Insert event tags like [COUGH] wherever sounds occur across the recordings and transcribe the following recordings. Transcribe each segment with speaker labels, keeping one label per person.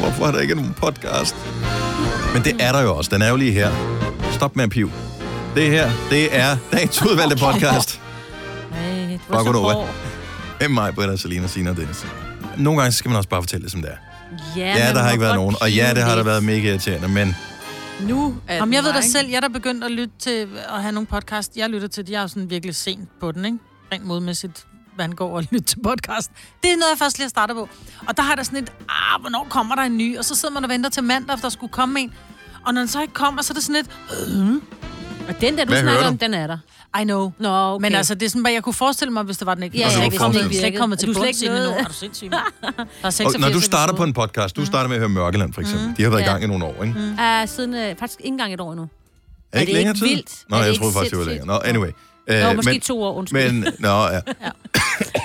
Speaker 1: hvorfor der ikke er nogen podcast? Men det er der jo også. Den er jo lige her. Stop med at piv. Det her, det er dagens udvalgte podcast.
Speaker 2: Nej, det var
Speaker 1: Bare
Speaker 2: så
Speaker 1: godnova.
Speaker 2: hård.
Speaker 1: Med mig, Britta, Selina, Sina og Dennis. Nogle gange skal man også bare fortælle det, som det er.
Speaker 2: Ja,
Speaker 1: Ja,
Speaker 2: man
Speaker 1: der har
Speaker 2: må
Speaker 1: ikke været
Speaker 2: godt
Speaker 1: nogen. Og ja, det har der
Speaker 2: pive
Speaker 1: været mega irriterende, men
Speaker 2: lidt. Nu er
Speaker 3: Om
Speaker 2: den
Speaker 3: jeg ved
Speaker 2: der,
Speaker 3: da
Speaker 2: ikke?
Speaker 3: selv, jeg er da begyndt at lytte til at have nogle podcast. Jeg lytter til, de er jo sådan virkelig sent på den, ikke? Rent modmæssigt, hvad han går og lytte til podcast. Det er noget, jeg først lige har startet på. Og der har der sådan et, ah, hvornår kommer der en ny? Og så sidder man og venter til mandag, for der skulle komme en. Og når den så ikke kommer, så er det sådan lidt, "Hm?"
Speaker 2: Og den der, du
Speaker 1: Hvad hører
Speaker 2: snakker
Speaker 1: du?
Speaker 2: om, den er der.
Speaker 3: I know.
Speaker 2: Nå, okay.
Speaker 3: Men altså, det er sådan, hvad jeg kunne forestille mig, hvis det var den ikke.
Speaker 2: Ja,
Speaker 3: Og så
Speaker 1: ja,
Speaker 3: er
Speaker 1: hvis
Speaker 3: den
Speaker 1: den
Speaker 3: ikke
Speaker 1: ikke
Speaker 3: slet ikke kommet til
Speaker 2: virkede. Du er slet
Speaker 3: bunds
Speaker 2: ikke
Speaker 3: endnu.
Speaker 2: nået-
Speaker 3: Er du sindssyg, mand? [LAUGHS] Der er
Speaker 1: Og
Speaker 3: 86
Speaker 1: når du starter på
Speaker 3: episoder.
Speaker 1: en podcast, du starter med at høre Mørkeland for eksempel. De har været i
Speaker 2: Mm. Ja.
Speaker 1: gang i nogle år,
Speaker 3: Mm.
Speaker 1: ikke?
Speaker 2: Er siden øh, faktisk ikke engang et år endnu.
Speaker 1: Er det ikke
Speaker 2: det
Speaker 1: længere
Speaker 2: ikke
Speaker 1: tid?
Speaker 2: vildt?
Speaker 1: Nå,
Speaker 2: Er det
Speaker 1: jeg
Speaker 2: ikke
Speaker 1: troede faktisk, det var længere.
Speaker 2: sindssygt?
Speaker 1: Nå, anyway.
Speaker 2: Nå,
Speaker 1: Øh,
Speaker 2: måske
Speaker 1: men-
Speaker 2: to år, undskyld.
Speaker 1: Men, nå, ja.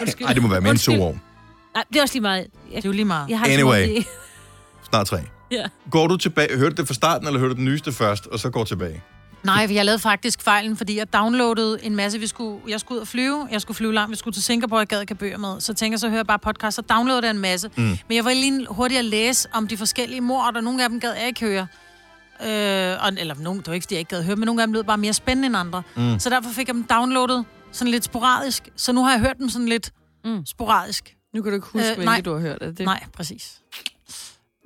Speaker 2: undskyld.
Speaker 1: Ej, det må
Speaker 2: [LAUGHS]
Speaker 1: være mere end to
Speaker 2: Undskyld.
Speaker 1: år.
Speaker 2: [LAUGHS] Nej, det er også lige meget. Jeg,
Speaker 3: Det er jo lige meget.
Speaker 2: jeg har det som om,
Speaker 1: Anyway.
Speaker 2: det-
Speaker 1: Snart tre.
Speaker 2: ja.
Speaker 1: Går du tilbage, hørte det fra starten, eller hørte du den nyeste først, og så går tilbage?
Speaker 3: Nej, for jeg lavede faktisk fejlen, fordi jeg downloadede en masse. Vi skulle, jeg skulle ud og flyve. Jeg skulle flyve langt. Vi skulle til Singapore, jeg gad ikke have bøger med. Så tænker jeg, så hører jeg bare podcast, så downloadede jeg en masse. Mm. Men jeg var lige hurtig at læse om de forskellige mord, og nogle af dem gad jeg ikke høre. Øh, og, eller nogle, det var ikke, fordi jeg ikke gad høre, men nogle af dem lød bare mere spændende end andre. Mm. Så derfor fik jeg dem downloadet sådan lidt sporadisk. Så nu har jeg hørt dem sådan lidt mm. sporadisk.
Speaker 4: Nu kan du ikke huske,
Speaker 3: Øh,
Speaker 4: øh,
Speaker 3: nej.
Speaker 4: hvilket du har hørt af det.
Speaker 3: Nej, præcis.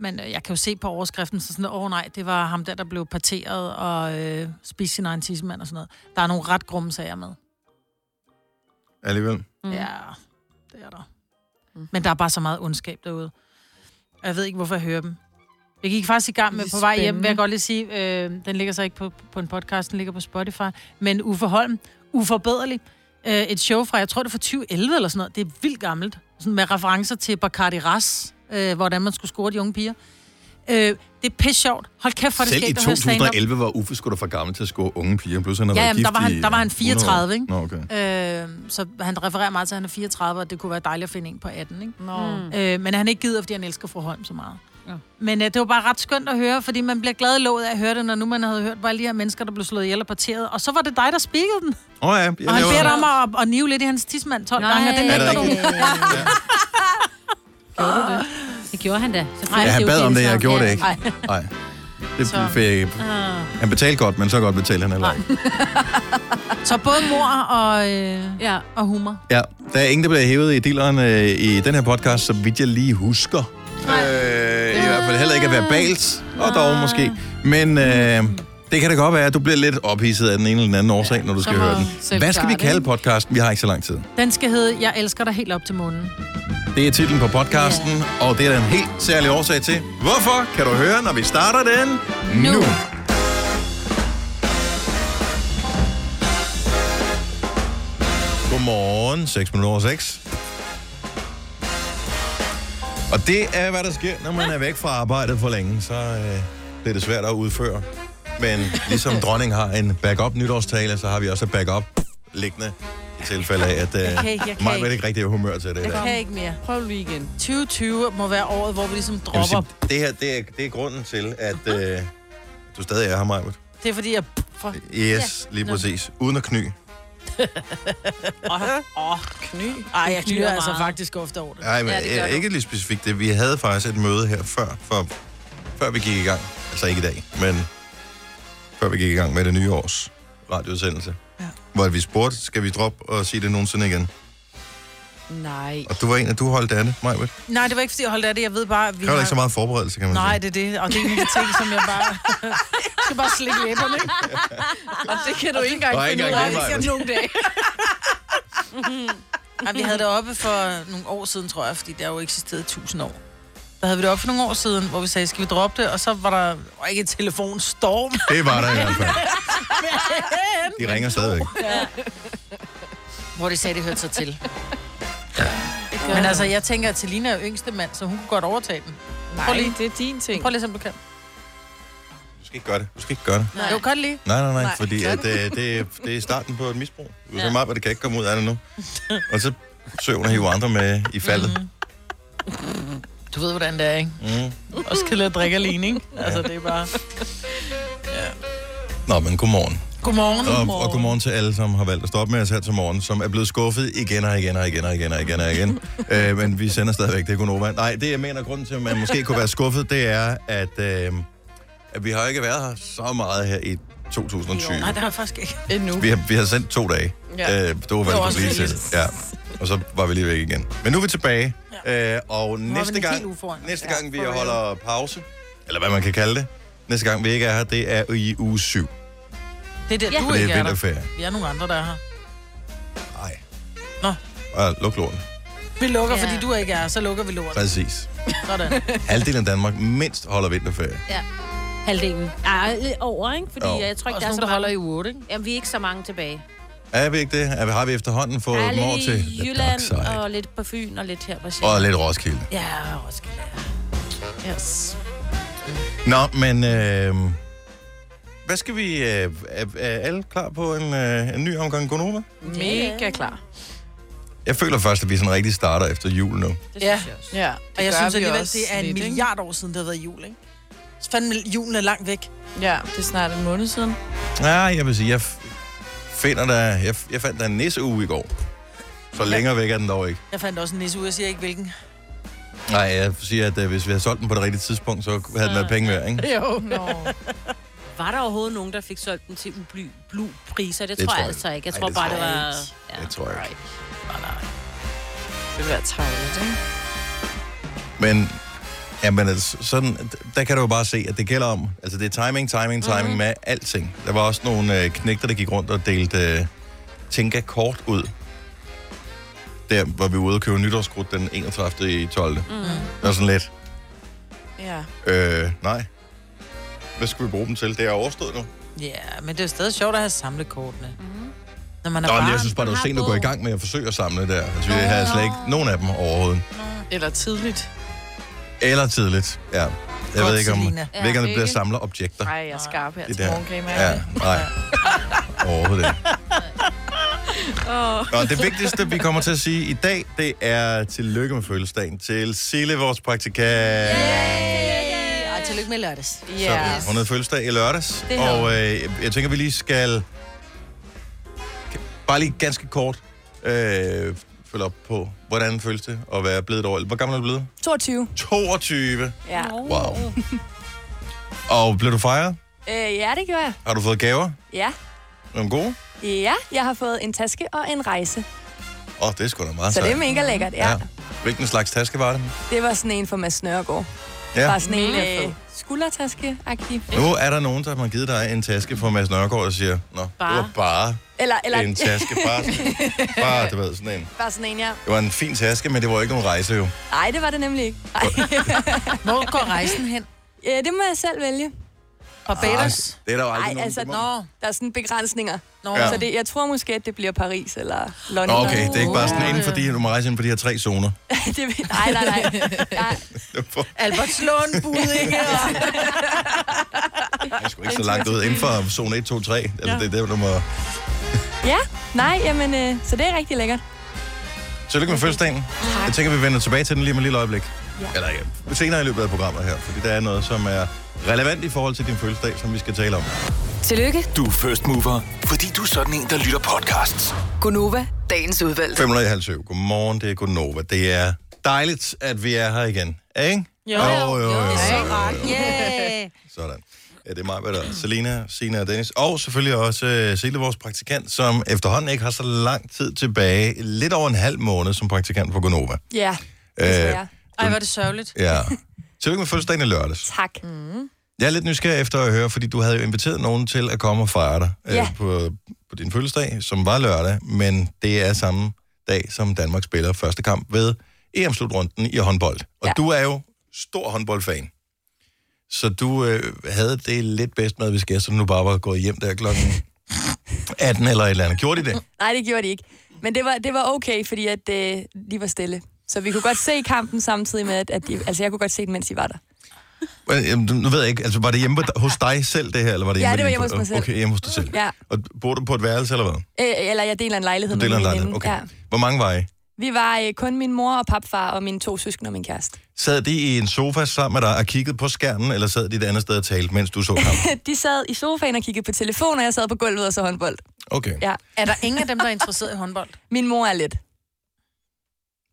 Speaker 3: Men øh, jeg kan jo se på overskriften, så sådan, åh oh, nej, det var ham der, der blev parteret og øh, spiste sin egen tissemand og sådan noget. Der er nogle ret grumme sager med.
Speaker 1: Alligevel.
Speaker 3: Mm. Ja, det er der. Mm. Men der er bare så meget ondskab derude. Og Jeg ved ikke, hvorfor jeg hører dem. Vi gik faktisk i gang med
Speaker 4: Det er
Speaker 3: på vej hjem, vil jeg
Speaker 4: spændende.
Speaker 3: godt lige sige. Øh, den ligger så ikke på, på en podcast, den ligger på Spotify. Men Uffe Holm, uforbederlig. Øh, et show fra, jeg tror det er fra 2011 eller sådan noget. Det er vildt gammelt. Sådan med referencer til Bacardi Ras, øh, hvordan man skulle score de unge piger. Øh, det er pisse sjovt. Hold kæft for, det
Speaker 1: Selv
Speaker 3: skal
Speaker 1: i
Speaker 3: ikke høre stand-up.
Speaker 1: 2011, var Uffe skulle da for gammel til at score unge piger. Plus han har
Speaker 3: Ja,
Speaker 1: været
Speaker 3: jamen,
Speaker 1: gift
Speaker 3: der var han-
Speaker 1: i
Speaker 3: der var han 34,
Speaker 1: 100 år.
Speaker 3: ikke?
Speaker 1: Nå, okay.
Speaker 3: Øh, så han refererer meget til, at han er 34, og det kunne være dejligt at finde en på 18, ikke?
Speaker 4: Nå. Mm.
Speaker 3: Øh, men han ikke gider, fordi han elsker fru Holm så meget. Ja.
Speaker 4: Ja.
Speaker 3: Men øh, det var bare ret skønt at høre, fordi man bliver glad i låget af at høre det, når nu man havde hørt bare alle de her mennesker, der blev slået ihjel og parteret. Og så var det dig, der spikede den.
Speaker 1: Åh oh, ja, jeg
Speaker 3: Og han
Speaker 1: laver
Speaker 3: beder dig
Speaker 1: det.
Speaker 3: om at, at nive lidt i hans tidsmand 12 Nej. gange, og det
Speaker 1: Er der
Speaker 3: nægter du.
Speaker 1: ikke? Ja.
Speaker 2: [LAUGHS] Gjorde du det? Det gjorde han da. Selvfølgelig,
Speaker 1: Ja, han
Speaker 2: er jo
Speaker 1: bad om det, jeg
Speaker 2: samme.
Speaker 1: gjorde det
Speaker 2: Ja.
Speaker 1: ikke.
Speaker 2: Ej.
Speaker 1: Nej. Det fik jeg ikke.
Speaker 3: Ah.
Speaker 1: Han betalte godt, men så godt betalte han heller ikke.
Speaker 3: Så både mor og, øh,
Speaker 2: Ja.
Speaker 3: og humor.
Speaker 1: Ja, der er ingen, der bliver hævet i dilleren øh, i den her podcast, så vidt jeg lige husker. Øh, I hvert fald heller ikke at være balt, og
Speaker 4: Ah.
Speaker 1: dog måske. Men øh, det kan da godt være, at du bliver lidt ophidset af den ene eller den anden årsag, når du skal
Speaker 4: så
Speaker 1: høre
Speaker 4: må
Speaker 1: den.
Speaker 4: selv
Speaker 1: Hvad skal vi
Speaker 4: klare det,
Speaker 1: kalde
Speaker 4: ikke?
Speaker 1: podcasten? Vi har ikke så lang tid.
Speaker 3: Den skal hedde Jeg elsker dig helt op til månen.
Speaker 1: Det er titlen på podcasten, og det er der en helt særlig årsag til. Hvorfor kan du høre, når vi starter den nu? nu. Godmorgen, 6 minutter over 6. Og det er, hvad der sker, når man er væk fra arbejdet for længe, så øh, bliver det svært at udføre. Men ligesom
Speaker 3: [LAUGHS]
Speaker 1: dronning har en backup nytårstale, så har vi også et backup liggende i tilfælde af, at øh,
Speaker 3: kan ikke, jeg kan
Speaker 1: mig
Speaker 3: ikke.
Speaker 1: ikke rigtig har humør til det. i
Speaker 3: Jeg
Speaker 1: dag.
Speaker 3: kan ikke mere.
Speaker 4: Prøv lige igen.
Speaker 3: 2020 må være året, hvor vi ligesom
Speaker 1: Jeg vil
Speaker 3: dropper.
Speaker 1: sige, det her, det er, det er grunden til, at øh, du stadig er her, Majbert.
Speaker 3: Det er fordi, jeg... For,
Speaker 1: Yes, lige præcis. Uden at kny.
Speaker 3: åh, åh,
Speaker 4: Kny.
Speaker 3: ej,
Speaker 2: knyder
Speaker 3: jeg knyder altså
Speaker 2: meget.
Speaker 3: faktisk ofte over det.
Speaker 1: Nej, men
Speaker 2: Ja, det gør
Speaker 1: ja,
Speaker 2: du.
Speaker 1: ikke lige specifikt det. Vi havde faktisk et møde her før, for, før vi gik i gang. Altså ikke i dag, men før vi gik i gang med det nye års radioudsendelse. Ja. Hvor vi spurgte, skal vi droppe og sige det nogensinde igen?
Speaker 4: Nej.
Speaker 1: Og du var en af, du holdt af det, Majbert.
Speaker 3: Nej, det var ikke, fordi jeg holdt af det. Jeg ved bare, at vi
Speaker 1: Der var ikke så meget forberedelse, kan man
Speaker 3: Nej,
Speaker 1: sige.
Speaker 3: det er det. Og det er en af de ting, som jeg bare...
Speaker 1: [LAUGHS]
Speaker 3: Jeg skal bare slikke læberne, ikke?
Speaker 4: [LAUGHS] Og det kan du ikke
Speaker 1: Nå,
Speaker 4: engang
Speaker 1: ikke
Speaker 4: finde ud
Speaker 1: engang
Speaker 4: af.
Speaker 1: det,
Speaker 4: Det skal
Speaker 1: Maja.
Speaker 4: nogle dage.
Speaker 3: [LAUGHS] Ej, vi havde det oppe for nogle år siden, tror jeg, fordi det har jo eksisteret i tusind år. Der havde vi det oppe for nogle år siden, hvor vi sagde, skal vi droppe det? Og så var der og ikke en telefonstorm.
Speaker 1: Det var der i hvert fald.
Speaker 3: [LAUGHS]
Speaker 1: De ringer stadigvæk.
Speaker 3: Hvor de sagde, det hørte sig [LAUGHS] til. Men altså, jeg tænker, at Selina er jo yngste mand, så hun kunne godt overtage den. Prøv
Speaker 4: Nej,
Speaker 3: lige,
Speaker 4: det er din ting.
Speaker 3: prøv lige som du kan.
Speaker 1: Du skal ikke gøre det. Du skal ikke gøre det.
Speaker 3: Nej. Jo, godt lige.
Speaker 1: Nej, nej, nej,
Speaker 3: Nej.
Speaker 1: nej. fordi at, øh, det, er- det er starten på et misbrug. Du ja. meget, hvad det kan ikke komme ud af det nu. Og så søvn og hiver andre med i faldet. Mhm. Mm.
Speaker 3: Du ved, hvordan det er, ikke? Mm. Også skal lidt drikke alene, ikke? Altså, det er bare...
Speaker 1: Nå, men godmorgen.
Speaker 3: Godmorgen.
Speaker 1: Og, og godmorgen til alle, som har valgt at stoppe med os her til morgen, som er blevet skuffet igen og igen og igen og igen og igen og
Speaker 3: [LAUGHS]
Speaker 1: igen. øh, men vi sender stadigvæk, det er kun over. Nej, det jeg mener, grunden til, at man måske kunne være skuffet, det er, at, øh, at vi har ikke været her så meget her i 2020.
Speaker 3: Nej, det har jeg faktisk ikke.
Speaker 4: Endnu.
Speaker 1: Vi har, vi har sendt to dage.
Speaker 4: Ja.
Speaker 1: Øh, det var, hvad
Speaker 4: Det var
Speaker 1: det
Speaker 4: også
Speaker 1: kunne blive til.
Speaker 4: lidt.
Speaker 1: Ja. Og så var vi lige væk igen. Men nu er vi tilbage. Ja. Øh, og
Speaker 3: vi en
Speaker 1: næste
Speaker 3: hel uge
Speaker 1: gang,
Speaker 3: foran os.
Speaker 1: næste
Speaker 3: Ja,
Speaker 1: gang, vi
Speaker 3: for real.
Speaker 1: holder pause, eller hvad man kan kalde det, næste gang vi ikke er her, det er i uge 7.
Speaker 3: Det er der,
Speaker 2: Ja.
Speaker 3: du
Speaker 1: Det
Speaker 3: ikke er
Speaker 1: er
Speaker 3: der.
Speaker 1: vinterferie.
Speaker 3: Vi er nogle andre, der er her.
Speaker 1: Nej.
Speaker 3: Nå.
Speaker 1: Og luk lorten.
Speaker 3: Vi lukker,
Speaker 2: Ja.
Speaker 3: ja. fordi du ikke er her, så lukker vi lorten.
Speaker 1: Præcis.
Speaker 3: Sådan.
Speaker 1: Halvdelen af Danmark mindst holder vinterferie.
Speaker 2: Ja. Halvdelen. Ej, lidt over, ikke? Fordi
Speaker 1: Jo.
Speaker 2: jeg tror ikke,
Speaker 3: Også
Speaker 2: der er
Speaker 3: nogen,
Speaker 2: så
Speaker 3: der holder
Speaker 2: mange.
Speaker 3: i uge, ikke?
Speaker 2: Jamen, vi er ikke så mange tilbage.
Speaker 1: Er vi ikke det? Er vi, har vi efterhånden fået
Speaker 2: Der er
Speaker 1: dem over
Speaker 2: lidt
Speaker 1: til
Speaker 2: i
Speaker 1: the dark
Speaker 2: Jylland,
Speaker 1: side?
Speaker 2: og lidt på Fyn, og lidt her på Sjælland.
Speaker 1: Og lidt Roskilde.
Speaker 2: Ja, Roskilde.
Speaker 4: Yes.
Speaker 1: Nå, men øh, hvad skal vi... Øh, er, er alle klar på en, øh, en ny omgang Gonova?
Speaker 4: Mega klar.
Speaker 1: Jeg føler først, at vi sådan rigtig starter efter jul nu.
Speaker 2: Det
Speaker 3: Ja.
Speaker 2: synes jeg også.
Speaker 4: Ja,
Speaker 3: Og jeg synes alligevel,
Speaker 4: alligevel,
Speaker 3: det er en milliard år siden, det har været jul, ikke? Så fandme, julen er langt væk.
Speaker 4: Ja, det er snart en måned siden.
Speaker 1: Ja, jeg vil sige, jeg f- finder der... Jeg, f- jeg fandt der en nisseuge i går. Så længere væk er den dog ikke.
Speaker 3: Jeg fandt også en nisse ud, jeg siger ikke hvilken.
Speaker 1: Nej, jeg siger, at øh, hvis vi havde solgt den på det rigtige tidspunkt, så havde den været penge værd, ikke?
Speaker 4: Jo.
Speaker 3: [LAUGHS]
Speaker 4: Nå.
Speaker 2: Var der overhovedet nogen, der fik solgt den til ublu
Speaker 3: Mm.
Speaker 2: blu priser? Det,
Speaker 1: Det
Speaker 2: tror
Speaker 1: tror
Speaker 2: jeg
Speaker 1: jeg
Speaker 2: altså ikke. Jeg
Speaker 1: Ej,
Speaker 2: tror
Speaker 1: det
Speaker 2: bare,
Speaker 1: tror
Speaker 2: det
Speaker 1: jeg
Speaker 2: var... Ja.
Speaker 1: Det tror jeg ikke.
Speaker 4: Det vil være travlt, ikke?
Speaker 1: Men, ja, men altså, sådan, der kan du jo bare se, at det gælder om. Altså, det er timing, timing, timing mm. med alting. Der var også nogle øh, knægter, der gik rundt og delte øh, Tinka-kort ud. Der var vi ude og købe nytårskrudt den 31. i 12. Mm. Det var sådan lidt,
Speaker 4: Ja.
Speaker 1: øh, nej. Hvad skulle vi bruge dem til? Det er overstået nu.
Speaker 3: Ja, men det er jo stadig sjovt at have samlekortene. Mm-hmm. Når man er
Speaker 1: Nå,
Speaker 3: barn.
Speaker 1: men jeg synes bare, det var
Speaker 2: har
Speaker 1: sent at gå i
Speaker 2: bogen.
Speaker 1: gang med at forsøge at samle der. Altså, vi havde slet ikke nogen af dem overhovedet.
Speaker 4: Eller tidligt.
Speaker 1: Eller tidligt, ja. Jeg
Speaker 3: Godt,
Speaker 1: ved ikke, om,
Speaker 3: Selina.
Speaker 1: ja, ikke, om det bliver
Speaker 4: ikke?
Speaker 1: samlerobjekter.
Speaker 4: Nej, jeg er skarp her
Speaker 1: Det
Speaker 4: til
Speaker 1: der.
Speaker 4: morgen, kan I mærke
Speaker 1: Ja,
Speaker 4: det?
Speaker 1: nej. Overhovedet
Speaker 4: [LAUGHS]
Speaker 1: ikke. Nå, det vigtigste, vi kommer til at sige i dag, det er tillykke med fødselsdagen til Sille, vores praktikant.
Speaker 3: Ej, tillykke med lørdags.
Speaker 1: Så, øh, hun havde fødselsdag i lørdags, og øh, jeg tænker, vi lige skal... Bare lige ganske kort øh, følge op på, hvordan føles det at være blevet et år? Hvor gammel er du blevet?
Speaker 5: 22.
Speaker 1: 22.
Speaker 5: Ja.
Speaker 1: Wow. Og blev du fejret?
Speaker 5: [LAUGHS] Øh, ja, det gjorde jeg.
Speaker 1: Har du fået gaver?
Speaker 5: Ja.
Speaker 1: Nogle gode?
Speaker 5: Ja, jeg har fået en taske og en rejse.
Speaker 1: Åh, oh, det er sgu da meget
Speaker 5: Så det er
Speaker 1: sejt.
Speaker 5: mega lækkert, ja. ja.
Speaker 1: Hvilken slags taske var det?
Speaker 5: Det var sådan en for Mads Nørgaard.
Speaker 1: Ja.
Speaker 5: Bare sådan en
Speaker 4: Mega fed.
Speaker 5: øh, skuldertaske-agtig.
Speaker 1: Nu er der nogen, der har givet dig en taske fra Mads Nørgaard og siger, Nå, bare. det var bare
Speaker 5: Eller, eller
Speaker 1: en taske. Bare, sådan- bare, du ved, sådan en.
Speaker 5: [LAUGHS] bare sådan en, ja.
Speaker 1: Det var en fin taske, men det var ikke nogen rejse jo.
Speaker 5: Nej, det var det nemlig ikke. Ej.
Speaker 3: [LAUGHS] Hvor går rejsen hen?
Speaker 5: Øh, det må jeg selv vælge.
Speaker 3: Barbados?
Speaker 1: Det er der jo aldrig
Speaker 5: Ej,
Speaker 1: nogen,
Speaker 5: altså,
Speaker 1: der må.
Speaker 3: Nå,
Speaker 5: Der er sådan begrænsninger.
Speaker 3: nå.
Speaker 1: Ja.
Speaker 3: Ja.
Speaker 5: Så det, jeg tror måske, at det bliver Paris eller
Speaker 1: Nå,
Speaker 5: London.
Speaker 1: okay, det er ikke bare sådan inden for de, du må rejse inden for de her tre zoner.
Speaker 5: det, nej, nej, nej. nej.
Speaker 1: [LAUGHS]
Speaker 3: Albertslund, Budinge og...
Speaker 1: Jeg er sgu ikke så langt ud. Inden for zone 1, 2, 3. Eller Altså, det er der, du må...
Speaker 5: Ja, nej, jamen, øh, så det er rigtig lækkert.
Speaker 1: Tillykke med fødselsdagen. Jeg tænker, vi vender tilbage til den lige om et lille øjeblik. Ja. Eller ja, senere i løbet af programmet her, fordi der er noget, som er relevant i forhold til din fødselsdag, som vi skal tale om.
Speaker 6: Tillykke,
Speaker 7: Du er first mover, fordi du er sådan en, der lytter podcasts.
Speaker 6: Gunova, dagens udvalgte.
Speaker 1: 570. Godmorgen, det er Gunova. Det er dejligt, at vi er her igen. Ikke? Jo, jo, jo. jo, jo, jo, jo.
Speaker 3: Yeah.
Speaker 1: Sådan. Ja, det er mig, hvad der er. Selina, Sina og Dennis. Og selvfølgelig også uh, Sille, vores praktikant, som efterhånden ikke har så lang tid tilbage. Lidt over en halv måned som praktikant for Gonova.
Speaker 5: Ja,
Speaker 1: Øh,
Speaker 5: det øh.
Speaker 3: Ej, hvor er det sørgeligt. [LAUGHS]
Speaker 1: ja. Tillykke med fødselsdagen i lørdags.
Speaker 5: Tak.
Speaker 3: Mm.
Speaker 1: Jeg er lidt nysgerrig efter at høre, fordi du havde jo inviteret nogen til at komme og fejre dig øh,
Speaker 5: Ja.
Speaker 1: på, på din fødselsdag, som var lørdag, men det er samme dag, som Danmark spiller første kamp ved EM-slutrunden i håndbold. Og ja.
Speaker 5: Ja.
Speaker 1: du er jo stor håndboldfan. Så du øh, havde det lidt bedst med, hvis gæsterne nu bare var gået hjem der klokken 18 eller et eller andet. Gjorde de det?
Speaker 5: Nej, det gjorde de ikke. Men det var, det var okay, fordi at, øh, de var stille. Så vi kunne godt se kampen samtidig med, at, at de, altså jeg kunne godt se den, mens de var der.
Speaker 1: Well, Øh, jamen, nu ved jeg ikke, altså var det hjemme på- hos dig selv det her, eller var det
Speaker 5: Ja,
Speaker 1: hjemme
Speaker 5: det var
Speaker 1: ved
Speaker 5: hjemme hos
Speaker 1: din-
Speaker 5: mig selv.
Speaker 1: Okay, hjemme hos dig selv.
Speaker 5: Ja.
Speaker 1: Og bor du på et værærelse, eller hvad?
Speaker 5: Øh, eller jeg deler en lejlighed
Speaker 1: Du deler en
Speaker 5: med min
Speaker 1: lejlighed,
Speaker 5: veninde.
Speaker 1: okay.
Speaker 5: Ja.
Speaker 1: Hvor mange var I?
Speaker 5: Vi var øh, kun min mor og papfar og mine to søskende og min kæreste.
Speaker 1: Sad de i en sofa sammen med dig og kiggede på skærmen, eller sad de et andet sted og talte, mens du så
Speaker 5: [LAUGHS]
Speaker 1: kampen?
Speaker 5: De sad i sofaen og kiggede på telefon, og jeg sad på gulvet og så håndbold.
Speaker 1: Okay.
Speaker 5: Ja.
Speaker 3: Er der ingen af dem, der er interesseret i håndbold?
Speaker 5: [LAUGHS] Min mor er lidt.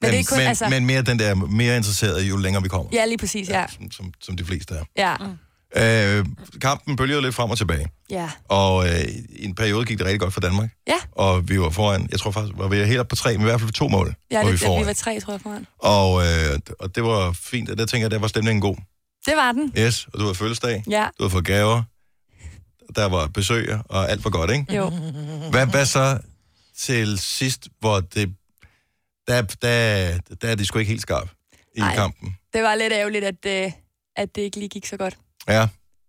Speaker 5: Men,
Speaker 1: Men,
Speaker 5: det er kun,
Speaker 1: men,
Speaker 5: altså,
Speaker 1: men mere den der, mere interesseret jo længere vi kommer,
Speaker 5: Ja, lige præcis, ja.
Speaker 1: som, som, som de fleste er.
Speaker 5: Ja,
Speaker 3: Mm.
Speaker 1: Øh, kampen bølgede lidt frem og tilbage,
Speaker 5: ja.
Speaker 1: og øh, i en periode gik det rigtig godt for Danmark.
Speaker 5: Ja.
Speaker 1: Og vi var foran, jeg tror faktisk, var vi helt op på tre, men i hvert fald på to mål,
Speaker 5: Ja,
Speaker 1: var
Speaker 5: det,
Speaker 1: vi
Speaker 5: ja,
Speaker 1: foran.
Speaker 5: vi var tre, tror jeg, foran.
Speaker 1: Og, øh, og det var fint, og der tænker jeg, der var stemningen god.
Speaker 5: Det var den.
Speaker 1: Yes, og du havde fødselsdag,
Speaker 5: Ja,
Speaker 1: du havde fået gaver, der var besøg, og alt var godt, ikke?
Speaker 5: jo. Mhm.
Speaker 1: Hvad, hvad så til sidst, hvor det... Der, der, der er de sgu ikke helt skarp i
Speaker 5: Ej.
Speaker 1: Ej. kampen.
Speaker 5: Det var lidt ærgerligt, at, øh, at det ikke lige gik så godt.
Speaker 1: Ja,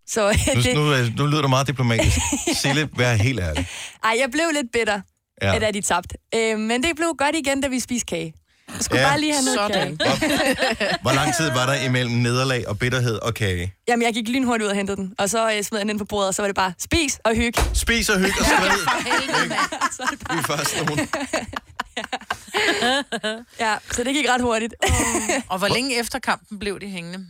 Speaker 5: Så [LAUGHS]
Speaker 1: nu,
Speaker 5: det,
Speaker 1: nu, er- nu lyder du meget
Speaker 5: [LAUGHS]
Speaker 1: diplomatisk. Sille, vær helt ærlig.
Speaker 5: ej, jeg blev lidt bitter,
Speaker 1: Ja.
Speaker 5: ja. at de tabte. Øh, men det blev godt igen, da vi spiste kage. Jeg skulle
Speaker 1: Ja.
Speaker 5: ja. bare lige have noget kage.
Speaker 1: Hvor lang tid var der imellem nederlag og bitterhed og kage?
Speaker 5: [LAUGHS] Jamen, jeg gik lynhurtigt ud og hentede den, og så øh, smed jeg den ind på bordet, og så var det bare spis og hygge.
Speaker 1: Spis og hygge og strid.
Speaker 5: Så er det bare,
Speaker 1: Vi er først nogen.
Speaker 5: ja, så det gik ret hurtigt.
Speaker 3: Og hvor længe efter kampen blev de hængende? Nå,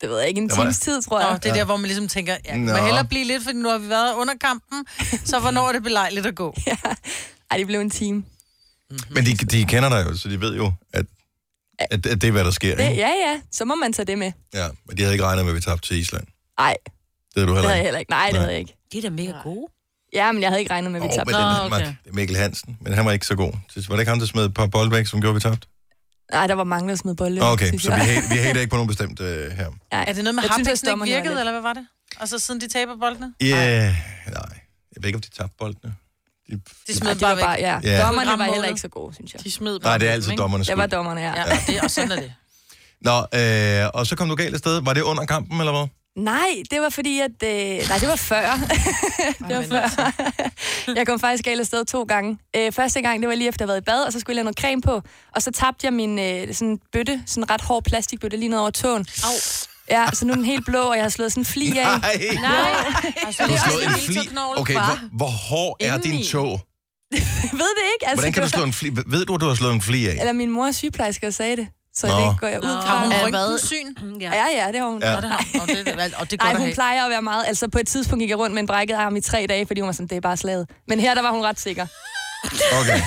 Speaker 5: det ved jeg ikke, en
Speaker 1: Der var-
Speaker 5: times tid, tror jeg.
Speaker 3: det er der, hvor man ligesom tænker, ja,
Speaker 1: Nå.
Speaker 3: man hellere blive lidt, fordi nu har vi været under kampen, så hvornår er det belejligt at
Speaker 5: [LAUGHS]
Speaker 3: gå?
Speaker 5: Ej, det blev en time.
Speaker 1: Men de, de kender dig jo, så de ved jo, at, at, at det er, hvad der sker.
Speaker 5: Det,
Speaker 1: Ikke?
Speaker 5: ja, ja, så må man tage det med.
Speaker 1: Ja, men de havde ikke regnet med, at vi tabte til Island.
Speaker 5: Ej,
Speaker 1: Det havde du
Speaker 5: det
Speaker 1: heller
Speaker 5: havde jeg
Speaker 1: ikke.
Speaker 5: heller ikke. Nej, det
Speaker 1: Nej.
Speaker 5: havde jeg ikke.
Speaker 2: Det er da mega gode.
Speaker 5: Ja, men jeg havde ikke regnet med, at vi
Speaker 1: Åh, men
Speaker 5: tabte.
Speaker 1: den,
Speaker 2: Nå,
Speaker 1: okay.
Speaker 2: okay.
Speaker 1: det er Mikkel Hansen, men han var ikke så god. Så Var det ikke ham, der smed et par bolde væk, som gjorde, at vi tabte?
Speaker 5: Nej, der var mange, der smed bolde.
Speaker 1: Okay,
Speaker 5: synes
Speaker 1: så
Speaker 5: jeg.
Speaker 1: vi hater, vi hater ikke på nogen bestemt øh, her.
Speaker 5: Nej.
Speaker 3: Er det noget med
Speaker 5: Jeg
Speaker 3: harpiksen
Speaker 5: synes, at
Speaker 3: ikke
Speaker 5: dommerne var
Speaker 3: virkede,
Speaker 5: lidt-
Speaker 3: eller hvad var det? Og så siden de taber boldene?
Speaker 1: Ja, yeah, nej. Jeg ved ikke, om de tabte boldene. De,
Speaker 3: De
Speaker 5: Ja,
Speaker 3: smed
Speaker 5: det
Speaker 3: bare
Speaker 5: var
Speaker 3: væk.
Speaker 5: bare, ja.
Speaker 1: Ja.
Speaker 5: Dommerne var
Speaker 3: Rammemålet.
Speaker 5: heller ikke så gode, synes jeg.
Speaker 4: De smed bare
Speaker 1: nej, det er
Speaker 4: dem,
Speaker 1: altid
Speaker 4: ikke?
Speaker 1: dommernes
Speaker 5: Det
Speaker 1: skyld.
Speaker 5: var dommerne, ja.
Speaker 2: Ja,
Speaker 5: ja.
Speaker 2: og, det, og sådan er det.
Speaker 1: Nå, øh, og så kom du galt afsted. Var det under kampen, eller hvad?
Speaker 5: Nej, det var fordi, at... Øh, nej, det var før. [LAUGHS] det var før. [LAUGHS] jeg kom faktisk galt afsted to gange. Øh, første gang, det var lige efter, jeg havde været i bad, og så skulle jeg have noget creme på. Og så tabte jeg min øh, sådan bøtte, sådan en ret hård plastikbøtte, lige ned over tåen.
Speaker 2: Au.
Speaker 5: Ja, så nu er den helt blå, og jeg har slået sådan en fli af.
Speaker 1: Nej.
Speaker 2: Altså,
Speaker 1: Du
Speaker 2: det
Speaker 1: har
Speaker 2: er også
Speaker 1: slået en
Speaker 2: lille
Speaker 1: fli.
Speaker 2: tåknogle
Speaker 1: Okay,
Speaker 2: fra-
Speaker 1: hvor, hvor hård er din
Speaker 4: Indeni.
Speaker 1: tog?
Speaker 5: Jeg [LAUGHS] ved det ikke.
Speaker 1: Hvordan kan du
Speaker 5: Altså, det var-
Speaker 1: slå en fli? Ved du, at du har slået en fli af?
Speaker 5: Eller min mor er sygeplejerske og sagde det. Så
Speaker 1: Nå.
Speaker 5: det går jeg ud
Speaker 3: Har
Speaker 5: fra.
Speaker 3: hun
Speaker 4: Ja,
Speaker 3: rygten
Speaker 4: hvad?
Speaker 3: syn?
Speaker 2: Ja.
Speaker 5: Ja, ja, det har hun.
Speaker 1: Ja.
Speaker 3: Og det har hun. Og det, er vel- og det er
Speaker 5: Nej,
Speaker 3: godt at
Speaker 5: hun
Speaker 3: have.
Speaker 5: plejer at være meget. Altså på et tidspunkt gik jeg rundt med en brækket arm i tre dage, fordi hun var sådan, det er bare slaget. Men her, der var hun ret sikker.
Speaker 1: Okay.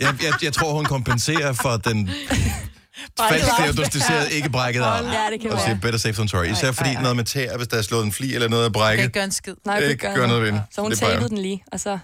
Speaker 1: Jeg, jeg, jeg tror, hun kompenserer for den falsk diagnosticerede, ikke brækket arm.
Speaker 5: Ja, det kan
Speaker 1: Og
Speaker 5: være.
Speaker 1: siger, better safe than sorry. Især fordi noget med tæer, hvis der er slået en fli eller noget er
Speaker 3: Kan
Speaker 1: brækket.
Speaker 3: ikke gøre en skid.
Speaker 5: Nej, jeg
Speaker 1: Ikke gøre noget ved den.
Speaker 5: Så hun
Speaker 1: Det plejer
Speaker 5: tabede
Speaker 1: jeg.
Speaker 5: den lige, og så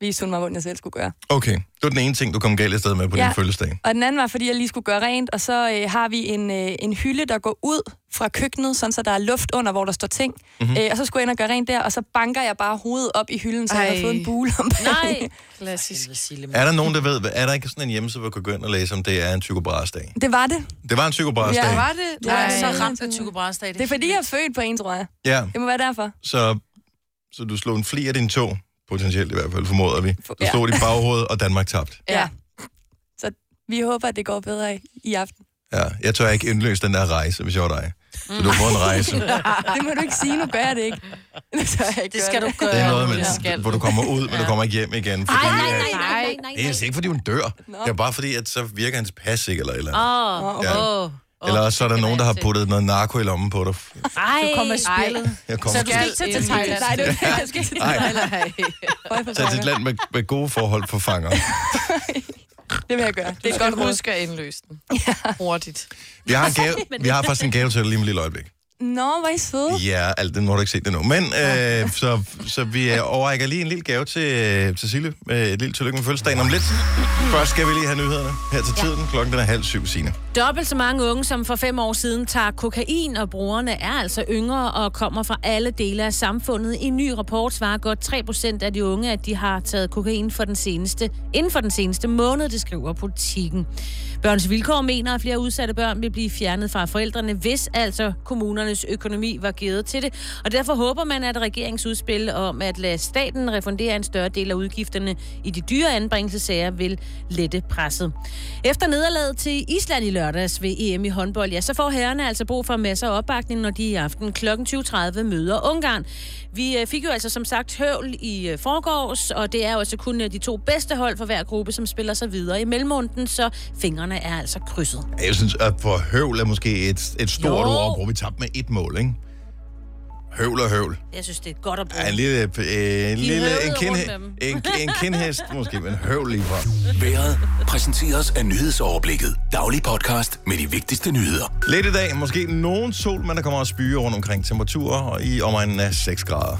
Speaker 5: viste hun mig, hvordan jeg selv skulle gøre.
Speaker 1: Okay, det var den ene ting, du kom galt afsted med på din
Speaker 5: Ja.
Speaker 1: fødselsdag.
Speaker 5: Og den anden var, fordi jeg lige skulle gøre rent, og så øh, har vi en, øh, en hylde, der går ud fra køkkenet, sådan så der er luft under, hvor der står ting.
Speaker 1: Mhm.
Speaker 5: Mm-hmm. Øh, og så skulle jeg ind og gøre rent der, og så banker jeg bare hovedet op i hylden, så jeg har
Speaker 4: Ej.
Speaker 5: fået en bule om
Speaker 4: Nej.
Speaker 5: bagved.
Speaker 4: Klassisk.
Speaker 1: Er der nogen, der ved, hvad- er der ikke sådan en hjemmeside, hvor du kan gå ind og læse, om det er en psykobrasdag?
Speaker 5: [LAUGHS] Det var det.
Speaker 1: Det var en psykobrasdag.
Speaker 5: Ja,
Speaker 1: Ja,
Speaker 5: var
Speaker 4: det?
Speaker 5: Det var
Speaker 3: Jeg er
Speaker 5: det.
Speaker 3: så ramt af Tycho Brahes dag.
Speaker 5: Det er fordi, jeg er født på en, tror jeg.
Speaker 1: ja
Speaker 5: Det må være derfor.
Speaker 1: så, så du slog en fli af din tog, potentielt i hvert fald, formoder vi. Du
Speaker 5: Ja.
Speaker 1: slog dit baghoved, og Danmark tabte.
Speaker 5: Ja. ja. Så vi håber, at det går bedre i, i aften.
Speaker 1: Ja, jeg tør ikke indløse den der rejse, hvis jeg var dig. Så du får en rejse.
Speaker 5: [LAUGHS] Det må du ikke sige, nu gør jeg det ikke. Det, tør jeg
Speaker 3: Det
Speaker 5: ikke
Speaker 3: skal
Speaker 5: gøre
Speaker 3: du gøre.
Speaker 1: Det er noget,
Speaker 3: Julia.
Speaker 1: med, hvor du kommer ud, men du kommer ikke hjem igen. Fordi, nej, nej,
Speaker 4: Nej.
Speaker 1: Det er altså ikke, fordi hun dør.
Speaker 5: Nå.
Speaker 1: Det er bare fordi, at så virker hans pas ikke, eller et eller andet.
Speaker 2: Åh,
Speaker 5: Nå, okay.
Speaker 1: Ja.
Speaker 2: åh.
Speaker 1: Eller også så er der nogen, der har puttet noget narko i lommen på dig.
Speaker 2: Ej,
Speaker 3: Du kommer i spillet.
Speaker 1: Jeg
Speaker 3: Så
Speaker 1: kommer
Speaker 3: du skal ikke tage til
Speaker 4: Skal-
Speaker 3: Thailand.
Speaker 5: Nej, det er ikke, jeg skal ikke
Speaker 1: Nej.
Speaker 5: Øj, for
Speaker 1: til et land med, med gode forhold for fanger.
Speaker 5: pokker. Det vil jeg gøre. Det
Speaker 4: Det
Speaker 5: er
Speaker 4: er
Speaker 5: et
Speaker 4: godt
Speaker 5: godt råd.
Speaker 4: huske at indløse den. Hurtigt.
Speaker 1: Vi
Speaker 5: [LAUGHS]
Speaker 1: har, en gave, vi har faktisk en gave til dig lige om et lille øjeblik.
Speaker 5: Nå, hvor er I søde.
Speaker 1: Ja, alt den har du ikke set endnu. Men øh, så, så vi øh, overrækker lige en lille gave til, øh, til Sille. Øh, et lille tillykke med fødselsdagen om lidt. Først skal vi lige have nyhederne her til tiden. Klokken den er halv syv, Signe.
Speaker 8: Dobbelt så mange unge, som for fem år siden tager kokain, og brugerne er altså yngre og kommer fra alle dele af samfundet. En ny rapport svarer godt 3 procent af de unge, at de har taget kokain for den seneste, inden for den seneste måned, det skriver politikken. Børns Vilkår mener, at flere udsatte børn vil blive fjernet fra forældrene, hvis altså kommunernes økonomi var givet til det. Og derfor håber man, at regeringsudspil om at lade staten refundere en større del af udgifterne i de dyre anbringelsesager vil lette presset. Efter nederlaget til Island i lørdag lørdags ved EM i håndbold, ja, så får herrerne altså brug for masser af opbakning, når de i aften kl. 20.30 møder Ungarn. Vi øh, fik jo altså som sagt høvl i øh, forgårs, og det er jo altså kun øh, de to bedste hold for hver gruppe, som spiller sig videre i mellemrunden, så fingrene er altså krydset.
Speaker 1: Jeg synes, at for høvl er måske et, et stort
Speaker 8: Jo.
Speaker 1: ord at bruge. Vi tabte med et mål, ikke? Høvl og høvl.
Speaker 8: Jeg synes, det er godt at bruge.
Speaker 1: Ja, en lille, øh, en, lille en,
Speaker 8: høvlede
Speaker 1: kind,
Speaker 8: rundt med dem. [LAUGHS]
Speaker 1: en, en kindhest måske, men høvl lige for.
Speaker 7: Været præsenteres af nyhedsoverblikket. Daglig podcast med de vigtigste nyheder.
Speaker 1: Lidt i dag, måske nogen sol, men der kommer også byer rundt omkring temperaturer og i omegnen af 6 grader.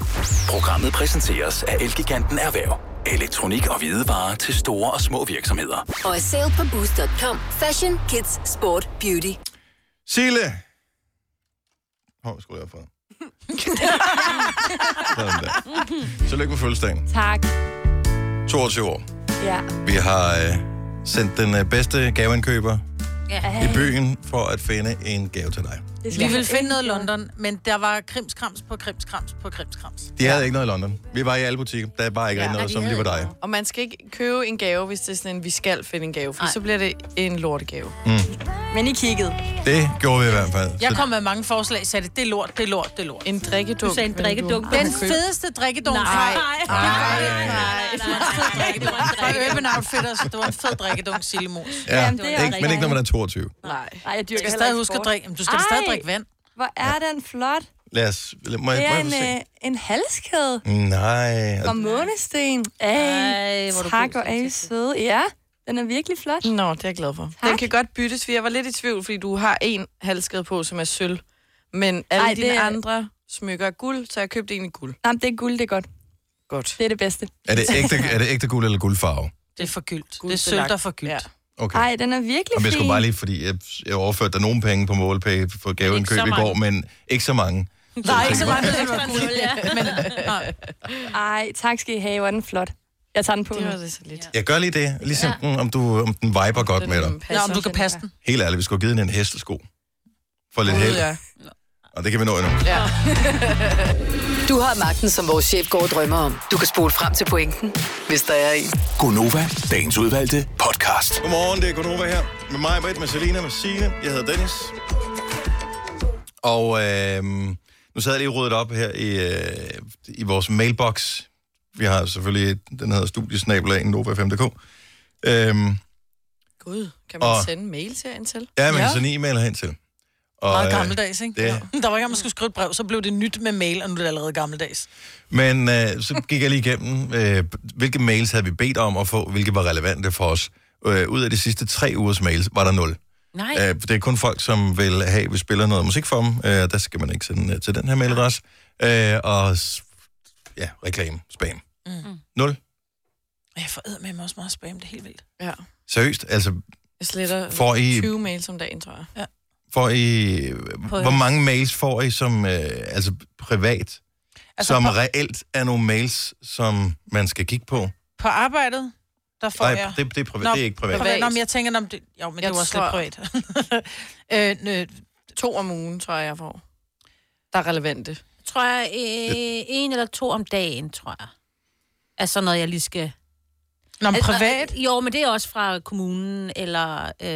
Speaker 7: Programmet præsenteres af Elgiganten Erhverv. Elektronik og hvidevarer til store og små virksomheder.
Speaker 6: Og er sale på Boost.com. Fashion, kids, sport, beauty.
Speaker 1: Sille! Hov, oh, skulle jeg have fået. Sådan der. Tillykke med fødselsdagen.
Speaker 5: [LAUGHS] Tak.
Speaker 1: 22 år.
Speaker 5: Ja.
Speaker 1: Vi har øh, sendt den øh, bedste gaveindkøber i byen for at finde en gave til dig.
Speaker 5: Det
Speaker 3: Vi ville finde noget i London, men der var krimskrams på krimskrams på krimskrams.
Speaker 1: De havde ikke noget i London. Vi var i alle butikker. Der er bare ikke ja, noget, som lige var dig.
Speaker 4: Og man skal ikke købe en gave, hvis det er sådan en, vi skal finde en gave, for så bliver det en lortegave.
Speaker 1: Mm.
Speaker 5: Men I kiggede.
Speaker 1: Det gjorde vi i hvert fald.
Speaker 3: Jeg kom med mange forslag, sagde det, det er lort, det er lort, det er lort.
Speaker 4: En drikkedunk.
Speaker 8: Du sagde en
Speaker 4: men
Speaker 8: drikkedunk.
Speaker 4: du-
Speaker 3: Den fedeste drikkedunk
Speaker 8: Nej.
Speaker 3: fra,
Speaker 1: nej,
Speaker 3: fra Urban Outfitters,
Speaker 4: altså.
Speaker 3: det var en fed drikkedunk, Sillemus.
Speaker 1: Ja,
Speaker 5: Jamen, det er
Speaker 1: det ikke,
Speaker 5: rigtigt.
Speaker 1: men ikke når man er 22.
Speaker 4: Nej.
Speaker 5: Nej, jeg
Speaker 3: Du
Speaker 5: dyrker
Speaker 3: skal
Speaker 5: heller
Speaker 3: stadig
Speaker 5: ikke
Speaker 3: huske at
Speaker 5: sport.
Speaker 3: drikke, jamen, du skal da stadig
Speaker 5: Ej.
Speaker 3: drikke vand.
Speaker 5: Hvor er den flot.
Speaker 1: Lad os... Må jeg, må
Speaker 5: Det er
Speaker 1: jeg få
Speaker 5: en,
Speaker 1: se?
Speaker 5: øh, en halskæde
Speaker 1: Nej.
Speaker 5: fra månesten.
Speaker 8: Ej,
Speaker 5: Ej,
Speaker 8: hvor er du god
Speaker 5: tak, hvor
Speaker 8: til
Speaker 5: er I søde. Ja, den er virkelig flot.
Speaker 4: Nå, det er jeg glad for. Tak. Den kan godt byttes, for jeg var lidt i tvivl, fordi du har en halskede på, som er sølv. Men alle
Speaker 5: Ej,
Speaker 4: Ej,
Speaker 5: det
Speaker 4: dine
Speaker 5: er-
Speaker 4: andre smykker er guld, så jeg købte en i guld.
Speaker 5: Nej, men det er guld, det er godt.
Speaker 4: Godt.
Speaker 5: Det er det bedste.
Speaker 1: Er det
Speaker 5: [LAUGHS]
Speaker 1: ægte, er det ægte guld eller guldfarve?
Speaker 3: Det er forgyldt.
Speaker 4: Guld
Speaker 3: Det er sølv, der er forgyldt.
Speaker 4: Ja.
Speaker 1: Okay.
Speaker 5: Ej, den er virkelig
Speaker 1: Og jeg skulle
Speaker 5: fin.
Speaker 1: bare lige, fordi jeg, jeg overførte dig nogle penge på målpay for gaveindkøb
Speaker 8: Ikke så
Speaker 1: i går, men ikke så mange.
Speaker 3: Der er ikke så mange, der er
Speaker 8: Nul, ja.
Speaker 5: Ej, tak skal I have. Hvor er den flot. Jeg tager den på.
Speaker 4: Det var
Speaker 5: nu.
Speaker 4: det så lidt.
Speaker 1: Jeg gør lige det, ligesom den, om, du, om den viber godt med dig.
Speaker 3: Nå, om du kan passe den.
Speaker 1: Helt ærligt, vi skulle have givet hende en hestesko. For lidt held,
Speaker 4: Ja.
Speaker 1: og det kan vi nå endnu.
Speaker 6: [LAUGHS] Du har magten, som vores chef går og drømmer om. Du kan spole frem til pointen, hvis der er en.
Speaker 7: Gonova, dagens udvalgte podcast.
Speaker 1: Godmorgen, det er Gunova her. Med mig, Britt, med Selina, med Signe. Jeg hedder Dennis. Og øh, nu sad jeg lige og ryddet op her i, øh, i vores mailbox. Vi har selvfølgelig, den hedder studiesnabelagen, nova5.dk. Øhm,
Speaker 4: Gud, kan man
Speaker 1: Og-
Speaker 4: sende mail til en til?
Speaker 1: ja, man kan
Speaker 4: Ja.
Speaker 1: sende e-mail hen til. Og,
Speaker 3: Meget
Speaker 1: øh,
Speaker 3: gammeldags, ikke?
Speaker 1: det-
Speaker 3: Ja. Der var ikke, om man skulle skrive et brev, så blev det nyt med mail, og nu er det allerede gammeldags.
Speaker 1: Men øh, så gik jeg lige igennem, øh, hvilke mails havde vi bedt om at få, hvilke var relevante for os. Øh, ud af de sidste tre ugers mails var der nul.
Speaker 8: Nej,
Speaker 1: Øh, det er kun folk, som vil have, at vi spiller noget musik for dem. Øh, der skal man ikke sende øh, til den her mailadresse. Øh, og s- ja, reklame, spam. Mm. Nul.
Speaker 3: Ja, Jeg får med mig også meget spam, det er helt vildt.
Speaker 4: Ja.
Speaker 1: Seriøst, altså
Speaker 4: Jeg sletter
Speaker 1: får I,
Speaker 4: 20 mails om dagen, tror jeg.
Speaker 1: får I hvor mange mails får I som øh, altså privat, altså,
Speaker 3: Altså,
Speaker 1: som
Speaker 3: på-
Speaker 1: reelt er nogle mails, som man skal kigge på?
Speaker 3: På arbejdet, der får
Speaker 1: Nej,
Speaker 3: jeg...
Speaker 1: det, det, er privat,
Speaker 3: Nå,
Speaker 1: det er ikke privat.
Speaker 3: Privat. Nå, men jeg tænker, om det... Jo, men det
Speaker 4: Jeg
Speaker 3: var også lidt
Speaker 4: tror-
Speaker 3: privat. øh, nø,
Speaker 4: To om ugen, tror jeg, jeg får. Der er relevante.
Speaker 8: tror jeg, øh, en eller to om dagen, tror jeg. Er sådan noget, jeg lige skal...
Speaker 3: nå, men
Speaker 8: Altså,
Speaker 3: privat? Mm.
Speaker 8: øh, Jo, men det er også fra kommunen, eller... Øh,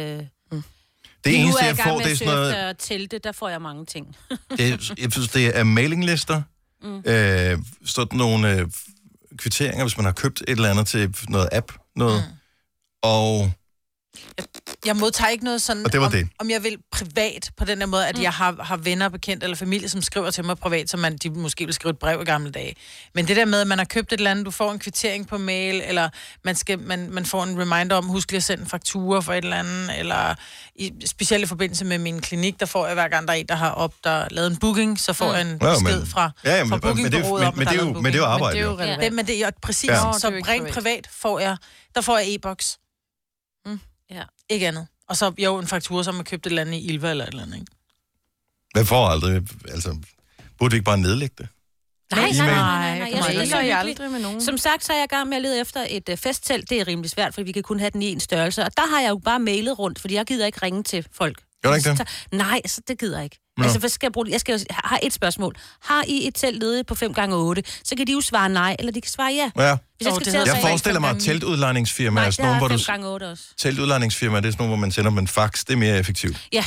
Speaker 8: det
Speaker 1: Det eneste, jeg får, det er sådan noget...
Speaker 8: Til det, der får jeg mange ting.
Speaker 1: Det,
Speaker 8: [LAUGHS]
Speaker 1: jeg synes, det er mailinglister. Mm. Øh, sådan nogle øh, kvitteringer, hvis man har købt et eller andet til noget app. Noget. Mm. Og
Speaker 3: Jeg modtager ikke noget sådan,
Speaker 1: Og det var
Speaker 3: om,
Speaker 1: det.
Speaker 3: om jeg vil privat på den der måde, at mm. jeg har, har venner, bekendt eller familie, som skriver til mig privat, som man, de måske vil skrive et brev i gamle dage. Men det der med, at man har købt et eller andet, du får en kvittering på mail, eller man, skal, man, man får en reminder om, husk lige at sende en faktura for et eller andet, eller i, specielt i forbindelse med min klinik, der får jeg hver gang, der er en, der har op, der lavet en booking, så får jeg en
Speaker 1: Ja, men-
Speaker 3: besked fra,
Speaker 1: ja, ja,
Speaker 3: fra
Speaker 1: men, men, det, er jo-
Speaker 3: bookingbureauet
Speaker 1: men,
Speaker 3: om, at
Speaker 1: men,
Speaker 3: der er
Speaker 1: det er
Speaker 3: lavet
Speaker 1: jo,
Speaker 3: en
Speaker 1: Mm. men det er jo
Speaker 3: booking.
Speaker 1: arbejde,
Speaker 4: det er
Speaker 1: jo.
Speaker 4: jo relevant.
Speaker 3: Det, men det er jo præcis,
Speaker 1: Ja.
Speaker 3: ja.
Speaker 4: Nå, det er jo
Speaker 3: så
Speaker 4: ikke
Speaker 3: rent
Speaker 4: privat.
Speaker 3: privat får jeg, der får jeg e-boks. Mm.
Speaker 8: Ja.
Speaker 3: Ikke andet. Og så jo en faktura, som man købt et eller andet i Ilva eller et eller andet, ikke?
Speaker 1: Man får aldrig... Altså, burde vi ikke bare nedlægge det?
Speaker 8: Nej, nej, nej, nej, nej. Jeg
Speaker 4: Nej, det
Speaker 8: synes,
Speaker 4: gør
Speaker 8: det
Speaker 4: jeg
Speaker 8: er hyggeligt.
Speaker 4: aldrig med nogen.
Speaker 8: Som sagt, så er jeg i gang med at lede efter et øh, festtelt. Det er rimelig svært, fordi vi kan kun have den i en størrelse. Og der har jeg jo bare mailet rundt, fordi jeg gider ikke ringe til folk.
Speaker 1: Gør du ikke det?
Speaker 8: Så- Nej, så det gider jeg ikke.
Speaker 1: Nå.
Speaker 8: Nå. Altså, hvad skal jeg bruge det? Jeg skal, jo- har et spørgsmål. Har I et telt ledigt på 5 gange 8 Så kan de jo svare nej, eller de kan svare ja.
Speaker 1: Ja.
Speaker 8: Hvis jeg
Speaker 3: Åh, det
Speaker 8: skal til at
Speaker 3: hedder
Speaker 1: Jeg
Speaker 3: Altså,
Speaker 8: sige,
Speaker 1: forestiller mig, at teltudlejningsfirma
Speaker 8: nej,
Speaker 1: er
Speaker 8: der
Speaker 1: sådan nogle, hvor
Speaker 8: er
Speaker 1: du...
Speaker 8: 5 gange 8 også.
Speaker 1: Teltudlejningsfirma, det er sådan nogle, hvor man sender dem en fax. Det er mere effektivt.
Speaker 8: Ja.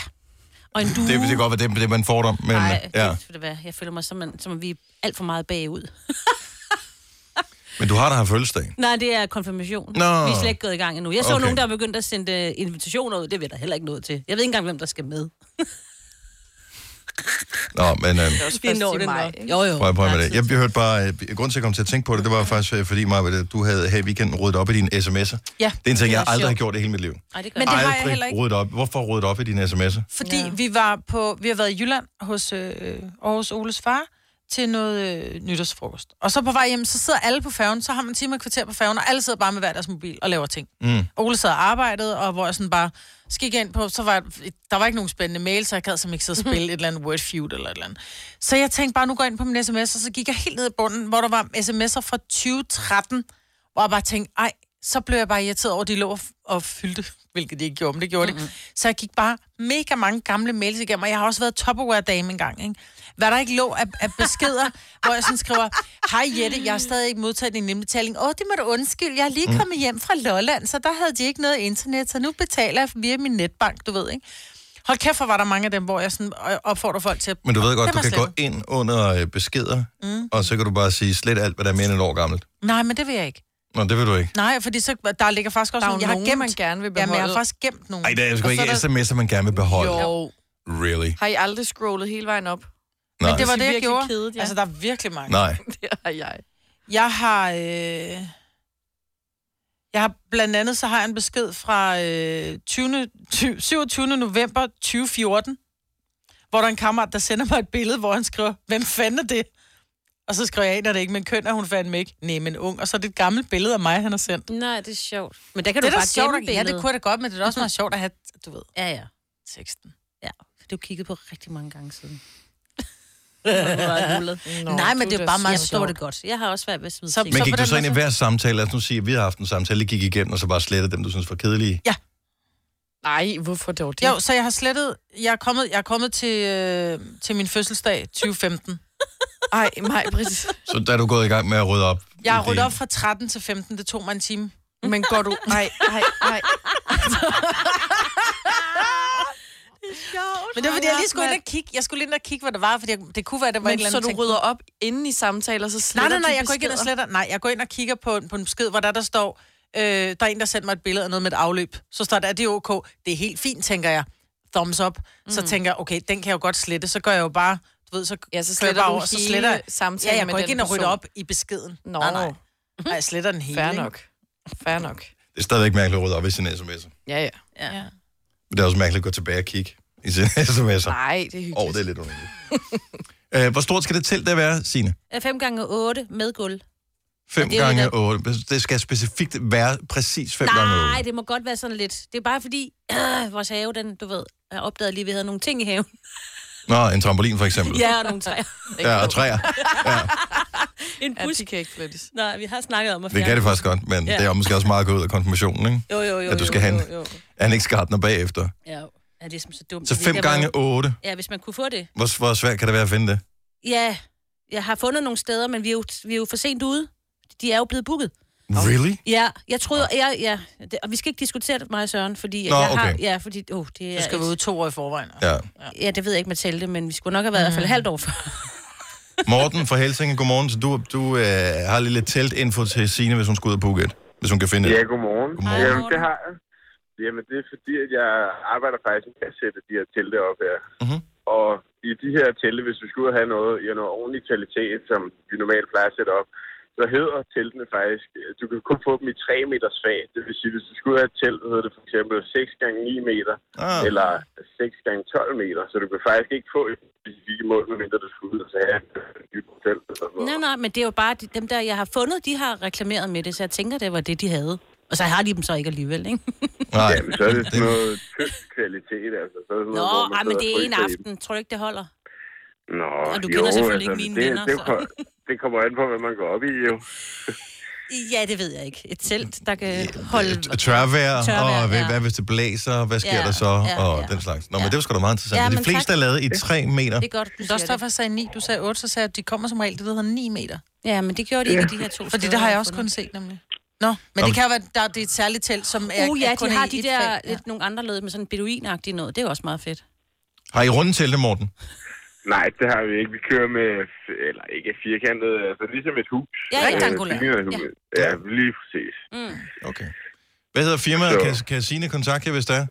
Speaker 8: Og en due.
Speaker 1: Det, det kan godt være det, det man får dem, men...
Speaker 8: Nej, ja.
Speaker 1: ja.
Speaker 8: det, det være. Jeg føler mig som, en- som om vi er alt for meget bagud.
Speaker 1: Men du har da her fødselsdag.
Speaker 8: Nej, det er konfirmation.
Speaker 1: Nå.
Speaker 8: Vi er slet ikke gået i gang endnu. Jeg så
Speaker 1: Okay.
Speaker 8: okay. nogen, der er begyndt at sende øh, invitationer ud. Det ved der heller ikke noget til. Jeg ved ikke engang, hvem der skal med.
Speaker 1: Nå, men... Øh,
Speaker 4: også først i maj,
Speaker 8: nok.
Speaker 4: ikke?
Speaker 8: Jo, jo.
Speaker 1: Prøv at prøve med
Speaker 8: Ja,
Speaker 1: det. Jeg jeg hørte bare, øh, grunden til, at jeg kom til at tænke på det, det var faktisk, øh, fordi Maja, du havde her i weekenden ryddet op i dine sms'er.
Speaker 3: Ja,
Speaker 1: Det er en ting, jeg
Speaker 8: er
Speaker 1: aldrig har
Speaker 8: sjovt.
Speaker 1: gjort i hele mit liv.
Speaker 8: Ej, det gør
Speaker 3: Men
Speaker 8: jeg.
Speaker 3: det har jeg
Speaker 1: aldrig
Speaker 3: heller ikke.
Speaker 1: ryddet op. Hvorfor ryddet op i dine sms'er?
Speaker 3: Fordi ja. vi var på, vi har været i Jylland hos øh, Aarhus Oles far til noget øh, nytårsfrokost. Og så på vej hjem, så sidder alle på færgen, så har man en time og et kvarter på færgen, og alle sidder bare med hver deres mobil og laver ting. Mm. Ole sad og arbejdede, og hvor jeg sådan bare, så gik jeg ind på, så var der var ikke nogen spændende mail, så jeg gad som ikke sidde og spille et eller andet word feud eller et eller andet. Så jeg tænkte bare, nu går jeg ind på min sms, og så gik jeg helt ned i bunden, hvor der var sms'er fra 2013, hvor jeg bare tænkte, ej, så blev jeg bare irriteret over, at de lå og f- og fyldte, hvilket de ikke gjorde, men det gjorde mm-hmm. det. Så jeg gik bare mega mange gamle mails igennem, og jeg har også været Tupperware-dame engang, ikke? Hvad der ikke lå af, af beskeder, hvor jeg sådan skriver, hej Jette, jeg har stadig ikke modtaget din nemlig Åh, det må du undskylde, jeg er lige kommet hjem fra Lolland, så der havde de ikke noget internet, så nu betaler jeg via min netbank, du ved, ikke? Hold kæft, hvor var der mange af dem, hvor jeg sådan øh, opfordrer folk til at...
Speaker 1: Men du ved godt,
Speaker 3: Dem
Speaker 1: du
Speaker 3: er
Speaker 1: kan gå
Speaker 3: slettet. gå
Speaker 1: ind under øh, beskeder, mm. og så kan du bare sige slet alt, hvad der er mere end et år gammelt.
Speaker 3: Nej, men det vil jeg ikke.
Speaker 1: Nå, det vil du ikke.
Speaker 3: Nej, fordi så, der ligger faktisk også
Speaker 4: Der er
Speaker 3: nogle,
Speaker 4: jo
Speaker 3: jeg har
Speaker 4: nogen,
Speaker 3: gemt.
Speaker 4: man gerne vil
Speaker 3: Jamen, jeg har
Speaker 4: beholde.
Speaker 3: faktisk gemt nogle.
Speaker 1: Ej, der er sgu
Speaker 4: Og så
Speaker 1: ikke
Speaker 4: er der-
Speaker 1: sms'er, man gerne vil beholde.
Speaker 4: Jo.
Speaker 1: Really?
Speaker 4: Har I aldrig scrollet hele vejen op?
Speaker 1: Nej.
Speaker 3: Men det var
Speaker 4: De
Speaker 3: det,
Speaker 4: er
Speaker 3: jeg
Speaker 4: virkelig
Speaker 3: gjorde.
Speaker 4: kedelige.
Speaker 3: Altså, der er virkelig mange.
Speaker 1: Nej.
Speaker 4: [LAUGHS] Det har jeg.
Speaker 3: Jeg har... Øh... Jeg har blandt andet, så har jeg en besked fra øh, 20, 20, 27. november 2014, hvor der er en kammerat, der sender mig et billede, hvor han skriver, hvem fanden er det? Og så skriver jeg, "Aner det ikke, men køn er hun fandme ikke. Nej, men ung. Og så er det et gammelt billede af mig, han har sendt.
Speaker 8: Nej, det er sjovt. Men der
Speaker 3: Det
Speaker 8: kan det
Speaker 3: er
Speaker 8: du
Speaker 3: da
Speaker 8: bare
Speaker 3: sjovt,
Speaker 8: gemme
Speaker 3: at- ja, det
Speaker 8: billedet. Mhm.
Speaker 3: kunne jeg da godt, men det er da også meget sjovt at have, du ved,
Speaker 8: Ja, ja. [LAUGHS]
Speaker 3: teksten.
Speaker 8: ja. Det er jo kigget på rigtig mange gange
Speaker 4: [LAUGHS]
Speaker 8: siden.
Speaker 4: Nå,
Speaker 3: Nej, men det
Speaker 4: du
Speaker 3: er
Speaker 4: da
Speaker 3: bare meget
Speaker 8: Jeg forstår
Speaker 3: sjovt.
Speaker 8: det godt. Jeg har også svært ved at smide
Speaker 3: Så-
Speaker 8: ting.
Speaker 1: Men
Speaker 3: på
Speaker 1: gik du
Speaker 3: den
Speaker 1: så ind i
Speaker 3: måde,
Speaker 1: hver samtale? Lad os nu sige, at vi har haft en samtale, lige gik igennem, og så bare slettede dem, du synes var kedelige.
Speaker 4: Nej, hvorfor dog det?
Speaker 3: Jo, så jeg har slettet... Jeg er kommet, jeg er kommet til, øh, til min fødselsdag 2015.
Speaker 4: [LAUGHS] Ej, mig, Britt.
Speaker 1: Så der er du gået i gang med at rydde op.
Speaker 3: Jeg har
Speaker 1: i
Speaker 3: ryddet
Speaker 1: det.
Speaker 3: op fra 13 til 15. Det tog mig en time.
Speaker 4: Men går du... Nej, nej, nej.
Speaker 3: Men det var, fordi jeg lige skulle ind og kigge. Jeg skulle ind og kigge, hvad der var, for det kunne være, der var et
Speaker 4: Men
Speaker 3: eller
Speaker 4: så
Speaker 3: andet
Speaker 4: du rydder op inden i samtaler, så
Speaker 3: Nej,
Speaker 4: sletter
Speaker 3: nej, nej,
Speaker 4: de
Speaker 3: jeg går ikke ind og
Speaker 4: beskeder?
Speaker 3: sletter. Nej, jeg går ind og kigger på, en- på en besked, hvor der, der står, øh, der er en, der sendte mig et billede af noget med et afløb. Så står der, er det ok? Det er helt fint, tænker jeg. Thumbs up. Så
Speaker 8: Mm.
Speaker 3: tænker jeg, okay, den kan jeg jo godt slette. Så gør jeg jo bare, du ved, så
Speaker 4: Ja, så
Speaker 3: kører
Speaker 4: sletter
Speaker 3: jeg bare
Speaker 4: du
Speaker 3: over, så
Speaker 4: hele
Speaker 3: sletter jeg.
Speaker 4: samtalen
Speaker 3: Ja, jeg
Speaker 4: med
Speaker 3: går ikke
Speaker 4: den
Speaker 3: ind og rydder
Speaker 4: person.
Speaker 3: op i beskeden.
Speaker 4: Nå.
Speaker 3: Nej, nej. Nej, jeg sletter den hele.
Speaker 4: Fair
Speaker 3: ikke?
Speaker 4: nok. Fair nok.
Speaker 1: Det er stadigvæk mærkeligt at rydde op i sine sms'er.
Speaker 4: Ja, ja.
Speaker 3: Ja.
Speaker 1: Men det er også mærkeligt at gå tilbage og kigge i sine [LAUGHS] sms'er.
Speaker 4: Nej, det er
Speaker 1: Åh, oh,
Speaker 4: hyggeligt.
Speaker 1: det er lidt underligt. [LAUGHS] Øh, Hvor stort skal det telt der være, Signe?
Speaker 8: 5 gange 8 med gulv.
Speaker 1: 5
Speaker 8: det er jo
Speaker 1: gange
Speaker 8: det.
Speaker 1: 8. Det skal specifikt være præcis 5 gange 8.
Speaker 8: Nej, det må godt være sådan lidt. Det er bare fordi, [CLEARS THROAT] øh, vores have, den, du ved, jeg opdagede lige, at vi havde nogle ting i haven.
Speaker 1: Nå, en trampolin for eksempel.
Speaker 8: Ja, og nogle træer.
Speaker 1: ja og træer.
Speaker 8: [LAUGHS] En
Speaker 4: Ja,
Speaker 8: bus.
Speaker 4: de kan ikke flyttes.
Speaker 8: Nej, vi har snakket om at
Speaker 1: Det
Speaker 8: fjerne.
Speaker 1: kan det faktisk godt, men ja. det er måske også meget gået ud af konfirmationen, ikke?
Speaker 8: Jo, jo, jo.
Speaker 1: at du skal
Speaker 8: jo,
Speaker 1: have en-
Speaker 8: jo, jo.
Speaker 1: Annex Gardner bagefter.
Speaker 8: Ja, jo. ja, det er simpelthen så dumt.
Speaker 1: Så
Speaker 8: Det er
Speaker 1: 5
Speaker 8: der,
Speaker 1: gange
Speaker 8: hvor-
Speaker 1: 8.
Speaker 8: Ja, hvis man kunne få det.
Speaker 1: Hvor, hvor svært kan det være at finde det?
Speaker 8: Ja, jeg har fundet nogle steder, men vi er jo, vi er jo for sent ude. De er jo blevet booket.
Speaker 1: Really?
Speaker 8: Ja, jeg troede, jeg, ja, det, og vi skal ikke diskutere det, mig og Søren, fordi
Speaker 1: Nå,
Speaker 8: jeg har,
Speaker 1: okay.
Speaker 8: ja, fordi, oh, det er, altså-
Speaker 3: Så skal vi ud to år i forvejen.
Speaker 1: Ja.
Speaker 8: ja, det ved jeg ikke med Telde, men vi skulle nok have været mm. i hvert fald halvt år før.
Speaker 1: Morten fra Helsinge, godmorgen. Så du, du øh, har lige lidt teltinfo til Signe, hvis hun skal ud af Phuket. Hvis hun kan finde
Speaker 9: Ja,
Speaker 1: det.
Speaker 9: godmorgen.
Speaker 1: Godmorgen.
Speaker 9: Jamen, det har jeg. Jamen, det er fordi, at jeg arbejder faktisk med at sætte de her telte op her.
Speaker 1: Mhm.
Speaker 9: Og i de her telte, hvis vi skulle have noget, ja, noget ordentlig kvalitet, som vi normalt plejer at sætte op, så hedder teltene faktisk, øh, du kan kun få dem i 3 meters fag. Det vil sige, hvis du skulle have et telt, så hedder det for eksempel 6 x 9 meter,
Speaker 1: Ah.
Speaker 9: eller 6 x 12 meter. Så du kan faktisk ikke få et specifikt mål, medmindre du skulle ud og så have et nyt telt. Eller sådan noget.
Speaker 8: Nej, nej, men det er jo bare de, dem, der jeg har fundet, de har reklameret med det, så jeg tænker, det var det, de havde. Og så har de dem så ikke alligevel, ikke?
Speaker 1: Nej.
Speaker 9: Jamen, så er det sådan noget tysk kvalitet, altså. Så er det sådan
Speaker 8: Nå,
Speaker 9: noget, hvor man
Speaker 8: ej, men det
Speaker 9: sidder og
Speaker 8: er en
Speaker 9: fryser i dem.
Speaker 8: aften. Tror du ikke, det holder?
Speaker 9: Nå, altså,
Speaker 8: Og du kender selvfølgelig ikke mine
Speaker 9: det,
Speaker 8: venner,
Speaker 9: Det,
Speaker 8: så.
Speaker 9: kom, det kommer an på, hvad man går op i, jo.
Speaker 8: Ja, det ved jeg ikke. Et telt, der kan holde...
Speaker 1: T- Tørvejr,
Speaker 8: Tørvejr,
Speaker 1: og hvad,
Speaker 8: ja.
Speaker 1: hvad hvis det blæser, hvad sker
Speaker 8: Ja,
Speaker 1: der så,
Speaker 8: ja,
Speaker 1: og
Speaker 8: ja.
Speaker 1: den slags. Nå, men det var sgu da meget interessant.
Speaker 8: Ja,
Speaker 1: Ja, de
Speaker 8: men
Speaker 1: fleste
Speaker 8: tak.
Speaker 1: er lavet i 3 meter.
Speaker 8: Det er godt, du
Speaker 3: Det er også
Speaker 8: siger
Speaker 3: derfor,
Speaker 8: det.
Speaker 3: jeg sagde 9. Du sagde 8, så sagde jeg, at de kommer som regel, det hedder 9 meter.
Speaker 8: Ja, men det gjorde de ikke i de her to steder.
Speaker 3: Fordi det har jeg også
Speaker 8: fundet.
Speaker 3: kun set, nemlig. Nå, men
Speaker 1: men-
Speaker 3: det kan jo være, der det er et særligt telt, som er,
Speaker 8: Uh, ja,
Speaker 3: er kun
Speaker 8: de har
Speaker 3: i
Speaker 8: de
Speaker 3: et
Speaker 8: der
Speaker 3: fag.
Speaker 8: lidt nogle andre led med sådan en beduinagtig noget. Det er jo også meget fedt.
Speaker 1: Har I rundet teltet, Morten?
Speaker 9: Nej, det har vi ikke. Vi kører med, f- eller ikke firkantet, altså ligesom et hus.
Speaker 8: Ja,
Speaker 9: Øh,
Speaker 8: rektangulær.
Speaker 9: ligner et hus. Ja, lige præcis.
Speaker 1: Okay. Hvad hedder firmaet?
Speaker 9: Så-
Speaker 1: Kan, kan Signe kontakte jer, hvis der er?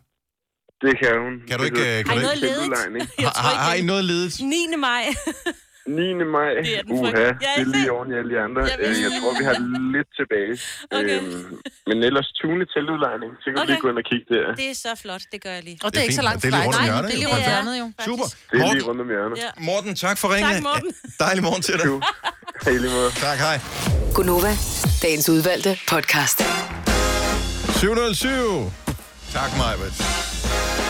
Speaker 9: Det kan hun.
Speaker 1: Kan du
Speaker 9: Det
Speaker 1: ikke,
Speaker 9: hedder
Speaker 1: øh, kan du
Speaker 8: ikke-
Speaker 9: Udlejning.
Speaker 8: Jeg
Speaker 1: Har, har, har I noget
Speaker 9: [LAUGHS]
Speaker 1: ledet?
Speaker 8: 9. maj.
Speaker 9: 9. maj.
Speaker 8: Det er den
Speaker 9: Uha,
Speaker 8: frygtelige. Ja,
Speaker 9: det er
Speaker 8: ikke
Speaker 9: lige
Speaker 8: sandt?
Speaker 9: oven i alle de andre.
Speaker 8: Jeg ved
Speaker 9: Øh, Jeg
Speaker 8: det.
Speaker 9: tror, vi har lidt tilbage.
Speaker 8: Okay.
Speaker 9: Øhm, men ellers Tune teltudlejning. Så kan du
Speaker 8: Okay.
Speaker 9: lige gå ind og kigge der.
Speaker 8: Det er så flot, det gør jeg lige.
Speaker 3: Og det er ikke så
Speaker 1: fint.
Speaker 3: langt
Speaker 1: Det er lige
Speaker 3: fra
Speaker 1: rundt om
Speaker 3: dig. Nej,
Speaker 1: hjørnet,
Speaker 3: det er
Speaker 1: jo.
Speaker 3: lige rundt om hjørnet, jo.
Speaker 1: Super.
Speaker 9: Det er lige
Speaker 1: Morten,
Speaker 9: rundt om hjørnet.
Speaker 8: Ja.
Speaker 1: Morten, tak for ringen.
Speaker 8: Morten.
Speaker 1: [LAUGHS] Dejlig morgen til dig.
Speaker 9: Du. Hej lige måde.
Speaker 1: Tak, hej.
Speaker 6: Gunova, dagens udvalgte podcast.
Speaker 1: 707. Tak, Majbet.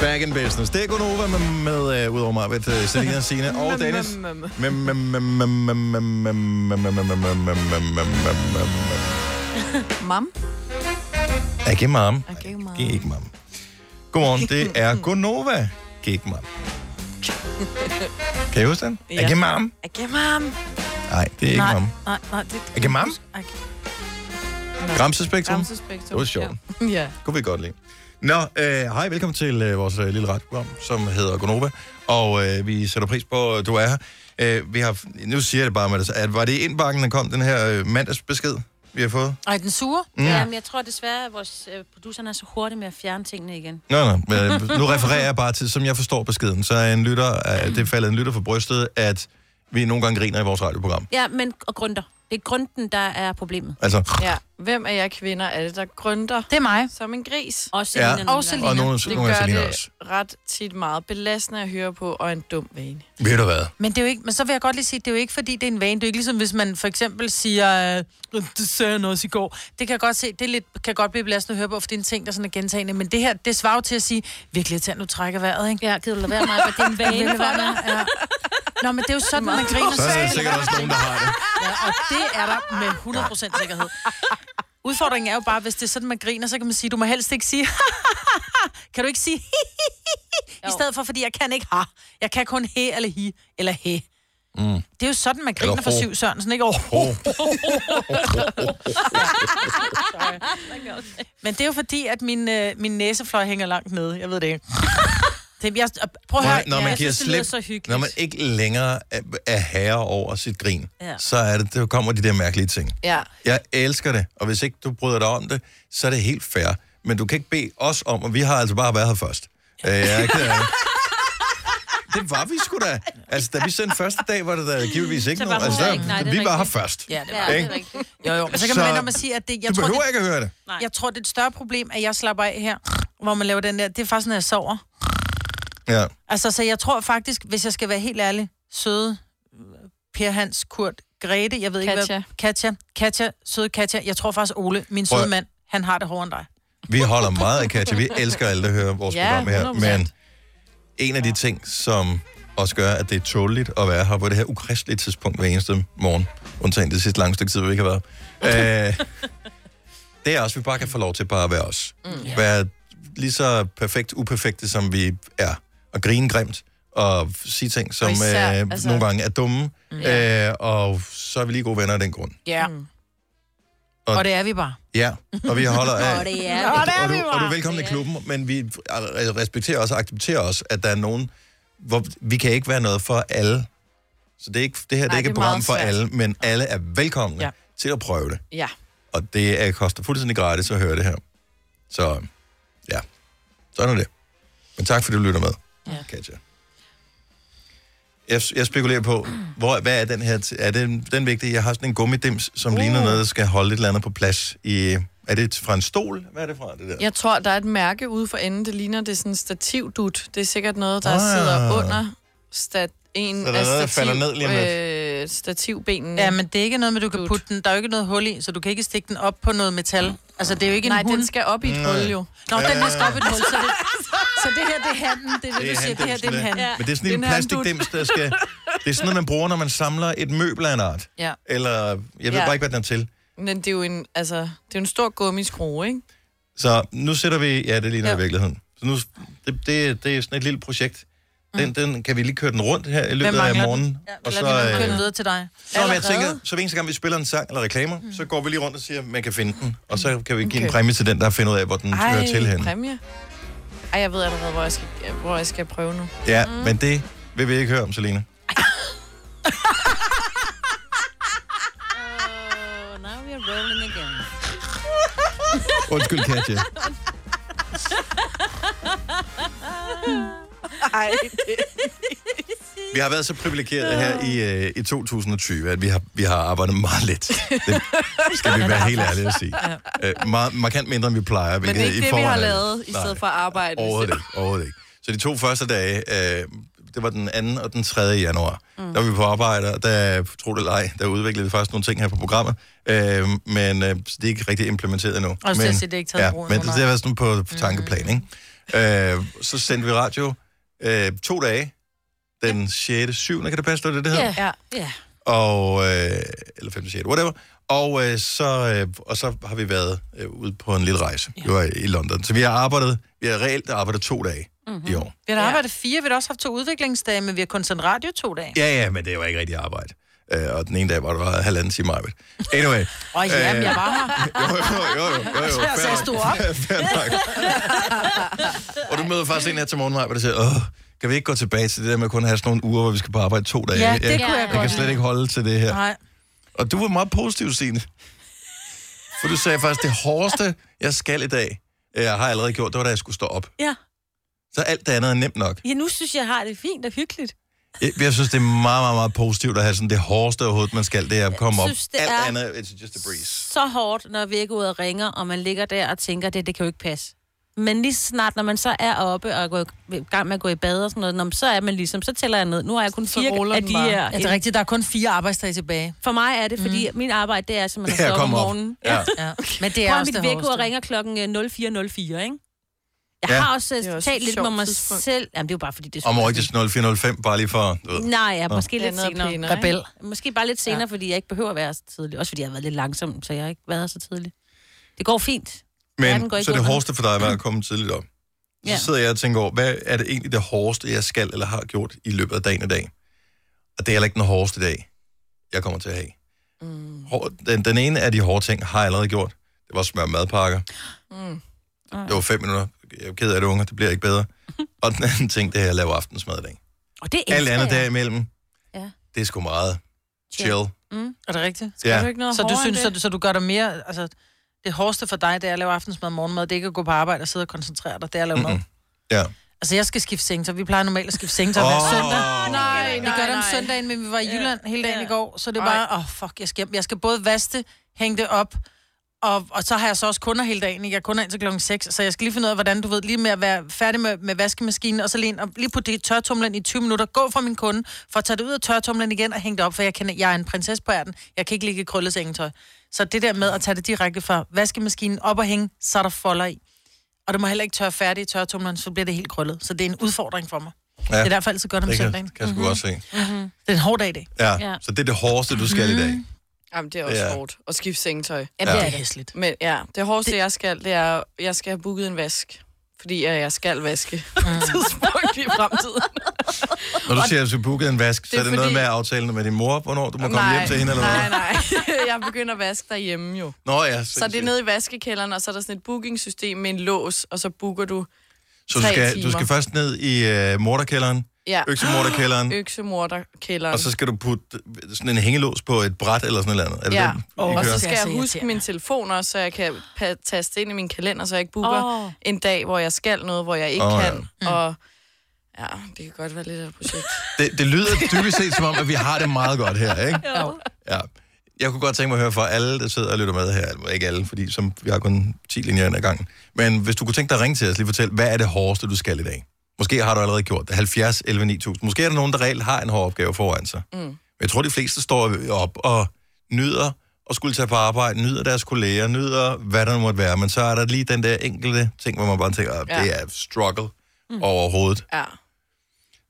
Speaker 1: Back in business. Det er Gunova med, med uh, udover Majbet, uh, Selina, Signe og Dennis. Mem, mem, mem, mem, mem, mem, mem, mem, mem, mem, mem, mem, mem, mem, mem, mem, mem.
Speaker 4: [LAUGHS] Mam?
Speaker 1: Ja, Ikke mam.
Speaker 4: Okay, [LAUGHS] mam.
Speaker 1: Giv ikke mam. Godmorgen, det er Gunova. Giv ikke mam. Kan I huske den?
Speaker 4: Ja.
Speaker 1: Ikke mam.
Speaker 4: Okay, mam.
Speaker 1: Nej, det er ikke
Speaker 3: Nej,
Speaker 1: mam.
Speaker 3: nej, nej. Det,
Speaker 1: Ikke mam?
Speaker 3: Ej,
Speaker 1: Gramsespektrum.
Speaker 4: Ramsespektrum.
Speaker 1: Det var sjovt.
Speaker 3: [LAUGHS]
Speaker 4: Ja.
Speaker 1: kunne vi godt lide. Nå, øh, hej, velkommen til øh, vores øh, lille radioprogram, som hedder Gonova, og øh, vi sætter pris på, at du er her. Øh, vi har, nu siger jeg det bare med det, at var det i indbakken, der kom den her øh, mandagsbesked, vi har fået?
Speaker 3: Ej, den sure?
Speaker 8: Mm. Jamen, jeg tror desværre, at vores øh, producerne er så hurtige med at fjerne tingene igen.
Speaker 1: Nå, nå, men øh, nu refererer jeg bare til, som jeg forstår beskeden, så er en lytter, øh, det falder en lytter for brystet, at vi nogle gange griner i vores radioprogram.
Speaker 8: Ja, men og grunder. [LAUGHS] Det er grunden, der er problemet.
Speaker 1: Altså,
Speaker 4: ja. Hvem af jer kvinder er det, der grønter
Speaker 3: Det er mig.
Speaker 4: som en gris?
Speaker 8: Også
Speaker 1: Ja.
Speaker 8: ja.
Speaker 3: Og
Speaker 8: Og
Speaker 3: Selina.
Speaker 1: og nogle,
Speaker 4: Det
Speaker 1: nogle af
Speaker 4: gør
Speaker 1: Selina også.
Speaker 4: det ret tit meget belastende at høre på, og en dum vane.
Speaker 1: Ved du hvad?
Speaker 3: Men, det er jo ikke, men så vil jeg godt lige sige, det er jo ikke, fordi det er en vane. Det er jo ikke ligesom, hvis man for eksempel siger, øh, det sagde jeg også i går. Det kan jeg godt se, det er lidt, kan godt blive belastende at høre på, for det er en ting, der sådan er gentagende. Men det her, det svarer jo til at sige, virkelig at nu trækker vejret, ikke?
Speaker 8: Ja, gider du lade være med, det
Speaker 3: [LAUGHS]
Speaker 8: er en
Speaker 3: Vil
Speaker 8: vane
Speaker 3: det
Speaker 8: for
Speaker 3: være
Speaker 8: dig.
Speaker 3: med? Ja. Nå, men det er jo sådan, man griner.
Speaker 1: Så er der sikkert også nogen, der har det.
Speaker 3: Ja, og det er der med 100% sikkerhed. Udfordringen er jo bare, hvis det er sådan, man griner, så kan man sige, du må helst ikke sige, [LAUGHS] kan du ikke sige, [LAUGHS] i stedet for, fordi jeg kan ikke ha. Jeg kan kun he eller hi eller he. Mm. Det er jo sådan, man griner
Speaker 1: Eller
Speaker 3: for
Speaker 1: ho.
Speaker 3: Siv Sørensen, ikke? Oh, [LAUGHS]
Speaker 1: Oh,
Speaker 8: Ah,
Speaker 3: Men det er jo fordi, at min, øh, min næsefløj hænger langt nede. Jeg ved det
Speaker 8: [LAUGHS]
Speaker 3: ikke. Det, jeg, prøv at høre.
Speaker 1: Når, når man
Speaker 3: jeg
Speaker 1: giver
Speaker 3: synes, det lyder
Speaker 1: slip,
Speaker 3: så hyggeligt.
Speaker 1: når man ikke længere er, er herre over sit grin, ja.
Speaker 3: Ja.
Speaker 1: så er det, der kommer de der mærkelige ting.
Speaker 4: Ja.
Speaker 1: Jeg elsker det, og hvis ikke du bryder dig om det, så er det helt fair. Men du kan ikke bede os om, og vi har altså bare været her først. Øh, jeg er ked af det. Det var vi sgu da. Altså, da vi sendte første dag, var det da givetvis ikke
Speaker 8: Så var
Speaker 1: noget.
Speaker 8: hun
Speaker 1: Altså,
Speaker 8: der
Speaker 1: der,
Speaker 8: ikke. Nej, det er
Speaker 1: vi var her
Speaker 8: rigtigt.
Speaker 1: først.
Speaker 3: Ja, det var
Speaker 8: Ja,
Speaker 1: det.
Speaker 8: det
Speaker 1: Ikke?
Speaker 8: er rigtigt.
Speaker 3: Jo, jo, men så kan
Speaker 1: Så-
Speaker 3: man vende om at sige, at det, jeg
Speaker 1: Du
Speaker 3: tror, det,
Speaker 1: behøver ikke at høre det.
Speaker 8: Nej.
Speaker 3: jeg tror, det er et større problem, at jeg slapper af her, hvor man laver den der. Det er faktisk, når jeg sover.
Speaker 1: Ja.
Speaker 3: Altså, så jeg tror faktisk, hvis jeg skal være helt ærlig, søde øh, Per Hans, Kurt, Grete, jeg ved ikke
Speaker 4: Katja.
Speaker 3: hvad... Katja. Katja, søde Katja. Jeg tror faktisk, Ole, min
Speaker 1: Prøv
Speaker 3: søde
Speaker 1: at-
Speaker 3: mand, han har det hårdere end dig.
Speaker 1: Vi holder meget af Katja. Vi elsker alle, der hører vores
Speaker 4: Ja,
Speaker 1: program her.
Speaker 4: 100%.
Speaker 1: Men en af de ting, som også gør, at det er tåligt at være her på det her ukristelige tidspunkt hver eneste morgen, undtagen det sidste lange stykke tid, hvor vi ikke har været, øh, det er også, at vi bare kan få lov til bare at være os. Mm. Være lige så perfekt uperfekte, som vi er. Og grine grimt. Og f- sige ting, som
Speaker 4: Og især,
Speaker 1: øh, altså...
Speaker 4: altså-
Speaker 1: nogle gange er dumme. Mm. Øh, og så er vi lige gode venner af den grund.
Speaker 3: Ja. Mm. Og, og det er vi bare.
Speaker 1: Ja,
Speaker 3: [LAUGHS]
Speaker 1: og vi holder af...
Speaker 8: Og det er
Speaker 1: Og,
Speaker 8: det.
Speaker 1: og, du, og du er velkommen i klubben, men vi respekterer også og accepterer også, at der er nogen, hvor vi kan ikke være noget for alle. Så det, er ikke, det her det er
Speaker 4: Nej,
Speaker 1: ikke
Speaker 4: det er
Speaker 1: et program
Speaker 4: meget
Speaker 1: for
Speaker 4: svært.
Speaker 1: alle, men alle er velkomne ja.
Speaker 4: Ja.
Speaker 1: til at prøve det.
Speaker 4: Ja.
Speaker 1: Og det er, koster fuldstændig gratis at høre det her. Så ja, sådan er det. Men tak fordi du lytter med, ja. Katja. Jeg, jeg spekulerer på, hvor, hvad er den her... T- er den, den vigtige? Jeg har sådan en gummidims, som uh. ligner noget, der skal holde et eller andet på plads i... Er det fra en stol? Hvad er det fra, det der?
Speaker 4: Jeg tror, der er et mærke ude for enden. Det ligner, det er sådan en stativdut. Det er sikkert noget, der
Speaker 1: Ah.
Speaker 4: ah. sidder under stat en
Speaker 1: Så der er noget, der falder ned lige om
Speaker 4: øh, stativbenen.
Speaker 3: Ja, men det er ikke noget med, du kan
Speaker 4: Dude.
Speaker 3: putte den. Der er jo ikke noget hul i, så du kan ikke stikke den op på noget metal. Altså, det er jo ikke
Speaker 4: Nej,
Speaker 3: en hund.
Speaker 4: den skal op i et
Speaker 1: Nej.
Speaker 4: hul jo.
Speaker 3: Nå, den
Speaker 1: Ja.
Speaker 3: er skabt et hul, så [LAUGHS] det, så det her, det er handen. Det er det, du siger. Det her, det er en
Speaker 1: handdimsen,
Speaker 3: hand.
Speaker 1: Men det er sådan en
Speaker 4: Det er en
Speaker 1: plastikdims, der skal... Det er sådan noget, man bruger, når man samler et møbel af en art.
Speaker 4: Ja.
Speaker 1: Eller, jeg ved
Speaker 4: Ja.
Speaker 1: bare ikke, hvad den er til.
Speaker 4: Men det er jo en, altså, det er jo en stor gummiskrue, ikke?
Speaker 1: Så nu sætter vi... Ja, det ligner ja.
Speaker 4: Ja.
Speaker 1: i virkeligheden. Så nu, det, det, det er sådan et lille projekt. Den, den kan vi lige køre den rundt her i løbet af
Speaker 3: Mm. mangler den?
Speaker 1: morgenen.
Speaker 3: Ja,
Speaker 1: og
Speaker 3: og
Speaker 1: så,
Speaker 3: vi
Speaker 1: øh,
Speaker 3: kører den videre til dig.
Speaker 1: Nå, men jeg tænker, så hver eneste gang, vi spiller en sang eller reklamer, mm. så går vi lige rundt og siger, at man kan finde den. Og så kan vi give okay. en
Speaker 4: Okay.
Speaker 1: præmie til den, der finder ud af, hvor den Ej, hører til hen.
Speaker 4: præmie. Ej, jeg ved allerede, hvor jeg skal, hvor jeg skal prøve nu.
Speaker 1: Ja, mm. men det vil vi ikke høre om, Selina.
Speaker 8: Oh, now we are rolling again.
Speaker 1: [LAUGHS] Undskyld,
Speaker 8: [LAUGHS]
Speaker 1: Katja.
Speaker 4: Ej, det...
Speaker 1: Vi har været så privilegerede her i, øh, i 2020, at vi har, vi har arbejdet meget lidt. Det skal vi
Speaker 4: [LAUGHS]
Speaker 1: være helt ærlige at sige. Øh, meget, markant mindre, end vi plejer.
Speaker 4: Men det er ikke det, vi har lavet, i stedet for at arbejde.
Speaker 1: Overhovedet ikke, overhovedet ikke. Så de to første dage, øh, det var den 2. og den 3. januar, mm. der var vi på arbejde, og der, tro det eller ej, der udviklede vi faktisk nogle ting her på programmet, øh, men øh, så det er ikke rigtig implementeret endnu.
Speaker 3: Og så
Speaker 1: men,
Speaker 3: at sige, det er ikke taget i
Speaker 1: ja,
Speaker 3: brug
Speaker 1: men det
Speaker 3: endnu, Mm.
Speaker 1: det har været sådan på, på tankeplan, ikke? Øh, så sendte vi radio øh, to dage, den 6. 7. kan det passe, det var det, det hedder?
Speaker 4: Ja.
Speaker 8: Ja.
Speaker 1: og øh, eller 5. 6. whatever. Og, øh, så, øh, og så har vi været øh, ude på en lille rejse. Vi var i, i London. Så vi har arbejdet, vi har reelt arbejdet to dage mm-hmm. i år.
Speaker 3: Vi har da arbejdet fire, vi har da også haft to udviklingsdage, men vi har kun sendt radio to dage.
Speaker 1: Ja, ja, men det var ikke rigtig arbejde. Øh, og den ene dag var der bare halvanden time arbejde. Anyway. øh,
Speaker 3: Åh, oh, ja, men jeg var her.
Speaker 1: jo, jo, jo, jo, jo, jo.
Speaker 3: Så jeg stod op.
Speaker 1: Fair nok. og du møder faktisk en her til morgen, Maja, hvor der siger, Åh, kan vi ikke gå tilbage til det der med kun at have sådan nogle uger, hvor vi skal på arbejde to dage?
Speaker 3: Ja, det
Speaker 1: jeg,
Speaker 3: kunne jeg
Speaker 1: jeg kan
Speaker 3: godt
Speaker 1: slet
Speaker 3: lide.
Speaker 1: ikke holde til det her.
Speaker 3: Nej.
Speaker 1: Og du var meget positiv, Signe. For du sagde faktisk, det hårdeste, jeg skal i dag, jeg har allerede gjort, det var, da jeg skulle stå op.
Speaker 8: Ja.
Speaker 1: Så alt det andet er nemt nok.
Speaker 8: ja, nu synes jeg, jeg har det fint og hyggeligt.
Speaker 1: Jeg, jeg synes, det er meget, meget, meget positivt at have sådan det hårdeste overhovedet, man skal, det er at komme op.
Speaker 8: synes, det
Speaker 1: alt
Speaker 8: er-
Speaker 1: andet, it's just a breeze.
Speaker 8: så hårdt, når vækkeuret ringer, og man ligger der og tænker, det, det kan jo ikke passe. Men lige så snart, når man så er oppe og er gået i gang med at gå i bad og sådan noget, nå, men så er man ligesom, så tæller jeg ned. Nu har jeg kun
Speaker 4: Så
Speaker 8: fire
Speaker 4: ruller
Speaker 8: af
Speaker 4: den
Speaker 8: de
Speaker 4: bare.
Speaker 8: her.
Speaker 3: Ja, det er rigtigt, der er kun fire arbejdsdage tilbage. Mhm.
Speaker 8: For mig er det, fordi mm. min arbejde, det er
Speaker 1: Det
Speaker 8: simpelthen
Speaker 1: er
Speaker 8: at
Speaker 1: at
Speaker 8: stå op om
Speaker 1: komme op.
Speaker 8: morgenen.
Speaker 1: Ja.
Speaker 8: [LAUGHS]
Speaker 3: Ja. Men det er
Speaker 8: Prøv at
Speaker 3: også
Speaker 8: mit
Speaker 3: det
Speaker 8: vækkeur
Speaker 3: hårdeste.
Speaker 8: ringer klokken øh, 04.04, ikke? Jeg
Speaker 1: Ja.
Speaker 8: ja. har også,
Speaker 4: Det
Speaker 8: også
Speaker 4: er også et
Speaker 8: talt lidt
Speaker 4: sjovt
Speaker 8: med mig
Speaker 4: tidspunkt.
Speaker 8: selv. Jamen, det er jo bare fordi, det er
Speaker 1: Om året 0405, bare lige for... Du ved.
Speaker 8: Nej, ja, måske
Speaker 4: Det er
Speaker 8: lidt
Speaker 4: noget
Speaker 8: senere.
Speaker 4: pænere,
Speaker 3: Rebel.
Speaker 8: Måske bare lidt senere, ja. fordi jeg ikke behøver at være så tidlig. Også fordi jeg har været lidt langsom, så jeg har ikke været så tidlig. Det går fint. Verden går
Speaker 1: Men
Speaker 8: ikke
Speaker 1: så det
Speaker 8: under.
Speaker 1: hårdeste for dig var at komme tidligt op. Så
Speaker 8: Ja.
Speaker 1: sidder jeg og tænker over, hvad er det egentlig det hårdeste, jeg skal eller har gjort i løbet af dagen i dag? Og det er heller ikke den hårdeste dag, jeg kommer til at have. Mm. Hår, den, den ene af de hårde ting har jeg allerede gjort. Det var at smøre madpakker. Mm. Det var fem minutter. Jeg er ked af det, unger. Det bliver ikke bedre. og den anden ting, det er at lave aftensmad i dag.
Speaker 8: Og det
Speaker 1: Alt
Speaker 8: elsker
Speaker 1: andet
Speaker 8: jeg.
Speaker 1: derimellem,
Speaker 8: Ja.
Speaker 1: det er sgu meget chill. chill.
Speaker 3: Er det rigtigt?
Speaker 1: Ja.
Speaker 4: du ikke noget
Speaker 3: Så Mm. du
Speaker 4: hårdere
Speaker 3: synes,
Speaker 4: end
Speaker 3: så, du- så du gør dig mere... Altså, det hårdeste for dig, det er at lave aftensmad og morgenmad. Det er ikke at gå på arbejde og sidde og koncentrere dig. Det er at lave mad.
Speaker 1: Ja.
Speaker 3: Altså, jeg skal skifte sengtøj. Vi plejer normalt at skifte sengtøj hver
Speaker 1: Åh.
Speaker 3: søndag.
Speaker 4: Nej,
Speaker 3: Vi gør det om søndagen, men vi var i Jylland hele dagen i går, så det er bare, åh, oh, fuck, jeg skal, hjem. jeg skal både vaske det, hænge det op, og, og så har jeg så også kunder hele dagen, ikke? Jeg er kunder indtil klokken 6, så jeg skal lige finde ud af, hvordan du ved, lige med at være færdig med, med vaskemaskinen, og så lige, ind og lige putte det i tørretumlen i 20 minutter, gå fra min kunde, for at tage det ud af tørretumlen igen og hænge det op, for jeg, kan, jeg er en prinsesse på ærten, jeg kan ikke ligge i krøllet sengetøj. Så det der med at tage det direkte fra vaskemaskinen op og hænge, så er der folder i. Og det må heller ikke tørre færdig i tørretumlen, så bliver det helt krøllet. Så det er en udfordring for mig.
Speaker 1: Ja,
Speaker 3: Ja. Det er derfor altid godt om
Speaker 1: det kan,
Speaker 3: søndagen. Mhm.
Speaker 1: kan jeg sgu godt se.
Speaker 4: Mhm.
Speaker 3: Det er en hård dag i dag.
Speaker 1: Ja.
Speaker 8: Ja.
Speaker 1: Så det er det hårdeste, du skal i dag.
Speaker 4: Jamen, det er også
Speaker 1: Ja.
Speaker 4: ja. hårdt at skifte sengetøj.
Speaker 8: Jamen, det
Speaker 3: Ja.
Speaker 8: er
Speaker 3: Det
Speaker 8: det.
Speaker 3: er hæsligt.
Speaker 4: Men ja, det hårdeste, det... jeg skal, det er, at jeg skal have booket en vask. Fordi øh, jeg skal vaske på et [LAUGHS] tidspunkt i fremtiden.
Speaker 1: Når du siger, at du bookede en vask, så
Speaker 4: Det
Speaker 1: er
Speaker 4: er
Speaker 1: det noget
Speaker 4: fordi-
Speaker 1: med at aftale med din mor, hvornår du må komme hjem til hende, eller
Speaker 4: nej,
Speaker 1: hvad?
Speaker 4: nej. [LAUGHS] Jeg begynder at vaske derhjemme jo.
Speaker 1: Nå ja,
Speaker 4: Så det er nede i vaskekælderen, og så er der sådan et bookingsystem med en lås, og så booker du
Speaker 1: så du
Speaker 4: tre
Speaker 1: skal, du
Speaker 4: timer.
Speaker 1: skal først ned i øh, morderkælderen,
Speaker 4: ja, [GASPS]
Speaker 1: øksemorderkælderen,
Speaker 4: øksemorderkælderen.
Speaker 1: og så skal du putte øh, sådan en hængelås på et bræt eller sådan noget andet. Er det
Speaker 4: Ja.
Speaker 1: den, I
Speaker 3: Åh,
Speaker 1: kører?
Speaker 4: Og så
Speaker 3: Det
Speaker 4: skal
Speaker 3: er
Speaker 4: jeg
Speaker 3: så
Speaker 4: huske
Speaker 3: irriterende.
Speaker 4: min telefon også, så jeg kan pa- taste ind i min kalender, så jeg ikke booker
Speaker 8: Åh.
Speaker 4: oh. en dag, hvor jeg skal noget, hvor jeg ikke
Speaker 1: Åh,
Speaker 4: oh,
Speaker 1: ja.
Speaker 4: kan. Ja. Og ja, det kan godt være lidt af et projekt.
Speaker 1: det, det lyder dybest set som om, at vi har det meget godt her, ikke?
Speaker 3: Jo.
Speaker 1: Ja. Jeg kunne godt tænke mig at høre fra alle, der sidder og lytter med her. Eller Ikke alle, fordi som, vi har kun 10 linjer ind ad gangen. Men hvis du kunne tænke dig at ringe til os, lige fortæl, hvad er det hårdeste, du skal i dag? Måske har du allerede gjort det. 70, 11, 9000. Måske er der nogen, der reelt har en hård opgave foran sig. Mm. Men jeg tror, de fleste står op og nyder at skulle tage på arbejde, nyder deres kolleger, nyder hvad der nu måtte være. Men så er der lige "Ah, den der enkelte ting, hvor man bare tænker, ja.
Speaker 4: Ja.
Speaker 1: det er struggle mm. overhovedet.
Speaker 4: Ja.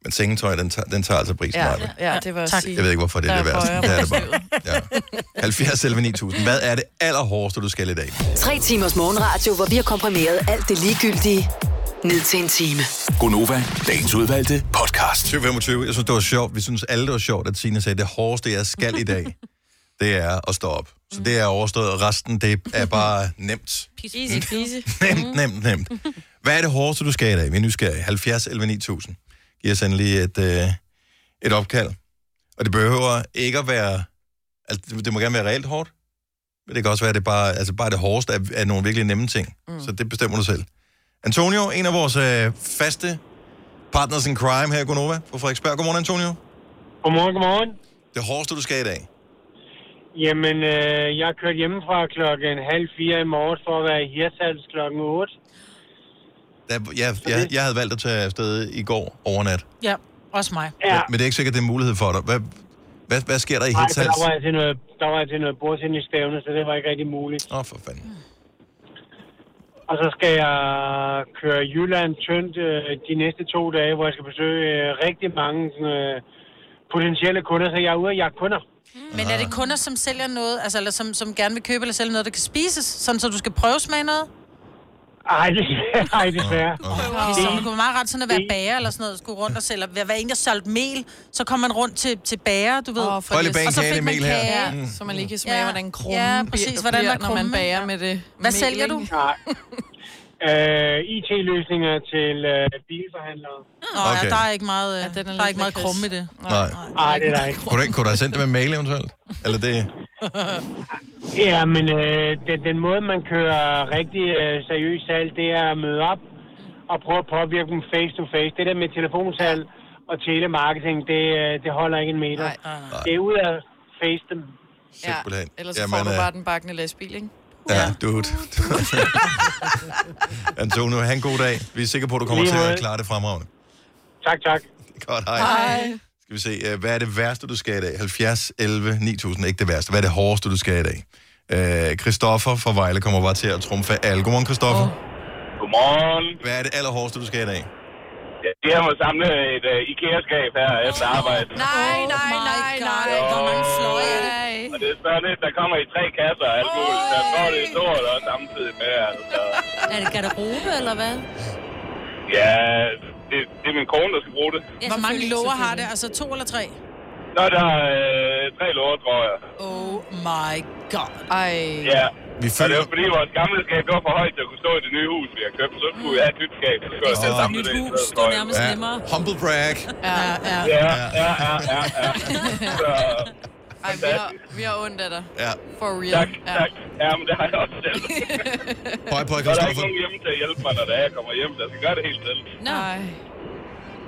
Speaker 1: Men sengetøj, den tager, den tager altså prisen
Speaker 4: Ja,
Speaker 1: meget.
Speaker 4: ja, det var også sige.
Speaker 1: Jeg ved ikke, hvorfor det er
Speaker 4: Der
Speaker 1: det
Speaker 4: er
Speaker 1: værste.
Speaker 4: højere
Speaker 1: Det er det bare. Ja. 70 11 9000. Hvad er det allerhårdeste, du skal i dag?
Speaker 6: Tre timers morgenradio, hvor vi har komprimeret alt det ligegyldige ned til en time.
Speaker 7: Gonova, dagens udvalgte podcast.
Speaker 1: 2025. Jeg synes, det var sjovt. Vi synes alle, det var sjovt, at Signe sagde, at det hårdeste, jeg skal i
Speaker 4: [LAUGHS]
Speaker 1: dag, det er at stå op. Så det er overstået, og resten, det er bare nemt.
Speaker 4: [LAUGHS] Easy
Speaker 1: [LAUGHS]
Speaker 4: peasy. Mhm.
Speaker 1: Nemt, nemt, nemt. Hvad er det hårdeste, du skal i dag? Vi er nysgerrige. 70 11 9000. Giv os endelig et, øh, et opkald. Og det behøver ikke at være... Altså, det- det må gerne være reelt hårdt. Men det kan også være, at det bare, altså bare det hårdeste er, er nogle virkelig nemme ting. Mm. Så det bestemmer du selv. Antonio, en af vores øh, faste partners in crime her i Gonova på Frederiksberg. Godmorgen, Antonio.
Speaker 10: Godmorgen, godmorgen.
Speaker 1: Det hårdeste, du skal i dag.
Speaker 10: Jamen, øh, jeg kørte hjemmefra klokken halv fire i morges for at være i Hirsals klokken 8.
Speaker 1: Der, jeg, jeg, jeg havde valgt at tage afsted i går overnat.
Speaker 3: Ja, også mig.
Speaker 10: Ja,
Speaker 1: Men det er ikke sikkert, det er en mulighed for dig. Hvad, hvad, hvad sker der i
Speaker 10: nej, for
Speaker 1: Hirtshals?
Speaker 10: der var jeg til noget, der var jeg til noget bordtennisstævne, så det var ikke rigtig muligt.
Speaker 1: Åh, oh, for fanden.
Speaker 10: Og så skal jeg køre Jylland tyndt øh, de næste to dage, hvor jeg skal besøge øh, rigtig mange øh, potentielle kunder, så jeg er ude og jagte kunder.
Speaker 3: Men er det kunder, som sælger noget, altså, eller som, som gerne vil købe eller sælge noget, der kan spises, sådan så du skal prøve smage noget?
Speaker 10: Ej, det, [LAUGHS] ej, desværre.
Speaker 3: Okay, så det kunne være meget ret sådan at være bager eller sådan noget, skulle rundt og sælge. Hvad var en, der solgte mel, så kom man rundt til, til bager, du ved.
Speaker 4: Åh,
Speaker 3: Oh,
Speaker 4: for Prøv lige at bage
Speaker 3: og så
Speaker 1: en
Speaker 3: fik
Speaker 1: kage
Speaker 3: man
Speaker 1: i mel her. Mm.
Speaker 3: kage.
Speaker 4: Ja, så man lige kan smage,
Speaker 3: Ja.
Speaker 4: hvordan krummen
Speaker 3: Ja,
Speaker 4: bliver-
Speaker 3: præcis, hvordan
Speaker 4: bliver,
Speaker 3: er
Speaker 4: når man
Speaker 3: krummen?
Speaker 4: bager
Speaker 3: Ja.
Speaker 4: med det.
Speaker 3: Hvad
Speaker 4: mel,
Speaker 3: sælger du?
Speaker 4: ikke?
Speaker 10: Nej. Øh, IT-løsninger til øh, bilforhandlere.
Speaker 3: Nå, okay.
Speaker 1: Okay.
Speaker 3: ja, der er ikke meget, ja,
Speaker 4: den er
Speaker 3: der er
Speaker 4: lidt
Speaker 3: ikke meget
Speaker 4: lakrids.
Speaker 3: krumme i det.
Speaker 1: Nej.
Speaker 10: Nej, det er der ikke.
Speaker 1: Kunne du, ikke, kunne du have sendt det med mail eventuelt? Eller det...
Speaker 10: [LAUGHS] Ja, men øh, den, den måde, man kører rigtig øh, seriøst salg, det er at møde op og prøve at påvirke dem face to face. Det der med telefonsalg og telemarketing, det, øh, det holder ikke en meter.
Speaker 4: Nej,
Speaker 10: Det er ud at face dem.
Speaker 4: ja.
Speaker 1: Simpelthen.
Speaker 4: Ellers så
Speaker 1: Jamen,
Speaker 4: får du
Speaker 1: øh,
Speaker 4: bare den bakkende lastbil, ikke?
Speaker 1: Ja, dude. [LAUGHS] Antonio, have en god dag. Vi er sikre på, at du kommer
Speaker 10: Lige
Speaker 1: til at
Speaker 10: måde.
Speaker 1: klare det fremragende.
Speaker 10: Tak, tak.
Speaker 1: Godt, hej. hej. Skal vi se, øh, hvad er det værste, du skal i dag? 70, 11, 9000, ikke det værste. Hvad er det hårdeste, du skal i dag? Øh, Christoffer fra Vejle kommer bare til at trumfe alle. Godmorgen, Christoffer. Oh.
Speaker 9: Godmorgen.
Speaker 1: Hvad er det allerhårdeste, du skal i dag?
Speaker 9: Ja, det her med at samle et uh, IKEA-skab her efter arbejde.
Speaker 4: Nej, nej, nej, nej.
Speaker 3: Hvor mange fløje er det?
Speaker 9: Og det er sådan et, der kommer i tre kasser og alt muligt. Så får det stort og samtidig med. Altså.
Speaker 8: Er det garderobe, eller hvad?
Speaker 9: Ja, det, det er min kone, der skal bruge det.
Speaker 8: Ja,
Speaker 3: Hvor mange
Speaker 8: selvfølgelig,
Speaker 3: lover har det? Altså
Speaker 8: selvfølgelig.
Speaker 3: to eller tre?
Speaker 9: Så er der øh, tre låger, tror jeg.
Speaker 3: Oh my god.
Speaker 4: Ej.
Speaker 9: Ja.
Speaker 1: Vi
Speaker 9: Og det
Speaker 1: følger...
Speaker 9: var fordi, vores gamle skab det var for højt til at kunne stå i det nye hus, vi har købt. Så skulle vi have et nyt skab. Så skulle jeg
Speaker 1: Det er
Speaker 9: til at
Speaker 1: så
Speaker 9: samle
Speaker 8: Nyt
Speaker 9: i
Speaker 8: hus,
Speaker 9: stedet
Speaker 8: det
Speaker 9: for.
Speaker 8: er nærmest
Speaker 1: Ja,
Speaker 8: nemmere.
Speaker 1: humble brag.
Speaker 3: Ja, ja.
Speaker 9: Ja, ja, ja, ja, ja.
Speaker 1: [LAUGHS]
Speaker 9: Så,
Speaker 4: Ej, vi har, vi har ondt af dig.
Speaker 1: Ja,
Speaker 4: For real.
Speaker 9: tak,
Speaker 4: Ja.
Speaker 9: tak. Ja, men det har jeg også selv.
Speaker 1: høj på,
Speaker 9: Så er der ikke
Speaker 1: Christoffer.
Speaker 9: nogen hjemme til at hjælpe mig, når det er, jeg kommer hjem. Jeg skal gøre det helt selv.
Speaker 4: [LAUGHS] Nå. Ej.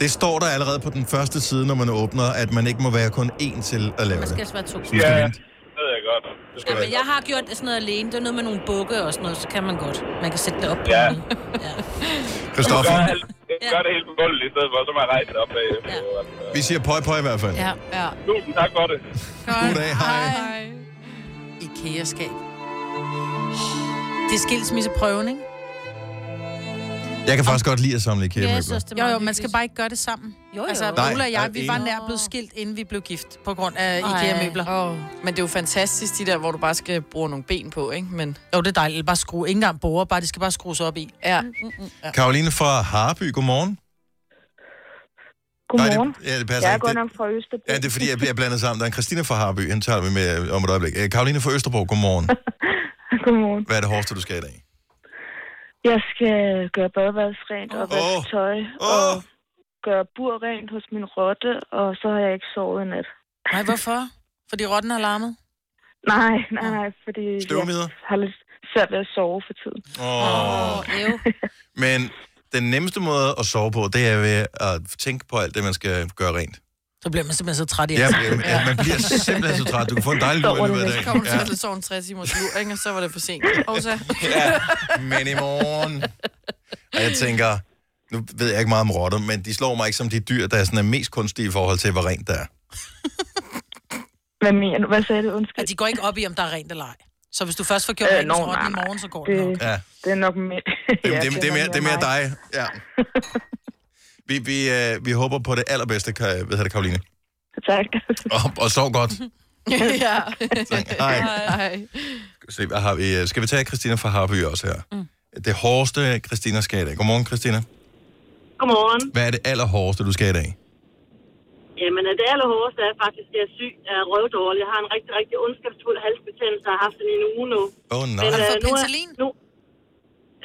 Speaker 1: Det står der allerede på den første side, når man åbner, at man ikke må være kun én til at lave
Speaker 8: Man
Speaker 1: det.
Speaker 8: skal altså være to.
Speaker 1: Så vi skal
Speaker 9: Ja.
Speaker 1: vente.
Speaker 9: Det ved jeg godt. Det skal
Speaker 8: Ja,
Speaker 9: jeg
Speaker 8: men jeg har gjort sådan noget alene. Det er noget med nogle bukke og sådan noget, så kan man godt. Man kan sætte det op på
Speaker 9: Ja.
Speaker 8: ja.
Speaker 1: Christoffer,
Speaker 9: Gør, alt- gør det helt på gulvet i stedet for, så må jeg rejse det op bagefter. Ja.
Speaker 1: vi siger pøj pøj i hvert fald.
Speaker 3: Ja.
Speaker 4: Ja.
Speaker 9: Tusind tak for det.
Speaker 1: God dag, hej.
Speaker 4: Ej.
Speaker 3: IKEA-skab. Det er skilsmisseprøven, ikke?
Speaker 1: Jeg kan faktisk godt lide at samle
Speaker 8: Ja,
Speaker 1: IKEA-møbler.
Speaker 8: jeg synes, det er
Speaker 3: Jo,
Speaker 8: meget
Speaker 3: jo, man skal
Speaker 8: hyggeligt.
Speaker 3: bare ikke gøre det sammen.
Speaker 8: Jo, jo.
Speaker 3: Altså,
Speaker 8: Altså,
Speaker 1: Nej,
Speaker 3: Ole og
Speaker 1: der
Speaker 3: jeg,
Speaker 1: er
Speaker 3: vi
Speaker 1: ingen.
Speaker 3: var nær blevet skilt, inden vi blev gift, på grund af IKEA-møbler.
Speaker 4: Åh, Men det er jo fantastisk, de der, hvor du bare skal bruge nogle ben på, ikke? Men
Speaker 3: Jo, det er dejligt. Bare skrue. Ingen engang borer, bare det skal bare skrues op i.
Speaker 4: ja, mm.
Speaker 1: Karoline fra Harby, godmorgen.
Speaker 11: Godmorgen.
Speaker 1: Nej, det, ja, det
Speaker 11: jeg
Speaker 1: passer
Speaker 11: er
Speaker 1: ikke.
Speaker 11: godt
Speaker 1: Det,
Speaker 11: nok fra Østerbro.
Speaker 1: ja, det er fordi, jeg bliver blandet sammen. Der er en Christina fra Harby, hende tager vi med om et øjeblik. Øh, Karoline fra Østerbro, godmorgen.
Speaker 11: [LAUGHS] Godmorgen.
Speaker 1: Hvad er det hårdeste, du skal i dag?
Speaker 11: Jeg skal gøre badeværelset rent og vaske
Speaker 1: Åh.
Speaker 11: tøj og
Speaker 1: Åh,
Speaker 11: gøre bur rent hos min rotte, og så har jeg ikke sovet i nat. [LAUGHS]
Speaker 3: Nej, hvorfor? Fordi rotten har larmet?
Speaker 11: Nej, nej, nej, fordi
Speaker 1: støvmider.
Speaker 11: jeg har lidt svært ved at sove for tiden.
Speaker 1: Åh.
Speaker 8: jo.
Speaker 1: [LAUGHS] Men den nemmeste måde at sove på, det er ved at tænke på alt det, man skal gøre rent.
Speaker 3: Så bliver man simpelthen så træt i
Speaker 1: Ja,
Speaker 3: [LAUGHS] ja.
Speaker 1: ja. man bliver simpelthen så træt. Du kan få en dejlig lur i løbet af
Speaker 4: så
Speaker 1: dagen.
Speaker 4: kommer du til at sove en 3 timers lur, ikke? Og så var det for sent. Og så...
Speaker 1: Ja, men i morgen. Og jeg tænker, nu ved jeg ikke meget om rotter, men de slår mig ikke som de dyr, der er sådan er mest kunstige i forhold til, hvor rent der er.
Speaker 11: Hvad mener du? Hvad sagde du? Undskyld.
Speaker 3: At de går ikke op i, om der er rent eller ej. Så hvis du først får gjort
Speaker 11: Øh,
Speaker 3: øh, rent
Speaker 11: nå,
Speaker 3: hos rotten i
Speaker 11: nej,
Speaker 3: morgen, så går det
Speaker 11: Det,
Speaker 3: nok.
Speaker 1: Ja.
Speaker 11: [LAUGHS] det er nok mere...
Speaker 1: Det, ja, det, det, det, er mere, det er mere dig. Ja. Vi, vi, øh, vi håber på det allerbedste, Ka- hvad hedder det, Karoline.
Speaker 11: Tak.
Speaker 1: Og, og sov
Speaker 12: [LAUGHS]
Speaker 1: godt.
Speaker 4: [LAUGHS] ja.
Speaker 1: Hej.
Speaker 4: Hej.
Speaker 1: Se, hvad har vi? Øh, Skal vi tage Christina fra Harby også her? Mm. Det hårdeste, Christina skal i dag. Godmorgen, Christina.
Speaker 12: Godmorgen.
Speaker 1: Hvad er det allerhårdeste, du skal i dag?
Speaker 12: Jamen, det allerhårdeste er faktisk, at jeg er syg. Jeg er røvdårlig. Jeg har en rigtig, rigtig ondskabsfuld halsbetændelse, og har haft den i en uge nu.
Speaker 1: Åh, oh, nej.
Speaker 12: øh, nu er- Nu,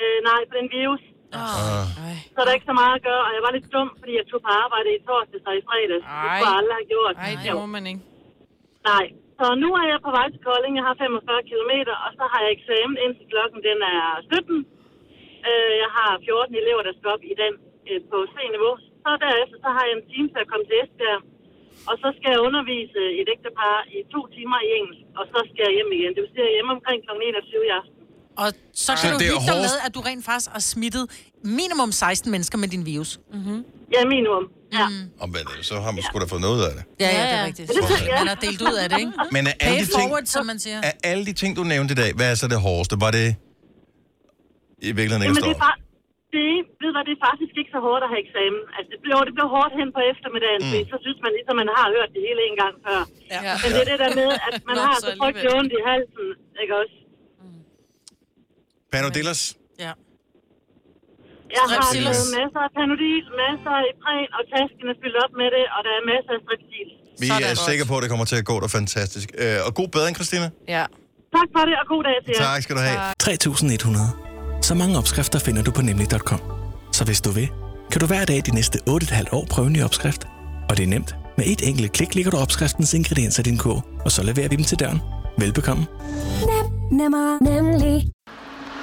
Speaker 12: øh, nej, på den virus.
Speaker 1: Ah.
Speaker 12: Så er der ikke så meget at gøre, og jeg var lidt dum, fordi jeg tog på arbejde i torsdags og i fredags. Det skulle jeg aldrig have gjort.
Speaker 4: Nej, det må man ikke.
Speaker 12: Nej. Så nu er jeg på vej til Kolding. Jeg har 45 km, og så har jeg eksamen indtil klokken den er 17. Øh, jeg har 14 elever, der skal op i den øh, på C-niveau. Så derefter så har jeg en time til at komme til Esbjerg. Og så skal jeg undervise et ægtepar i to timer i engelsk, og så skal jeg hjem igen. Det vil sige, at jeg er hjemme omkring kl. 21 i aften.
Speaker 3: Og så
Speaker 12: Så
Speaker 3: kan du
Speaker 12: det er
Speaker 3: hygge dig
Speaker 12: hårdest-
Speaker 3: med, at du rent faktisk har smittet minimum 16 mennesker med din virus. Mm-hmm.
Speaker 12: Ja, minimum. Ja.
Speaker 1: Og hvad, så har man sgu da fået noget ud af det.
Speaker 3: Ja, ja, det er rigtigt.
Speaker 1: Ja.
Speaker 3: Man har delt ud af det, ikke?
Speaker 1: Men er alle,
Speaker 3: Pay
Speaker 1: de ting,
Speaker 3: forward, som man siger.
Speaker 1: er alle de ting, du nævnte i dag, hvad er så det hårdeste? Var det i virkeligheden ikke at
Speaker 12: Jamen,
Speaker 1: stå
Speaker 12: det
Speaker 1: op?
Speaker 12: er bare... Det, ved du hvad, det er faktisk ikke så hårdt at have eksamen. Altså, det blev, det blev hårdt hen på eftermiddagen,
Speaker 1: Mm.
Speaker 12: mm. fordi så synes man ligesom, man har hørt det hele en gang før.
Speaker 4: Ja.
Speaker 12: Men det er det der med, at man
Speaker 4: [LAUGHS] Nå,
Speaker 12: har
Speaker 4: så
Speaker 12: så frygtelig ondt i
Speaker 4: alligevel.
Speaker 12: halsen, ikke også?
Speaker 1: Panodillas?
Speaker 3: Ja.
Speaker 12: Jeg har
Speaker 1: Strepsils.
Speaker 12: fået masser af panodil, masser af Ipren, og tasken er fyldt op med det, og der er masser af strepsil.
Speaker 1: Vi er sikre på, at det kommer til at gå dig fantastisk. Øh, Og god bedring, Christina.
Speaker 12: Ja. Tak for det, og god dag til jer.
Speaker 1: Tak skal du have.
Speaker 13: 3.100. Så mange opskrifter finder du på nemlig.com. Så hvis du vil, kan du hver dag de næste 8,5 år prøve en ny opskrift. Og det er nemt. Med et enkelt klik ligger du opskriftens ingredienser i din kog, og så leverer vi dem til døren. Velbekomme.
Speaker 14: Nem, nemmer, nemlig.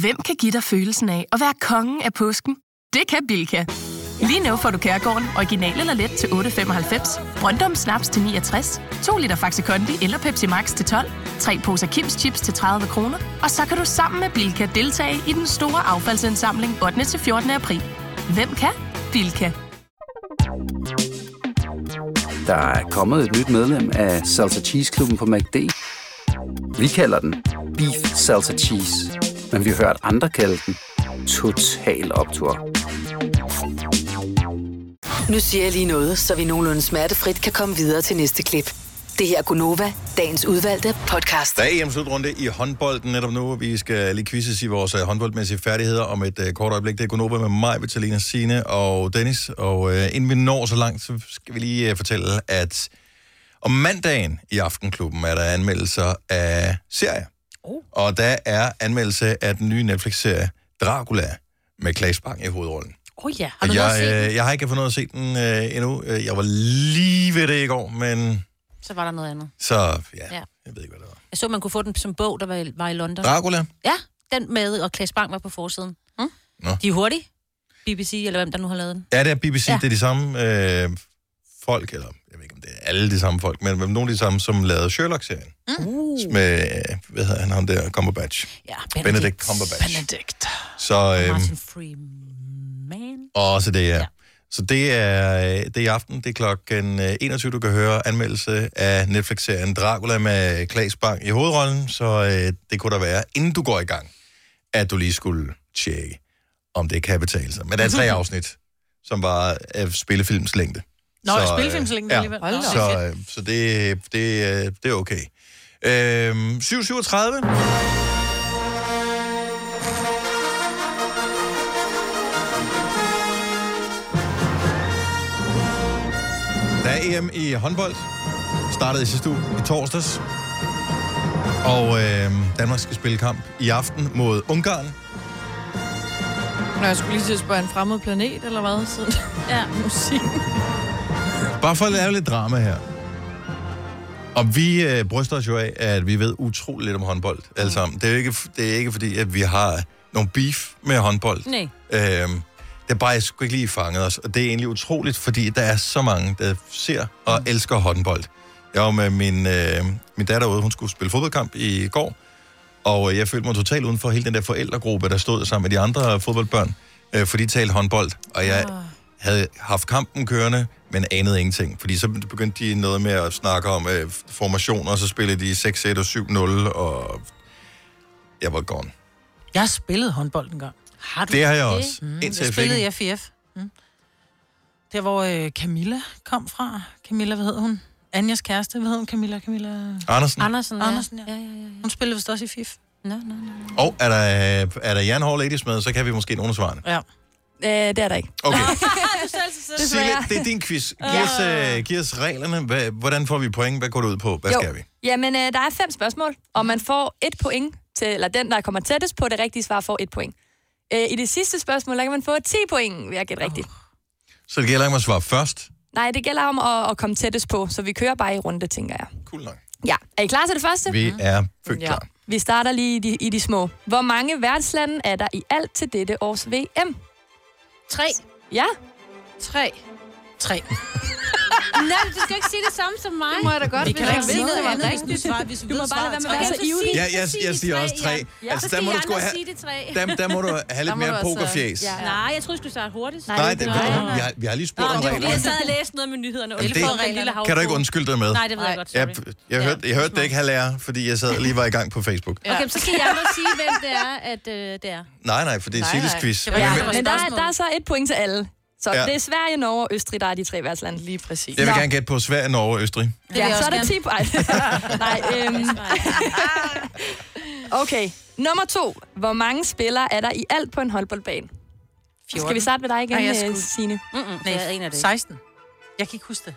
Speaker 15: Hvem kan give dig følelsen af at være kongen af påsken? Det kan Bilka! Lige nu får du Kærgården original eller let til 8.95, Brøndum Snaps til 69, 2 liter Faxi Kondi eller Pepsi Max til 12, 3 poser Kims Chips til 30 kroner, og så kan du sammen med Bilka deltage i den store affaldsindsamling 8. til 14. april. Hvem kan? Bilka.
Speaker 16: Der er kommet et nyt medlem af Salsa Cheese Klubben på MACD. Vi kalder den Beef Salsa Cheese, men vi har hørt andre kalde den Total Optor.
Speaker 6: Nu siger jeg lige noget, så vi nogenlunde smertefrit kan komme videre til næste klip. Det her er Gunova, dagens udvalgte
Speaker 17: Altså.
Speaker 6: podcast.
Speaker 1: Der er EM-slutrunde i håndbolden netop nu. Vi skal lige quizzes i vores øh, håndboldmæssige færdigheder om et øh, kort øjeblik. Det er Gunnova med mig, Vitalina Sine og Dennis. Og øh, inden vi når så langt, så skal vi lige øh, fortælle, at om mandagen i Aftenklubben er der anmeldelser af serier. Oh. Og der er anmeldelse af den nye Netflix-serie Dracula med Claes Bang i hovedrollen.
Speaker 2: Åh oh, ja, har du jeg,
Speaker 1: Jeg,
Speaker 2: set
Speaker 1: øh, jeg har ikke fået noget at se den øh, endnu. Øh, Jeg var lige ved det i går, men
Speaker 2: Så var der noget andet.
Speaker 1: så ja,
Speaker 2: Ja.
Speaker 1: jeg ved ikke, hvad det var.
Speaker 2: Jeg så, man kunne få den som bog, der var i, var i London.
Speaker 1: Dracula?
Speaker 2: Ja, den med, og Klaas Bang var på forsiden. Mm?
Speaker 1: Nå.
Speaker 2: De er hurtige. BBC, eller hvem der nu har lavet den.
Speaker 1: Ja, det er BBC, ja. det er de samme øh, folk, eller jeg ved ikke, om det er alle de samme folk, men nogle af de samme, som lavede Sherlock-serien.
Speaker 2: Mm. Uh.
Speaker 1: Med, øh, hvad hedder han, ham der, Cumberbatch.
Speaker 2: Ja,
Speaker 1: Benedict, Cumberbatch.
Speaker 2: Benedict.
Speaker 1: Så, øh,
Speaker 2: Martin Freeman.
Speaker 1: og så det, ja. ja. Så det er, øh, det er i aften, det er klokken øh, 21, du kan høre anmeldelse af Netflix-serien Dracula med Claes Bang i hovedrollen, så øh, det kunne da være, inden du går i gang, at du lige skulle tjekke, om det kan betale sig. Men der er
Speaker 3: [LAUGHS]
Speaker 1: tre afsnit, som var af spillefilms længde.
Speaker 3: Nå,
Speaker 1: øh,
Speaker 3: spillefilmslængden alligevel. Hold da op.
Speaker 1: Så, øh, så det, det, øh, det er okay. Øhm, 7.37. Der er EM i håndbold. Startede i sidste uge i torsdags. Og øh, Danmark skal spille kamp i aften mod Ungarn.
Speaker 4: Nå, jeg skulle lige til at spørge en fremmed planet, eller hvad? Siden ja. [LAUGHS] musik.
Speaker 1: Bare for at lave lidt drama her. Og vi øh, bryster os jo af, at vi ved utroligt lidt om håndbold alle sammen. Det er jo ikke, det er ikke fordi, at vi har nogen beef med håndbold.
Speaker 2: Nej.
Speaker 1: Øhm, der bare sgu ikke lige fanget os. Og det er egentlig utroligt, fordi der er så mange, der ser og elsker håndbold. Jeg var med min, øh, min datter ude, hun skulle spille fodboldkamp i går, og øh, jeg følte mig totalt uden for hele den der forældregruppe, der stod sammen med de andre fodboldbørn, øh, for de talte håndbold. Og jeg havde haft kampen kørende, men anede ingenting. Fordi så begyndte de noget med at snakke om øh, formationer, og så spillede de 6-1 og 7-0, og jeg var gone.
Speaker 3: Jeg har spillet håndbold en gang. Har Mm.
Speaker 1: du Det har jeg det? også, indtil jeg
Speaker 3: jeg
Speaker 1: fik
Speaker 3: spillede i FIF. Mm. Der, hvor øh, Camilla kom fra. Camilla, hvad hed hun? Anjas kæreste, hvad hed hun? Camilla, Camilla...
Speaker 1: Andersen.
Speaker 3: Andersen, ja. Andersen, ja. Ja, ja, ja. Hun spillede vist også i FIF.
Speaker 8: Nå, nå, nå.
Speaker 1: Og er der, øh, er der jernhård ladies med, så kan vi måske nogle af svarene.
Speaker 3: Ja.
Speaker 5: Øh, det er der ikke. [LAUGHS]
Speaker 1: Okay.
Speaker 5: Det
Speaker 1: Sille, det er din quiz. Giv os, øh, giv os reglerne. Hvad, hvordan får vi point? Hvad går det ud på? Hvad
Speaker 5: Jo.
Speaker 1: skal vi?
Speaker 5: Jamen, øh, der er fem spørgsmål, og man får et point til, eller den, der kommer tættest på det rigtige svar, får et point. Øh, I det sidste spørgsmål, der kan man få 10 point ved at gætte rigtigt.
Speaker 1: Så det gælder ikke om at svare først.
Speaker 5: Nej, det gælder om at, at komme tættest på, så vi kører bare i runde, tænker jeg.
Speaker 1: Cool nok.
Speaker 5: Ja, er I klar til det første?
Speaker 1: Vi er født klar.
Speaker 5: Vi starter lige i de, i de små. Hvor mange værtslande er der i alt til dette års VM?
Speaker 8: Tre.
Speaker 5: Ja.
Speaker 4: Tre.
Speaker 3: Tre.
Speaker 8: Nej, du skal ikke sige det samme som mig.
Speaker 4: må jeg da godt,
Speaker 8: Vi kan da ikke
Speaker 4: hvis jeg
Speaker 8: sige
Speaker 4: ved,
Speaker 8: noget
Speaker 4: at det er
Speaker 8: andet, hvis
Speaker 4: rigtigt.
Speaker 8: du svarer, hvis du
Speaker 4: Du
Speaker 8: ved
Speaker 4: må bare lade
Speaker 8: svaret.
Speaker 4: være med at
Speaker 8: Okay,
Speaker 4: være så ivrig.
Speaker 1: Ja, jeg, jeg siger også tre.
Speaker 8: Ja.
Speaker 1: Altså,
Speaker 8: Så
Speaker 1: der
Speaker 8: skal
Speaker 1: må
Speaker 8: I
Speaker 1: du sgu
Speaker 8: andre
Speaker 1: have...
Speaker 8: sige de tre.
Speaker 1: Der, der må du have lidt mere pokerfjes.
Speaker 8: Ja, ja. Nej, jeg tror, du skulle starte hurtigt.
Speaker 1: Nej, det, nej, nej. Vi, har, vi har lige spurgt om
Speaker 8: Nå, det var fordi, jeg sad
Speaker 1: reglerne.
Speaker 8: og læste noget med nyhederne.
Speaker 1: Jamen,
Speaker 8: Undskyld for en lille
Speaker 1: Kan du
Speaker 8: havfrue.
Speaker 1: ikke undskylde dig med?
Speaker 8: Nej, det ved jeg godt.
Speaker 1: Jeg,
Speaker 8: sorry.
Speaker 1: jeg, hørte, jeg hørte det ikke halvlærer, fordi jeg sad og lige var i gang på Facebook.
Speaker 8: Okay, så skal jeg andre sige, hvem det er, at øh, det er.
Speaker 1: Nej, nej, for det er
Speaker 8: Nej,
Speaker 1: Silles
Speaker 8: nej.
Speaker 1: quiz.
Speaker 8: Det var
Speaker 1: Jeg
Speaker 8: jeg,
Speaker 1: vil-
Speaker 5: Men der, er- der er så et point til alle. Så
Speaker 1: Ja.
Speaker 5: ja. det er Sverige, Norge og Østrig, der er de tre værtslande. Lige præcis.
Speaker 1: jeg vil gerne gætte på Sverige, Norge og Østrig.
Speaker 5: Ja, så er der 10
Speaker 8: [LAUGHS]
Speaker 5: point. Nej, øhm. [LAUGHS] Okay, nummer to. Hvor mange spillere er der i alt på en håndboldbane? Skal vi starte med dig igen,
Speaker 3: Nej, jeg
Speaker 5: øh,
Speaker 3: skulle-
Speaker 5: Signe?
Speaker 8: Mm-mm,
Speaker 3: Nej,
Speaker 8: jeg aner Mm, det ikke.
Speaker 3: 16. Jeg kan ikke huske det.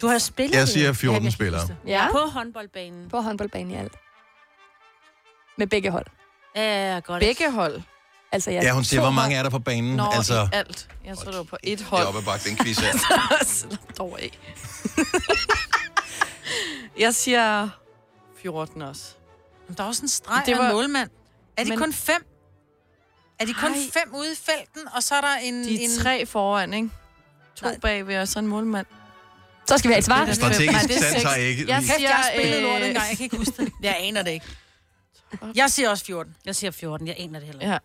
Speaker 8: Du har spillet
Speaker 1: Jeg siger 14 spillere.
Speaker 5: Ja.
Speaker 8: På håndboldbanen.
Speaker 5: På håndboldbanen i alt. Med begge hold.
Speaker 8: Ja, godt.
Speaker 4: Begge hold.
Speaker 5: Altså, ja,
Speaker 1: Ja, hun siger, hvor mange er der på banen?
Speaker 4: Nå, altså...
Speaker 1: Altså,
Speaker 4: i alt. Jeg tror, det var på et
Speaker 1: jeg
Speaker 4: hold.
Speaker 1: er oppe bak den
Speaker 8: [LAUGHS]
Speaker 1: quiz
Speaker 4: [LAUGHS]
Speaker 1: her.
Speaker 4: Slap dog af. [LAUGHS] jeg siger 14 også.
Speaker 3: Men der er også en streg det var... en målmand. Er de Men...
Speaker 4: Men-
Speaker 3: kun fem? Er de kun
Speaker 4: Ej.
Speaker 3: Ej. fem ude i felten, og så er der en...
Speaker 4: De
Speaker 3: en...
Speaker 4: er tre foran, ikke? To Nej. bagved og så en målmand.
Speaker 5: Så skal vi have et svar.
Speaker 1: Strategisk
Speaker 4: Nej, det er
Speaker 1: sans
Speaker 4: seks.
Speaker 1: har jeg ikke.
Speaker 4: Jeg
Speaker 1: Kæft,
Speaker 4: siger,
Speaker 3: Jeg har spillet
Speaker 4: øh,
Speaker 3: lort engang, jeg kan ikke huske det. Jeg aner det ikke. Jeg siger også 14.
Speaker 8: Jeg siger 14, jeg aner det heller
Speaker 4: Ja.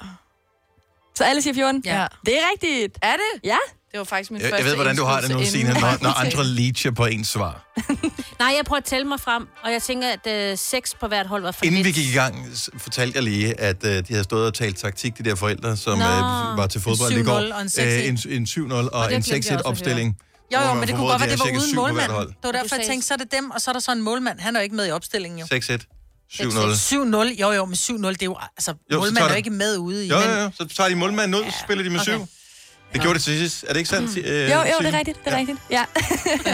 Speaker 5: Så alle siger 14?
Speaker 4: Ja.
Speaker 5: Det er rigtigt.
Speaker 4: Er det?
Speaker 5: Ja.
Speaker 4: Det var faktisk min
Speaker 1: Jeg,
Speaker 4: første
Speaker 1: jeg ved, hvordan du har det nu,
Speaker 4: indskydelse
Speaker 1: Signe,
Speaker 4: inden-
Speaker 1: når, når andre leacher på ens svar.
Speaker 8: Nej, jeg prøver at tælle mig frem, og jeg tænker, at øh, seks på hvert hold var for
Speaker 1: Inden vi
Speaker 8: lidt.
Speaker 1: gik i gang, s- fortalte jeg lige, at øh, de havde stået og talt taktik, de der forældre, som
Speaker 8: Nå.
Speaker 1: øh, var til
Speaker 8: En
Speaker 1: fodbold i
Speaker 8: 7-0
Speaker 1: går.
Speaker 8: og en
Speaker 1: 6-1.
Speaker 8: 6-1.
Speaker 1: en, en 7-0 og,
Speaker 8: Og det glemte jeg
Speaker 1: en
Speaker 8: også
Speaker 1: 6-1
Speaker 8: at
Speaker 1: opstilling.
Speaker 3: Jo, jo,
Speaker 1: hvor man
Speaker 3: men det kunne
Speaker 1: formoder,
Speaker 3: godt være,
Speaker 1: de
Speaker 3: det
Speaker 1: har
Speaker 3: var
Speaker 1: cirka
Speaker 3: uden
Speaker 1: syv på hvert
Speaker 3: målmand.
Speaker 1: hold.
Speaker 3: Det var derfor, jeg tænkte, så er det dem, og så er der så en målmand. Han er jo ikke med i opstillingen, jo.
Speaker 1: 6-1. 7-0.
Speaker 3: 7-0. Jo, jo, men 7-0, det er jo... Altså,
Speaker 1: så
Speaker 3: jo,
Speaker 1: tager
Speaker 3: målmanden er
Speaker 1: det-
Speaker 3: jo ikke med ude i...
Speaker 1: Jo,
Speaker 3: men-
Speaker 1: jo, jo. Så tager de målmanden ud, så spiller de med
Speaker 3: Okay.
Speaker 1: 7. Det gjorde det til sidst. Er det ikke sandt? øh,
Speaker 5: Mm. Jo, jo, det
Speaker 1: Signe?
Speaker 5: er rigtigt. Det er
Speaker 1: Ja.
Speaker 5: rigtigt. Ja.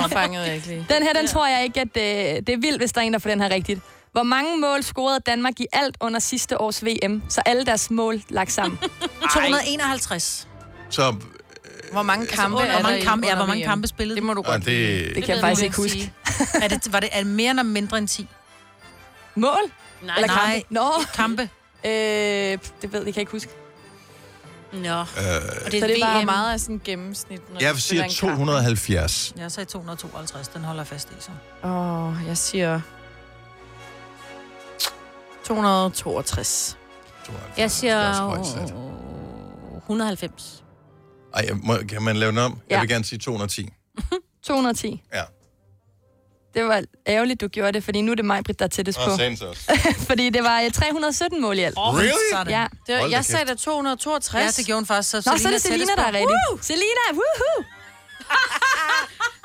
Speaker 4: Den fangede [LAUGHS] jeg ikke lige.
Speaker 5: Den her, den tror jeg ikke, at øh, det er vildt, hvis der er en, der får den her rigtigt. Hvor mange mål scorede Danmark i alt under sidste års VM? Så alle deres mål lagt sammen.
Speaker 3: 251.
Speaker 1: Så
Speaker 4: [LAUGHS] Hvor mange kampe
Speaker 3: Altså, hvor
Speaker 4: er
Speaker 3: mange
Speaker 4: der i-
Speaker 3: kampe- ja,
Speaker 4: under
Speaker 3: hvor mange
Speaker 4: VM?
Speaker 3: kampe spillede
Speaker 4: Det må du
Speaker 1: Ja,
Speaker 4: godt.
Speaker 1: det-
Speaker 5: Det kan jeg faktisk ikke huske.
Speaker 3: er det, var det er det mere eller mindre end 10?
Speaker 5: Mål?
Speaker 3: Nej,
Speaker 5: Eller kampe?
Speaker 3: nej.
Speaker 5: Nå.
Speaker 3: Kampe.
Speaker 5: Øh, det ved jeg, kan jeg ikke huske.
Speaker 8: Nå.
Speaker 1: Øh,
Speaker 4: det er så det var
Speaker 3: VM.
Speaker 4: meget af sådan gennemsnit. Når
Speaker 1: Jeg
Speaker 4: du spiller
Speaker 1: siger
Speaker 4: en kamp.
Speaker 1: 270.
Speaker 3: Jeg sagde 252, den holder jeg fast i, så.
Speaker 4: Åh, oh, jeg siger... 262.
Speaker 8: Jeg siger
Speaker 1: Det er også højt sat.
Speaker 8: øh, 190.
Speaker 1: Ej, jeg må, kan man lave den om?
Speaker 5: Ja.
Speaker 1: Jeg vil gerne sige 210.
Speaker 5: 210.
Speaker 1: Ja.
Speaker 5: Det var ærgerligt, du gjorde det, fordi nu er det mig, Britt, der er tættest på.
Speaker 1: Og Sands også.
Speaker 5: [LAUGHS] fordi det var øh, 317 mål i alt.
Speaker 1: Åh, Really? sådan.
Speaker 5: Ja.
Speaker 4: Det var,
Speaker 1: Hold da
Speaker 4: jeg sagde
Speaker 1: kæft.
Speaker 4: da 262.
Speaker 3: Ja, det gjorde hun faktisk. Så
Speaker 5: Nå, så er det Selina, der er rigtig.
Speaker 4: Woo!
Speaker 5: Selina, woohoo!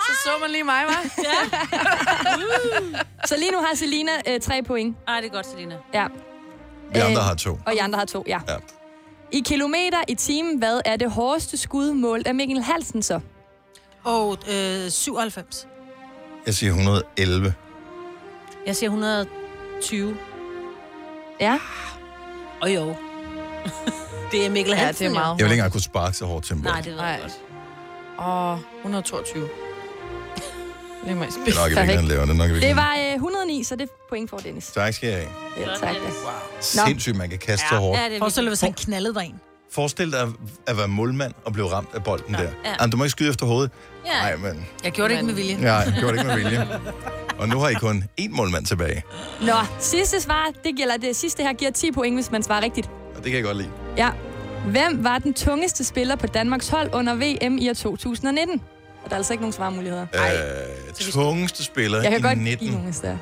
Speaker 4: Så så man lige mig,
Speaker 5: [LAUGHS]
Speaker 4: hva'? ja.
Speaker 5: Så lige nu har Selina øh, tre point.
Speaker 8: Ej, det er godt, Selina.
Speaker 5: Ja.
Speaker 1: Vi andre har to.
Speaker 5: Og I andre har to, ja.
Speaker 1: Ja.
Speaker 5: I kilometer i timen, hvad er det hårdeste skud målt af Mikkel Halsen så?
Speaker 3: Og øh, 97.
Speaker 1: Jeg siger 111.
Speaker 8: Jeg siger 120.
Speaker 5: Ja.
Speaker 8: Og jo. [LAUGHS] det er Mikkel
Speaker 4: Ja,
Speaker 8: Hansen,
Speaker 4: det er meget
Speaker 1: Jeg vil ikke engang kunne sparke så hårdt til en bold.
Speaker 8: Nej, det ved jeg godt.
Speaker 4: Og 122. Det er mig
Speaker 1: Det er nok i virkeligheden lavere. Det er nok i
Speaker 5: Det
Speaker 1: virkeligheden.
Speaker 5: var øh, 109, så det er point for Dennis.
Speaker 1: Tak skal jeg have.
Speaker 5: Ja, tak. Ja.
Speaker 1: Sindssygt, man kan kaste så hårdt.
Speaker 3: Forestil dig, hvis han knaldede dig en.
Speaker 1: Forestil dig at være målmand og blive ramt af bolden ja. der.
Speaker 3: Ja.
Speaker 1: Ja. Jamen, du må ikke skyde efter hovedet.
Speaker 3: Ja.
Speaker 1: Nej, men...
Speaker 3: Jeg gjorde det ikke med vilje.
Speaker 1: Nej, jeg gjorde det ikke med vilje.
Speaker 3: [LAUGHS]
Speaker 1: Og nu har I kun én målmand tilbage.
Speaker 5: Nå, sidste svar, det gælder det sidste her, giver 10 point, hvis man svarer rigtigt.
Speaker 1: Og det kan jeg godt lide.
Speaker 5: Ja. Hvem var den tungeste spiller på Danmarks hold under VM i år 2019? Og der er altså ikke nogen svarmuligheder.
Speaker 1: Øh, tungeste spiller
Speaker 5: Jeg kan
Speaker 1: i
Speaker 5: godt give
Speaker 1: 19.
Speaker 5: nogle steder.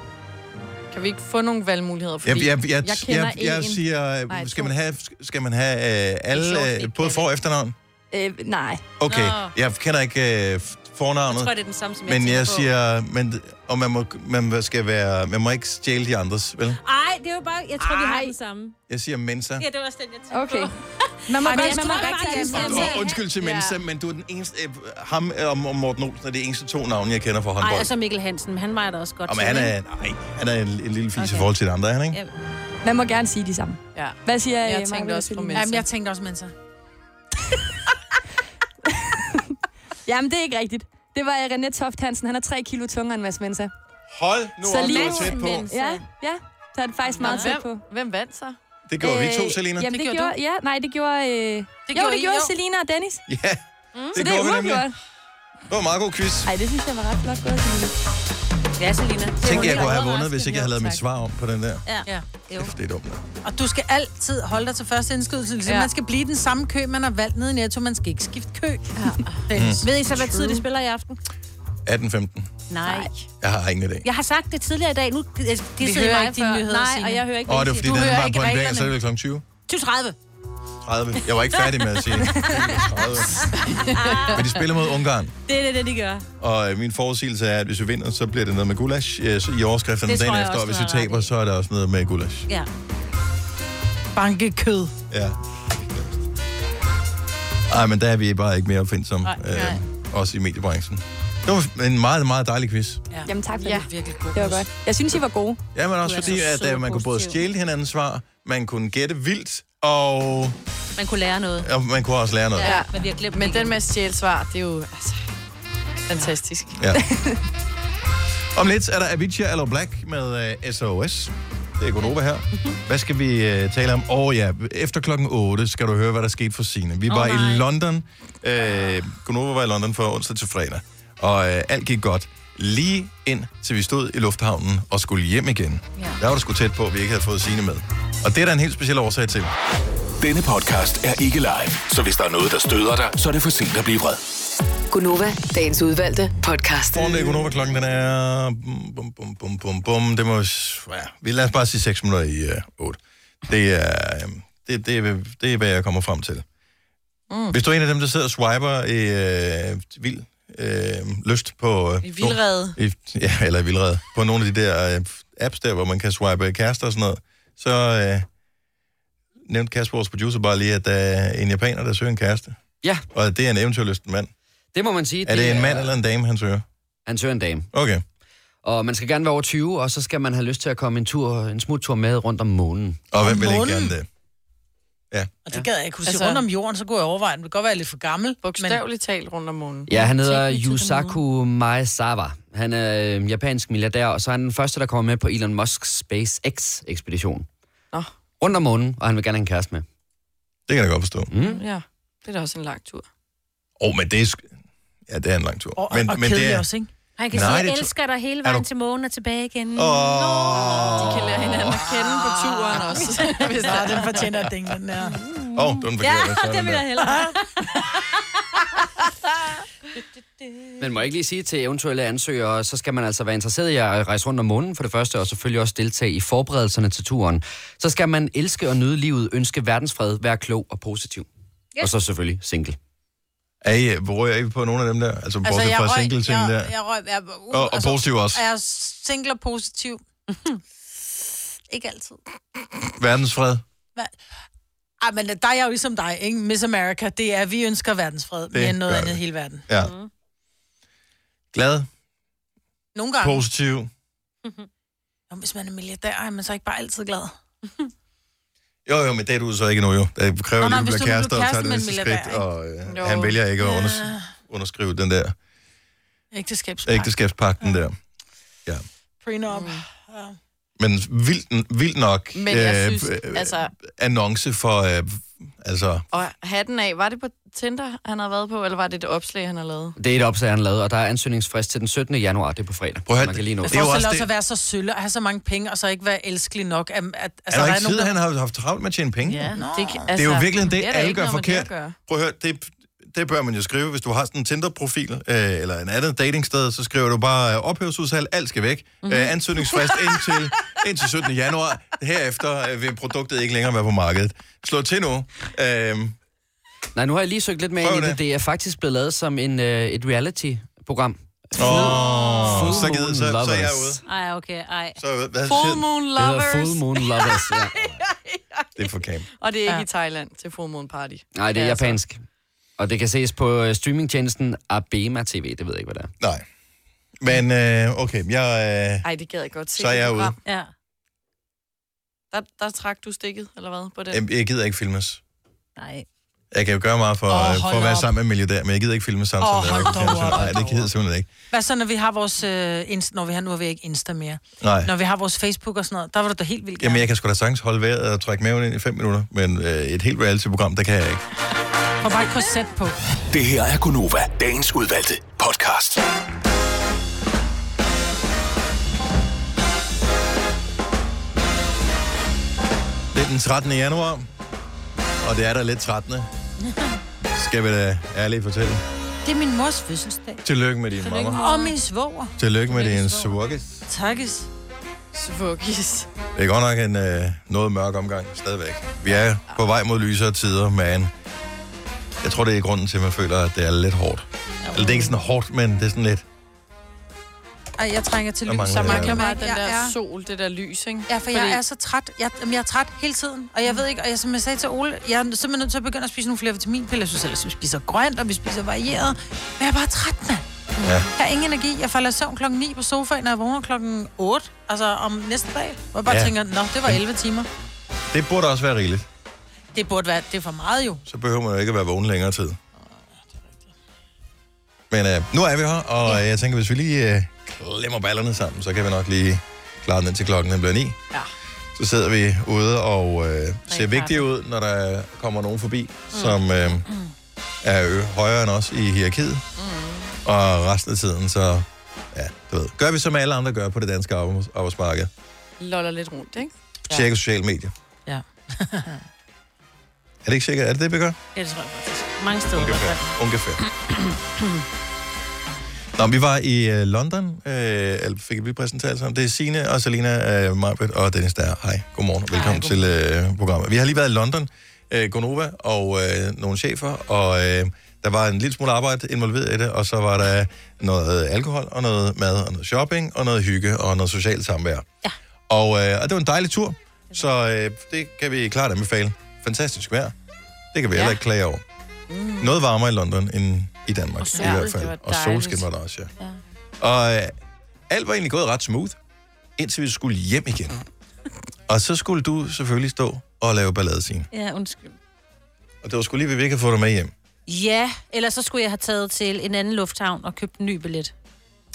Speaker 4: Kan vi ikke få nogle valgmuligheder? Fordi
Speaker 1: Jeg, jeg, jeg,
Speaker 4: jeg
Speaker 1: jeg,
Speaker 4: kender
Speaker 1: jeg, jeg
Speaker 4: en.
Speaker 1: siger,
Speaker 4: Nej,
Speaker 1: øh, skal
Speaker 4: to.
Speaker 1: man have, skal man have øh, alle, øh, både for- og efternavn?
Speaker 5: Øh, nej.
Speaker 1: Okay,
Speaker 2: Nå.
Speaker 1: jeg kender ikke øh, f- fornavnet.
Speaker 2: Jeg tror, det er den samme, som jeg
Speaker 1: Men
Speaker 2: tænker
Speaker 1: jeg
Speaker 2: på.
Speaker 1: siger, men, og man må, man skal være, man må ikke stjæle de andres, vel?
Speaker 8: Ej, det er jo bare... Jeg tror, Ej. vi har den samme.
Speaker 1: Jeg siger Mensa.
Speaker 8: Ja, det var også den, jeg tænkte
Speaker 5: Okay.
Speaker 8: på.
Speaker 5: [LAUGHS] Man må
Speaker 8: Ej, men
Speaker 5: godt-
Speaker 8: jeg
Speaker 5: man
Speaker 8: tror
Speaker 5: må godt tage
Speaker 8: faktisk,
Speaker 5: dem.
Speaker 8: jeg
Speaker 1: Nå,
Speaker 8: sagde-
Speaker 1: undskyld til Mensa, men du er den eneste, øh, ham og og Morten Olsen er de eneste to navne, jeg kender fra
Speaker 8: Ej, og
Speaker 2: altså,
Speaker 1: håndbold.
Speaker 8: så Mikkel Hansen, men han var da også godt.
Speaker 1: Og men
Speaker 8: til,
Speaker 1: han er,
Speaker 8: ikke?
Speaker 1: nej, han er en, en lille fis okay. i forhold til de andre, er han ikke?
Speaker 5: Man må gerne sige de samme.
Speaker 4: Ja.
Speaker 5: Hvad siger
Speaker 3: Jeg
Speaker 5: øh,
Speaker 3: tænkte
Speaker 5: Marvind
Speaker 3: også på
Speaker 5: Celine?
Speaker 3: Mensa. Jamen, jeg tænkte også Mensa.
Speaker 5: Jamen, det er ikke rigtigt. Det var øh, René Toft Hansen. Han er 3 kilo tungere end Mads Mensa.
Speaker 1: Hold nu op, du er tæt på.
Speaker 5: Ja, ja. Så er det faktisk meget
Speaker 4: Hvem-
Speaker 5: tæt på. Øh,
Speaker 4: Hvem vandt så?
Speaker 1: Det gjorde vi to, Selina.
Speaker 5: Jamen, det, det gjorde, Ja, nej, det gjorde... Øh... Det jo,
Speaker 4: gjorde
Speaker 5: det
Speaker 4: I,
Speaker 5: gjorde
Speaker 4: jo.
Speaker 5: Selina og Dennis.
Speaker 1: Ja,
Speaker 5: Så
Speaker 1: det,
Speaker 5: det er
Speaker 1: gjorde vi nemlig.
Speaker 5: uafgjort.
Speaker 1: Det var en meget god quiz.
Speaker 5: Ej, det synes jeg var ret flot gået, Selina.
Speaker 8: Ja, Selina.
Speaker 1: Tænk, jeg kunne have vundet, hvis ikke jeg havde lavet mit svar om på den der.
Speaker 3: Ja. ja. Jo.
Speaker 1: Kæft, Det er dumt.
Speaker 3: Og du skal altid holde dig til første indskydelse. Ja. Man skal blive den samme kø, man har valgt nede i Netto. Man skal ikke skifte [LAUGHS] kø. Ja.
Speaker 1: Mm.
Speaker 8: Ved I så, hvad tid de spiller i aften?
Speaker 1: 18.15.
Speaker 8: Nej.
Speaker 1: Jeg har ingen idé.
Speaker 8: Jeg har sagt det tidligere i dag. Nu det
Speaker 3: Vi
Speaker 8: sidder
Speaker 3: hører
Speaker 8: mig
Speaker 3: ikke dine
Speaker 8: før.
Speaker 3: nyheder,
Speaker 8: Nej,
Speaker 3: Signe.
Speaker 8: og jeg hører ikke
Speaker 1: Åh,
Speaker 8: hvad
Speaker 1: det
Speaker 8: I
Speaker 1: var
Speaker 8: siger.
Speaker 1: fordi, den var på en dag, så er det kl. 20.
Speaker 8: 2030.
Speaker 1: 30. Jeg var ikke færdig med at
Speaker 8: [LAUGHS]
Speaker 1: sige det. 30. Men de spiller mod Ungarn,
Speaker 8: Det er det, de gør.
Speaker 1: og øh, min forudsigelse er, at hvis vi vinder, så bliver det noget med gulasch øh, så i overskrifterne
Speaker 8: Det tror
Speaker 1: dagen
Speaker 8: jeg
Speaker 1: efter,
Speaker 8: også,
Speaker 1: og hvis
Speaker 8: du
Speaker 1: vi
Speaker 8: har ret
Speaker 1: taber, så er der også noget med gulasch.
Speaker 8: Ja.
Speaker 3: Bankekød.
Speaker 1: Ja. Ej, men der er vi bare ikke mere opfindsomme,
Speaker 3: Nej,
Speaker 1: øh,
Speaker 3: nej.
Speaker 1: også i mediebranchen. Det var en meget, meget dejlig quiz.
Speaker 5: Ja. Jamen, tak for
Speaker 3: Ja.
Speaker 5: det.
Speaker 3: Virkelig god.
Speaker 5: Det var godt. Jeg synes, I var gode.
Speaker 1: Ja, men også
Speaker 5: Du er
Speaker 1: fordi,
Speaker 5: så
Speaker 1: at
Speaker 8: altså
Speaker 5: sød
Speaker 1: øh, man kunne både stjæle hinandens svar, man kunne gætte vildt, og,
Speaker 8: Man kunne lære noget.
Speaker 1: og man kunne også lære noget.
Speaker 4: Ja,
Speaker 8: men vi har glemt
Speaker 4: Men den med stjælsvar, det er jo altså, fantastisk. [LAUGHS]
Speaker 1: Ja. Om lidt er der Avicii Allo Black med uh, SOS. Det er Godova her. Hvad skal vi uh, tale om? Åh oh, ja, efter klokken 8 skal du høre, hvad der skete for Sine. Vi
Speaker 7: Åh,
Speaker 1: var
Speaker 7: nej.
Speaker 1: i London. Uh, Godova var i London fra onsdag til fredag. Og uh, alt gik godt. Lige ind til vi stod i lufthavnen og skulle hjem igen. Ja. Der var det sgu tæt på, at vi ikke havde fået Sine med. Og det er der en helt speciel årsag til.
Speaker 7: Denne podcast er ikke live, så hvis der er noget, der støder dig, så er det for sent at blive vred.
Speaker 1: øh,
Speaker 6: Gunova, dagens udvalgte podcast.
Speaker 1: Morgen er Gunova, klokken den er... Bum, bum, bum, bum, bum, bum. Det må... Ja, vi lad os bare sige 6 minutter i øh, 8. Det er, øh, det, det, er, det er, hvad jeg kommer frem til. Mm. Hvis du er en af dem, der sidder og swiper i øh, vild øh, lyst på... Øh,
Speaker 4: I vildrede.
Speaker 1: no- I, ja, eller i vildrede. På nogle af de der øh, apps der, hvor man kan swipe kærester og sådan noget, så øh, nævnte Kasper, vores producer, bare lige, at der er en japaner, der søger en kæreste.
Speaker 18: Ja.
Speaker 1: Og det er en eventyrlysten mand.
Speaker 18: Det må man sige.
Speaker 1: Er det en mand eller en dame, han søger?
Speaker 18: Han søger en dame.
Speaker 1: Okay.
Speaker 18: Og man skal gerne være over 20, og så skal man have lyst til at komme en tur, en smuttur med rundt om månen.
Speaker 1: Og hvem
Speaker 3: vil ikke Månen?
Speaker 1: det? Ja.
Speaker 3: Og det gad jeg ikke kunne altså,
Speaker 18: Altså-
Speaker 3: rundt om jorden, så kunne jeg overveje, at det kan godt være jeg er lidt for gammel.
Speaker 4: Bogstaveligt talt rundt om månen.
Speaker 18: Ja, han hedder Yusaku Maezawa. Han er øh, japansk milliardær, og så er han den første, der kommer med på Elon Musks SpaceX-ekspedition.
Speaker 4: Nå.
Speaker 18: Rundt om månen, og han vil gerne have en kæreste med.
Speaker 1: Det kan jeg godt forstå.
Speaker 18: Mm.
Speaker 4: Ja, det er da også en lang tur.
Speaker 1: Åh, oh, men det er... sk- Ja, det er en lang tur. men, men det er...
Speaker 3: ikke?
Speaker 8: Han kan
Speaker 1: Nej,
Speaker 8: sige,
Speaker 1: det
Speaker 8: jeg
Speaker 1: tror-
Speaker 8: elsker dig hele
Speaker 1: Er
Speaker 8: vejen
Speaker 1: du-
Speaker 8: til månen og tilbage igen.
Speaker 1: Åh.
Speaker 4: De kan lære hinanden at kende på
Speaker 1: [LAUGHS]
Speaker 4: turen
Speaker 3: Ah. [LAUGHS]
Speaker 4: også. Hvis
Speaker 3: Nå,
Speaker 4: der-
Speaker 3: den fortjener at dænge den her.
Speaker 1: Åh, oh, den
Speaker 3: Ja,
Speaker 1: forkerte. Sådan
Speaker 3: det vil
Speaker 1: der.
Speaker 3: jeg hellere.
Speaker 18: Men må jeg ikke lige sige til eventuelle ansøgere, så skal man altså være interesseret i at rejse rundt om månen for det første, og selvfølgelig også deltage i forberedelserne til turen. Så skal man elske og nyde livet, ønske verdensfred, være klog og positiv.
Speaker 3: Ja.
Speaker 18: Yes. Og så selvfølgelig single.
Speaker 1: Er I, øh, hvor er I på nogle af dem der? Altså, bortset altså, fra single ting
Speaker 3: jeg,
Speaker 1: der?
Speaker 3: Jeg røg, jeg, uh,
Speaker 1: Og- og positiv også.
Speaker 3: Jeg er single og
Speaker 1: [LAUGHS]
Speaker 3: positiv. ikke altid.
Speaker 1: Verdensfred?
Speaker 3: Ej, men der er jeg jo ligesom dig, ikke? Miss America, det er, vi ønsker verdensfred
Speaker 1: Det
Speaker 3: mere end noget
Speaker 1: gør
Speaker 3: andet i
Speaker 1: vi.
Speaker 3: hele verden. Mm-hmm.
Speaker 1: Ja. Glad?
Speaker 3: Nogle gange. [LAUGHS]
Speaker 1: Positiv?
Speaker 3: Og hvis man er milliardær, er man så ikke bare altid glad.
Speaker 1: Jo, jo, men det er du så ikke nu, jo. Det kræver
Speaker 3: Nå,
Speaker 1: lige,
Speaker 3: nej,
Speaker 1: at
Speaker 3: hvis
Speaker 1: blive
Speaker 3: du vil
Speaker 1: kærester
Speaker 3: blive
Speaker 1: og tager det
Speaker 3: kæreste
Speaker 1: næste
Speaker 3: med en
Speaker 1: skridt, og øh, han vælger ikke at unders- underskrive den der
Speaker 3: Ægteskabspagt.
Speaker 1: ægteskabspakten der.
Speaker 3: Prenup. Mm.
Speaker 1: Men vildt, vildt nok
Speaker 4: Men jeg
Speaker 1: øh,
Speaker 4: synes,
Speaker 1: øh,
Speaker 4: altså,
Speaker 1: annonce for, øh, Altså,
Speaker 4: Og hatten af, var det på Tinder, han har været på, eller var det et opslag, han har lavet?
Speaker 18: Det er et opslag, han lavede, og der er ansøgningsfrist til den 17. januar, det er på fredag. Prøv man kan lige nå.
Speaker 3: Jeg
Speaker 18: det.
Speaker 3: forestiller også at være så sølle og have så mange penge, og så ikke være elskelig nok. At, at,
Speaker 1: altså, er der ikke tid,
Speaker 3: der-
Speaker 1: han har haft travlt med at tjene penge?
Speaker 3: Ja, Nå.
Speaker 1: det,
Speaker 3: det kan-
Speaker 1: det er jo
Speaker 3: altså,
Speaker 1: virkelig det,
Speaker 3: det er da
Speaker 1: alle
Speaker 3: ikke
Speaker 1: gør
Speaker 3: noget med det
Speaker 1: forkert.
Speaker 3: at gøre.
Speaker 1: Prøv at høre, det, det bør man jo skrive, hvis du har sådan en Tinder-profil, øh, eller en anden datingsted, så skriver du bare øh, ophævelsudsalg, alt skal væk.
Speaker 3: Mhm.
Speaker 1: Mm-hmm. Øh, ansøgningsfrist
Speaker 3: [LAUGHS]
Speaker 1: indtil, indtil 17. januar. Herefter øh, vil produktet ikke længere være på markedet. Slå til nu. Øh,
Speaker 18: Nej, nu har jeg lige søgt lidt mere ind i det. Det er faktisk blevet lavet som en, øh, et reality-program. Åh,
Speaker 1: Åh, så gider- så- så er jeg ude.
Speaker 3: Ej, okay, ej.
Speaker 1: Så, hvad
Speaker 4: Full Moon Lovers.
Speaker 18: Det hedder Full Moon Lovers,
Speaker 4: [LAUGHS]
Speaker 18: ja.
Speaker 1: det er for camp.
Speaker 4: Og det er ikke
Speaker 18: Ja.
Speaker 4: ja. i Thailand til Full Moon Party.
Speaker 18: Nej, det er
Speaker 4: Ja, altså.
Speaker 18: japansk. Og det kan ses på øh, streamingtjenesten Abema TV, det ved jeg ikke, hvad det
Speaker 1: er. Nej. Men øh, okay, jeg... Øh,
Speaker 4: Ej, det gad jeg godt se.
Speaker 1: Så er
Speaker 4: det
Speaker 1: jeg
Speaker 4: program.
Speaker 1: ude.
Speaker 3: Ja.
Speaker 4: Der, der trak du stikket, eller hvad, på den?
Speaker 1: Jamen, Jeg gider ikke filmes.
Speaker 3: Nej.
Speaker 1: Jeg kan jo gøre meget for,
Speaker 3: Åh,
Speaker 1: oh, for
Speaker 3: hold
Speaker 1: at være
Speaker 3: op.
Speaker 1: sammen med en milliardær, men jeg gider ikke filme samtidig.
Speaker 3: Åh,
Speaker 1: med, at
Speaker 3: hold dog
Speaker 1: jeg kan
Speaker 3: op,
Speaker 1: sådan- Nej, det gider jeg simpelthen ikke.
Speaker 3: Hvad så, når vi har vores... Øh, inst- når vi har, nu er vi ikke Insta mere.
Speaker 1: Nej.
Speaker 3: Når vi har vores Facebook og sådan noget, der var du da helt vildt
Speaker 1: Jamen, jeg kan sgu da sagtens holde vejret og trække maven ind i 5 minutter, men øh, et helt reality-program, der kan jeg ikke.
Speaker 3: Og bare et korset på.
Speaker 7: Det her er Gunova, dagens udvalgte podcast.
Speaker 1: Det er den 13. januar, og det er da lidt 13. Skal vi da ærligt fortælle.
Speaker 3: Det er min mors fødselsdag.
Speaker 1: Tillykke med din mamma.
Speaker 3: Og min svoger.
Speaker 1: Tillykke med din surrogat.
Speaker 3: Takkes.
Speaker 4: Svugis.
Speaker 1: Det er godt nok en øh, noget mørk omgang stadigvæk. Vi er på vej mod lysere tider, men jeg tror, det er grunden til, at man føler, at det er lidt hårdt. Eller det er ikke sådan hårdt, men det er sådan lidt...
Speaker 3: Ej, jeg trænger til
Speaker 1: Der
Speaker 3: lys.
Speaker 1: mangler
Speaker 3: Så
Speaker 1: jeg
Speaker 3: meget
Speaker 1: noget.
Speaker 3: kan
Speaker 4: Bare
Speaker 3: mærke,
Speaker 4: den
Speaker 3: jeg
Speaker 4: der
Speaker 3: er...
Speaker 4: sol, det der lys, ikke?
Speaker 3: Ja, for Fordi... jeg er så træt. Jeg, jamen, jeg er træt hele tiden. Og jeg ved ikke, og jeg, som jeg sagde til Ole, jeg er simpelthen nødt til at begynde at spise nogle flere vitaminpiller. Jeg synes ellers, vi spiser grønt, og vi spiser varieret. Men jeg er bare træt, mand.
Speaker 1: Ja.
Speaker 3: Jeg har ingen energi. Jeg falder i søvn klokken 9 på sofaen, og jeg vågner klokken 8. Altså om næste dag. Hvor jeg bare
Speaker 1: Ja.
Speaker 3: ja. tænker, nå, det var 11 timer.
Speaker 1: Det burde også være rigeligt.
Speaker 3: Det burde være, det er for meget jo.
Speaker 1: Så behøver man jo ikke at være vågen længere tid. Men øh, nu er vi her, og øh, jeg tænker, hvis vi lige øh, klemmer ballerne sammen, så kan vi nok lige klare den indtil klokken den bliver ni.
Speaker 3: Ja.
Speaker 1: Så sidder vi ude og øh, ser vigtige ud, når der kommer nogen forbi, mm. som øh, er ø- højere end os i hierarkiet. Mm. Og resten af tiden, så ja, du ved, gør vi som alle andre gør på det danske arbejds- arbejdsmarked.
Speaker 4: Loller lidt rundt, ikke?
Speaker 1: Ja. Tjekke sociale medier.
Speaker 4: [LAUGHS]
Speaker 3: Ja.
Speaker 1: Er det ikke sikkert? Er det det, vi gør?
Speaker 3: Ja, det tror jeg faktisk. Mange steder. i hvert
Speaker 1: Ungefær.
Speaker 3: fald.
Speaker 1: Ungefær. Nå, vi var i øh, London, øh, eller fik vi præsenteret sammen. Det er Signe og Selina, øh, Marbet og Dennis der. Hej, godmorgen og velkommen til øh, programmet. Vi har lige været i London, øh, Gonova og øh, nogle chefer, og øh, der var en lille smule arbejde involveret i det, og så var der noget alkohol og noget mad og noget shopping og noget hygge og noget socialt samvær. Ja. Og, øh, og det var en dejlig tur, så øh, det kan vi klart anbefale. Fantastisk vejr. Det kan vi ja. heller ikke klage over. Mm. Noget varmere i London end i Danmark,
Speaker 7: Og
Speaker 1: i
Speaker 7: sol,
Speaker 1: hvert
Speaker 7: det
Speaker 1: fald.
Speaker 7: var
Speaker 1: Og
Speaker 7: dejligt.
Speaker 1: solskin var der også, ja. ja. Og øh, alt var egentlig gået ret smooth, indtil vi skulle hjem igen. Og så skulle du selvfølgelig stå og lave ballade, Signe.
Speaker 8: [CLEARS THROAT] Ja, undskyld.
Speaker 1: Og det var sgu lige, ved, vi ikke havde fået dig med hjem.
Speaker 8: Ja, eller så skulle jeg have taget til en anden lufthavn og købt en ny billet,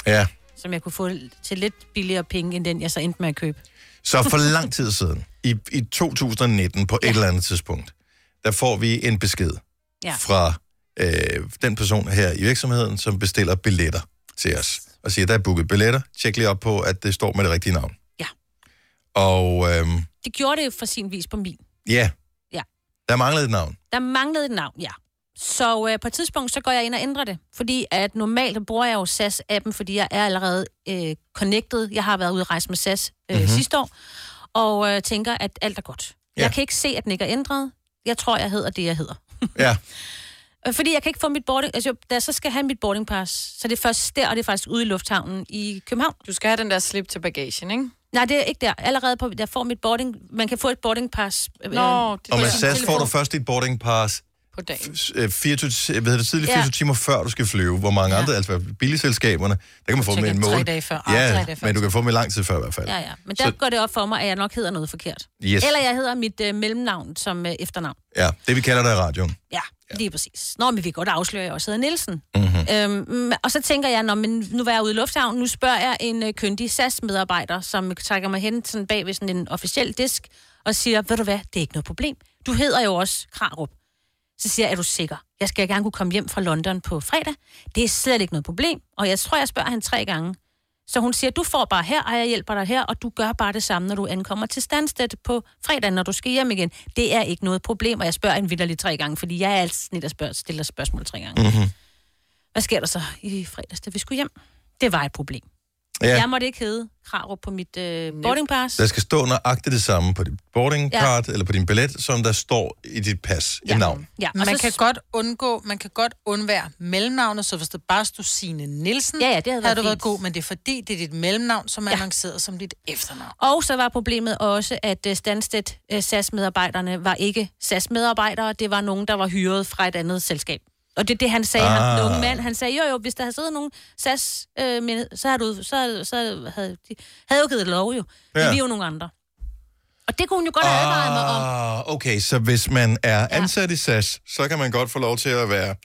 Speaker 1: Ja,
Speaker 8: som jeg kunne få til lidt billigere penge, end den jeg så endte med at købe.
Speaker 1: så for lang tid siden, i, i 2019 på et eller andet tidspunkt, der får vi en besked
Speaker 8: Ja.
Speaker 1: fra øh, den person her i virksomheden, som bestiller billetter til os. Og siger, der er booket billetter. Tjek lige op på, at det står med det rigtige navn.
Speaker 8: Ja.
Speaker 1: Og øh,
Speaker 8: Det gjorde det jo for sin vis på min.
Speaker 1: ja,
Speaker 8: Ja.
Speaker 1: der manglede et
Speaker 8: [LAUGHS]
Speaker 1: navn.
Speaker 8: Der manglede et navn, ja. Så øh, på et tidspunkt, så går jeg ind og ændrer det. Fordi at normalt bruger jeg jo SAS-appen, fordi jeg er allerede øh, connected. Jeg har været ude at rejse med SAS øh,
Speaker 19: Mhm.
Speaker 8: mm-hmm. sidste år, og øh, tænker, at alt er godt. Ja. Jeg kan ikke se, at den ikke er ændret. Jeg tror, jeg hedder det, jeg hedder.
Speaker 1: Ja.
Speaker 8: Øh, Fordi jeg kan ikke få mit boarding... Altså, da jeg så skal have mit boarding pass, så det er først der, og det er faktisk ude i lufthavnen i København.
Speaker 4: Du skal have den der slip til bagagen, ikke?
Speaker 8: Nej, det er ikke der. Allerede på, jeg får mit boarding... Man kan få et boarding pass. øh,
Speaker 4: Nå,
Speaker 8: på
Speaker 1: Og med
Speaker 8: sin
Speaker 1: SAS får
Speaker 8: telefon.
Speaker 1: du først dit boarding pass
Speaker 4: På dagen.
Speaker 1: f- øh, 24, hvad hedder det, tidligt
Speaker 8: Ja.
Speaker 1: 24 timer før du skal flyve, hvor mange andre, altså billigselskaberne, der kan man få
Speaker 8: Så
Speaker 1: dem i
Speaker 8: kan
Speaker 1: en
Speaker 8: tre
Speaker 1: måned.
Speaker 8: dage før. Ah, tre
Speaker 1: Ja,
Speaker 8: dage før.
Speaker 1: men du kan få dem i lang tid før i hvert fald.
Speaker 8: Ja, ja. Men der
Speaker 1: Så-
Speaker 8: så... går det op for mig, at jeg nok hedder noget forkert.
Speaker 1: Yes.
Speaker 8: Eller jeg hedder mit øh, mellemnavn som øh, efternavn.
Speaker 1: Ja, det vi kalder det i radioen.
Speaker 8: Ja, ja, lige præcis. Nå, men vi kan godt afsløre, at jeg også hedder Nielsen.
Speaker 1: Mhm.
Speaker 8: Øhm, og så tænker jeg, nå, men nu var jeg ude i lufthavnen, nu spørger jeg en øh, kyndig SAS-medarbejder, som trækker mig hen sådan bag ved sådan en officiel disk, og siger, ved du hvad, det er ikke noget problem. Du hedder jo også Krarup. Så siger jeg, er du sikker? Jeg skal gerne kunne komme hjem fra London på fredag. Det er slet ikke noget problem. Og jeg tror, jeg spørger han tre gange. Så hun siger, du får bare her, og jeg hjælper dig her, og du gør bare det samme, når du ankommer til Stansted på fredag, når du skal hjem igen. Det er ikke noget problem, og jeg spørger en vidderligt tre gange, fordi jeg er altid snit og spørger, stiller spørgsmål tre gange.
Speaker 1: Mm-hmm.
Speaker 8: Hvad sker der så i fredags, da vi skulle hjem? Det var et problem.
Speaker 1: Ja.
Speaker 8: Ja. Jeg måtte ikke hedde Krarup på mit øh, boarding pass.
Speaker 1: Der skal stå nøjagtigt det samme på dit boarding
Speaker 8: Ja.
Speaker 1: card, ja. eller på din billet, som der står i dit pas, ja. et navn.
Speaker 8: Ja,
Speaker 3: man kan godt undgå, man kan godt undvære mellemnavnet, så hvis det bare stod Signe Nielsen,
Speaker 8: Ja, ja, det havde været
Speaker 3: du været
Speaker 8: fint.
Speaker 3: god, men det er fordi, det er dit mellemnavn, som er ja. annonceret som dit efternavn.
Speaker 8: Og så var problemet også, at øh, Stansted øh, SAS-medarbejderne var ikke SAS-medarbejdere. Det var nogen, der var hyret fra et andet selskab. Og det er det, han sagde, ah.
Speaker 19: Ah.
Speaker 8: han, den unge mand. Han sagde, jo jo, hvis der havde siddet nogen SAS, øh, men, så, havde du, så, så havde de havde jo givet lov jo. Ja.
Speaker 1: Ja.
Speaker 8: Men vi er jo nogle andre. Og det kunne hun jo godt have advaret mig om.
Speaker 1: Ah, okay, så hvis man er ansat i SAS, så kan man godt få lov til at være...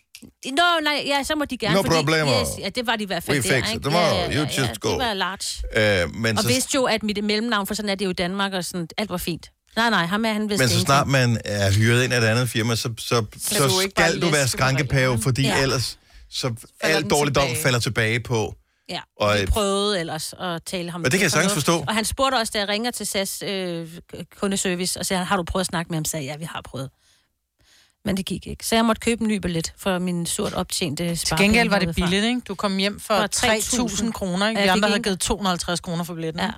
Speaker 8: Nå, nej, ja, så må de gerne.
Speaker 1: No problemo.
Speaker 8: Yes, ja, det var de i hvert fald
Speaker 1: We
Speaker 8: der,
Speaker 1: fix it
Speaker 8: ikke?
Speaker 1: tomorrow.
Speaker 8: Ja, ja, ja,
Speaker 1: You
Speaker 8: ja,
Speaker 1: just go.
Speaker 8: Det var large.
Speaker 1: Øh, men
Speaker 8: Men og
Speaker 1: så,
Speaker 8: så... vidste jo, at mit mellemnavn, for sådan er det jo i Danmark, og sådan, alt var fint. Nej, nej, ham er han vidste
Speaker 1: men så
Speaker 8: ingenting.
Speaker 1: snart man er hyret ind af et andet firma, så, så, så,
Speaker 8: du
Speaker 1: så
Speaker 8: ikke bare
Speaker 1: skal du være
Speaker 8: læse
Speaker 1: skrankepave, fordi ja.
Speaker 8: Ja.
Speaker 1: ellers så
Speaker 8: den
Speaker 1: al dårlig dom
Speaker 8: tilbage.
Speaker 1: falder tilbage på...
Speaker 8: Ja,
Speaker 1: Og,
Speaker 8: og vi
Speaker 1: øh,
Speaker 8: prøvede ellers at tale ham.
Speaker 1: Men det kan jeg sagtens forstå.
Speaker 8: Og han spurgte også, da jeg ringer til SAS øh, kundeservice, og sagde, har du prøvet at snakke med ham? Så sagde jeg, ja, vi har prøvet. Men det gik ikke. Så jeg måtte købe en ny billet for min surt optjente
Speaker 3: Til
Speaker 8: sparepenge.
Speaker 3: gengæld var det
Speaker 8: herudefra.
Speaker 3: billigt, ikke? Du kom hjem for,
Speaker 8: For
Speaker 3: 3.000 kroner, ikke?
Speaker 8: Ja,
Speaker 3: Vi
Speaker 8: jeg
Speaker 3: andre
Speaker 8: fik
Speaker 3: havde
Speaker 8: en-
Speaker 3: givet 250 kroner for billetten. Ja.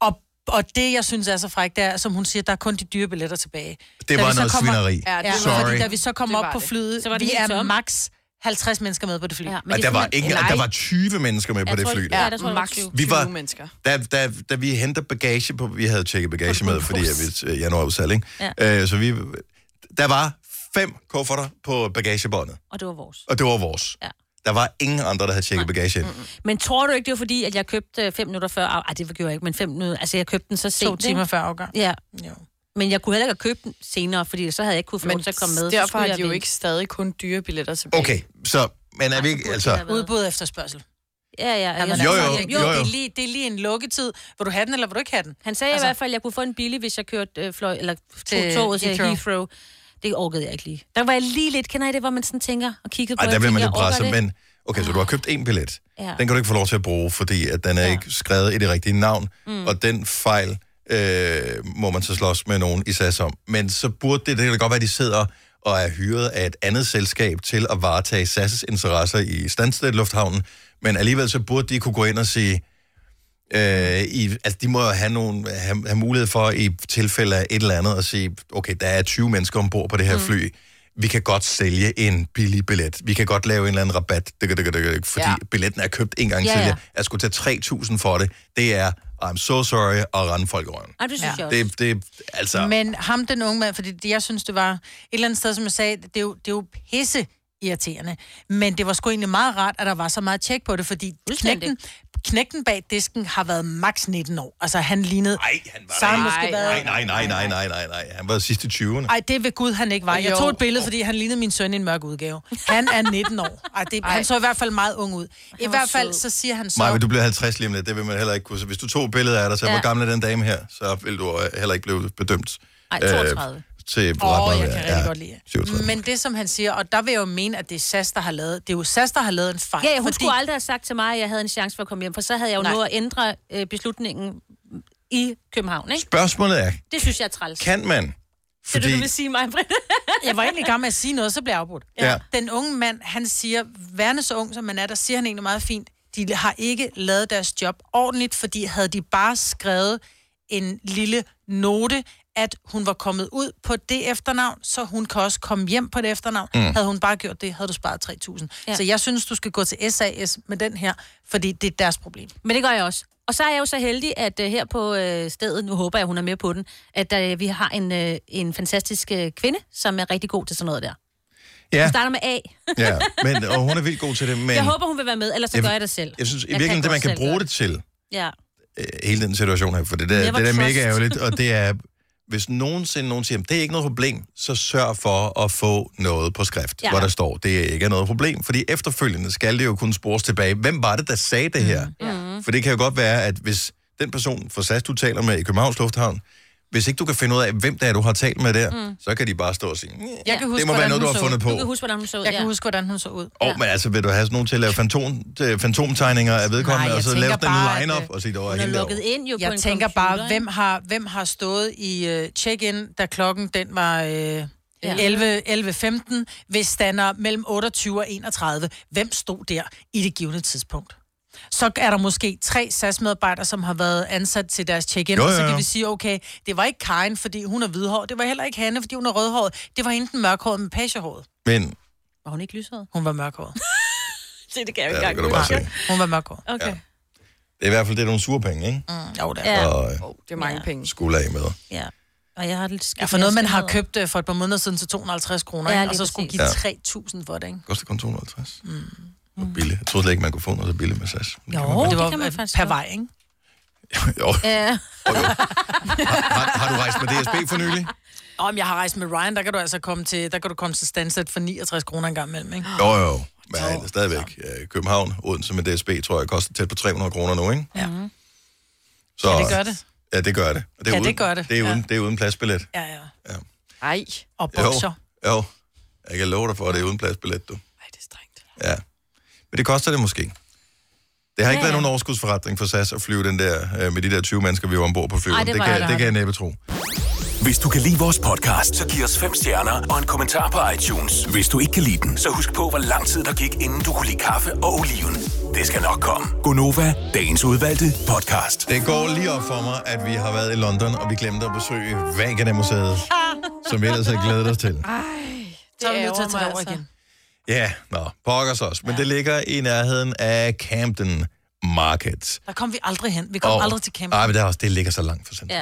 Speaker 3: Og, og det, jeg synes er så frækt, det er, som hun siger, der er kun de dyre billetter tilbage.
Speaker 1: Det
Speaker 3: Da
Speaker 1: var
Speaker 3: vi så
Speaker 1: noget
Speaker 3: kommer-
Speaker 1: svineri.
Speaker 3: Ja, det var-
Speaker 1: Sorry.
Speaker 3: Fordi da vi så kom
Speaker 8: Det
Speaker 3: op
Speaker 8: var
Speaker 3: på
Speaker 8: det.
Speaker 3: flyet,
Speaker 8: Så var det
Speaker 3: vi
Speaker 8: helt
Speaker 3: er
Speaker 8: tomt.
Speaker 3: max 50 mennesker med på det fly. Ja,
Speaker 1: Men der var, ikke, der var 20 mennesker med på
Speaker 3: Jeg
Speaker 1: det
Speaker 3: tror
Speaker 1: fly.
Speaker 3: ikke-
Speaker 1: der.
Speaker 3: ja, der tror jeg, der var 20.
Speaker 1: vi var,
Speaker 3: 20 mennesker.
Speaker 1: Da, da, da vi henter bagage på, vi havde tjekket bagage med, fordi jeg ved, januar var udsalg, ikke? Ja. Øh, så vi, der var fem kufferter på bagagebåndet,
Speaker 8: Og det var vores.
Speaker 1: og det var vores.
Speaker 8: Ja.
Speaker 1: Der var ingen andre, der havde tjekket bagage ind.
Speaker 8: Men tror du ikke, det var fordi, at jeg købte øh, fem minutter før? af- Ej, det gjorde jeg ikke, men fem minutter. Altså, jeg købte den så sent. ikke?
Speaker 3: timer før afgang.
Speaker 8: Ja.
Speaker 3: Jo.
Speaker 8: Men jeg kunne heller ikke have købt den senere, fordi så havde jeg ikke kunne få lov til at komme med. Så
Speaker 4: derfor
Speaker 8: skulle
Speaker 4: har
Speaker 8: jeg
Speaker 4: de jo
Speaker 8: vente.
Speaker 4: ikke stadig kun dyre billetter tilbage.
Speaker 1: Okay, så, men er vi ikke, altså...
Speaker 3: Udbud efter spørgsmål.
Speaker 8: Ja, ja.
Speaker 3: Ja,
Speaker 8: jeg-
Speaker 1: Jo,
Speaker 3: jo,
Speaker 1: jo, jo, jo.
Speaker 3: Det, er lige, det er lige en lukketid. Vil du have den, eller vil du ikke have den?
Speaker 8: Han sagde
Speaker 3: Altså-
Speaker 8: altså, i hvert fald, at jeg kunne få en billig, hvis jeg kørte øh, fløj, eller
Speaker 3: Til
Speaker 8: til toget til
Speaker 3: Heathrow.
Speaker 8: Heathrow. Heathrow. Det orkede jeg ikke lige. Der var jeg lige lidt, kender I det, hvor man sådan tænker og kigger på
Speaker 1: Ej,
Speaker 8: det,
Speaker 1: der
Speaker 8: og
Speaker 1: bliver man
Speaker 8: tænker,
Speaker 1: lidt
Speaker 8: orker
Speaker 1: presset,
Speaker 8: det?
Speaker 1: men... Okay, så du har købt en billet.
Speaker 8: Ja.
Speaker 1: Den kan du ikke få lov til at bruge, fordi at den er ja. ikke skrevet i det rigtige navn, mm.
Speaker 8: Mm.
Speaker 1: og den fejl øh, må man så slås med nogen i SAS om. Men så burde det, det kan da godt være, at de sidder og er hyret af et andet selskab til at varetage SAS' interesser i Stansted Lufthavnen, men alligevel så burde de kunne gå ind og sige, øh, i, altså de må jo have, nogle, have, have mulighed for i tilfælde af et eller andet at sige, okay, der er 20 mennesker ombord på det her mm. fly, vi kan godt sælge en billig billet. Vi kan godt lave en eller anden rabat, dyk, dyk, dyk, dyk, fordi ja.
Speaker 20: Ja.
Speaker 1: billetten er købt en gang
Speaker 8: Ja,
Speaker 1: ja, tidligere.
Speaker 8: ja.
Speaker 1: Jeg skulle tage 3.000 for det. Det er, I'm so sorry, at rende folk i røven.
Speaker 8: Ej, det synes
Speaker 3: Ja.
Speaker 8: ja. jeg også.
Speaker 1: Det, det, altså, Men...
Speaker 3: Men ham, den unge mand, fordi det- jeg synes, det var et eller andet sted, som jeg sagde, det er jo, det er jo pisse irriterende. Men det var sgu egentlig meget rart, at der var så meget tjek på det, fordi knægten, knægten bag disken har været maks 19 år. Altså, han lignede... Nej,
Speaker 1: han
Speaker 3: var så har han måske været...
Speaker 1: nej, nej, nej, nej, nej, nej, nej. Han var sidst i 20'erne.
Speaker 3: Ej, det ved Gud, han ikke var. Jeg
Speaker 1: Jo.
Speaker 3: tog et billede, fordi han lignede min søn i en mørk udgave. Han er 19 år. Ej, det,
Speaker 1: Ej.
Speaker 3: han så i hvert fald meget ung ud. I hvert fald, så siger han så...
Speaker 1: Maja, du bliver 50 lige om lidt, det vil man heller ikke kunne. Så hvis du tog billeder af dig, så ja.
Speaker 3: Ja.
Speaker 1: hvor gammel er den dame her, så vil du øh, heller ikke blive bedømt.
Speaker 3: Ej,
Speaker 1: øh,
Speaker 3: 32.
Speaker 1: til
Speaker 3: Åh,
Speaker 1: ret
Speaker 3: oh,
Speaker 1: meget
Speaker 3: jeg kan
Speaker 1: værd.
Speaker 3: rigtig godt lide.
Speaker 1: 37.
Speaker 3: Men det, som han siger, og der vil jeg jo mene, at det er SAS, der har lavet, det er jo SAS, der har lavet en fejl.
Speaker 8: Ja, hun fordi... skulle aldrig have sagt til mig, at jeg havde en chance for at komme hjem, for så havde jeg jo
Speaker 3: Nej.
Speaker 8: nået at ændre øh, beslutningen i København, ikke?
Speaker 1: Spørgsmålet er,
Speaker 8: Det synes jeg er træls.
Speaker 1: kan man?
Speaker 8: Altså. Det er det, du vil sige mig, Britt.
Speaker 3: [LAUGHS] jeg var egentlig i gang med at sige noget, så blev jeg afbrudt.
Speaker 1: Ja.
Speaker 3: Den unge mand, han siger, værende så ung som man er, der siger han egentlig meget fint, de har ikke lavet deres job ordentligt, fordi havde de bare skrevet en lille note, at hun var kommet ud på det efternavn, så hun kan også komme hjem på det efternavn.
Speaker 8: Mm.
Speaker 3: Mm. Havde hun bare gjort det, havde du sparet 3.000. Ja.
Speaker 8: Ja.
Speaker 3: Så jeg synes, du skal gå til SAS med den her, fordi det er deres problem.
Speaker 8: Men det gør jeg også. Og så er jeg jo så heldig, at uh, her på uh, stedet, nu håber jeg, hun er med på den, at uh, vi har en, uh, en fantastisk uh, kvinde, som er rigtig god til sådan noget der.
Speaker 1: Ja.
Speaker 8: Hun starter med A.
Speaker 1: Ja, men, og hun er vildt god
Speaker 8: [LAUGHS]
Speaker 1: til det, men
Speaker 8: Men... Jeg håber, hun vil være med, ellers så
Speaker 1: Jeg-
Speaker 8: gør jeg det selv.
Speaker 1: jeg synes i
Speaker 8: kan
Speaker 1: virkeligheden, det
Speaker 8: godt
Speaker 1: man kan
Speaker 8: selv
Speaker 1: bruge
Speaker 8: gøre
Speaker 1: det til,
Speaker 8: Ja.
Speaker 1: øh, hele den situation her, for det der, det
Speaker 8: Never
Speaker 1: der er
Speaker 8: trust.
Speaker 1: mega ærgerligt, og
Speaker 3: [LAUGHS]
Speaker 1: det er, hvis nogensinde nogen siger, "Jamen, det er ikke noget problem, så sørg for at få noget på skrift, ja.
Speaker 8: Ja.
Speaker 1: hvor der står, det ikke er noget problem, fordi efterfølgende skal det jo kunne spores tilbage. Hvem var det, der sagde Mm-hmm. det her? Mm. For det kan jo godt være, at hvis den person fra SAS, du taler med i Københavns Lufthavn, hvis ikke du kan finde ud af, hvem det er, du har talt med der,
Speaker 3: Mm.
Speaker 1: mm. så kan de bare stå og sige,
Speaker 3: Jeg kan huske,
Speaker 1: det må være
Speaker 3: hvordan
Speaker 1: noget,
Speaker 3: hun
Speaker 1: du har
Speaker 3: så
Speaker 1: fundet
Speaker 3: ud.
Speaker 1: på.
Speaker 3: Du kan huske, hvordan hun så ud. Jeg kan huske, hvordan hun så ud.
Speaker 1: Åh, oh, men altså, vil du have sådan nogen til at lave fantom, øh, fantomtegninger af vedkommende,
Speaker 3: Nej,
Speaker 1: og
Speaker 3: jeg
Speaker 1: så
Speaker 3: tænker
Speaker 1: lave den
Speaker 3: bare, at,
Speaker 1: line-up
Speaker 3: øh,
Speaker 1: og sige, det var
Speaker 3: hun er
Speaker 1: helt
Speaker 3: lukket
Speaker 1: derovre.
Speaker 8: ind jo
Speaker 3: jeg
Speaker 8: på en
Speaker 3: tænker
Speaker 8: computer,
Speaker 3: bare,
Speaker 8: ikke?
Speaker 3: hvem har, hvem har stået i øh, check-in, da klokken den var øh, 11, 11.15, hvis stander mellem 28 og 31. Hvem stod der i det givende tidspunkt? Så er der måske tre SAS-medarbejdere, som har været ansat til deres check-in,
Speaker 1: Jo,
Speaker 3: og så
Speaker 1: jo,
Speaker 3: kan
Speaker 1: jo.
Speaker 3: vi sige, okay, det var ikke Karen, fordi hun er hvidhåret. Det var heller ikke Hanne, fordi hun er rødhåret. Det var enten mørkhåret med pagehåret.
Speaker 1: Men
Speaker 3: Var hun ikke lyshåret? Hun var mørkhåret.
Speaker 8: Se, det kan jeg jo
Speaker 1: Ja,
Speaker 8: ikke
Speaker 1: det kan
Speaker 8: engang
Speaker 1: du bare
Speaker 8: huske.
Speaker 3: Hun var mørkhåret.
Speaker 8: Okay. Ja.
Speaker 1: det er i hvert fald det er nogle sure penge, ikke?
Speaker 3: Mm, jo, det
Speaker 8: er.
Speaker 1: Og, øh,
Speaker 4: Det er mange ja. penge.
Speaker 1: skulle af med.
Speaker 3: Ja. Og jeg har lidt skidt. Ja, for noget, man har købt øh, for et par måneder siden til 250 kroner,
Speaker 8: Ja,
Speaker 3: ja,
Speaker 8: lige
Speaker 3: og så skulle
Speaker 8: præcis.
Speaker 3: give
Speaker 1: Ja.
Speaker 3: 3.000 for det, ikke?
Speaker 1: Koster kun 250. Mm. Billigt. Jeg troede slet ikke, man kunne få noget så billigt med SAS. Men det kan man
Speaker 3: Jo,
Speaker 1: godt.
Speaker 3: det, var, det kan man faktisk per vej, ikke?
Speaker 1: [LAUGHS] jo.
Speaker 3: Ja.
Speaker 1: Har, har, du rejst med DSB for nylig?
Speaker 3: Om jeg har rejst med Ryan, der kan du altså komme til, der kan du komme til Stansted for 69 kroner en gang imellem, ikke?
Speaker 1: Jo, jo. Men stadigvæk. øh, København, Odense med DSB, tror jeg, koster tæt på 300 kroner nu, ikke?
Speaker 3: Ja.
Speaker 1: Så,
Speaker 3: Ja, det gør det.
Speaker 1: Ja, det gør det. Og
Speaker 3: Ja,
Speaker 1: uden,
Speaker 3: det gør det.
Speaker 1: Det er uden,
Speaker 3: Ja.
Speaker 1: det er uden pladsbillet.
Speaker 3: Ja, ja.
Speaker 4: Ej.
Speaker 3: Og bukser.
Speaker 1: Jo, jo. Jeg kan love dig for, at det er uden pladsbillet, du. Nej, det er strengt. Ja. Men det koster det måske. Det
Speaker 8: Ja,
Speaker 1: har ikke ja, været
Speaker 8: ja.
Speaker 1: nogen overskudsforretning for SAS at flyve den der, øh, med de der 20 mennesker, vi var ombord på flyet.
Speaker 8: Ej, det
Speaker 1: det,
Speaker 8: var
Speaker 1: kan,
Speaker 8: jeg da.
Speaker 1: det kan jeg næppe tro.
Speaker 7: Hvis du kan lide vores podcast, så giv os fem stjerner og en kommentar på iTunes. Hvis du ikke kan lide den, så husk på, hvor lang tid der gik, inden du kunne lide kaffe og oliven. Det skal nok komme.
Speaker 1: Gonova, dagens udvalgte podcast. Det går lige op for mig, at vi har været i London, og vi glemte at besøge Vaganemuseet,
Speaker 4: Ah.
Speaker 1: som vi ellers havde glædet os til.
Speaker 3: Så er du nødt til
Speaker 4: ærgrer
Speaker 3: at tage
Speaker 4: mig
Speaker 3: det over
Speaker 4: altså.
Speaker 3: igen.
Speaker 1: Ja, nå, pokkers os. Men det ligger i nærheden af Camden Market.
Speaker 3: Der kom vi aldrig hen. Vi kom
Speaker 1: Og-
Speaker 3: aldrig til Campbell.
Speaker 1: Ej, men det, er også, det ligger så langt for centrum.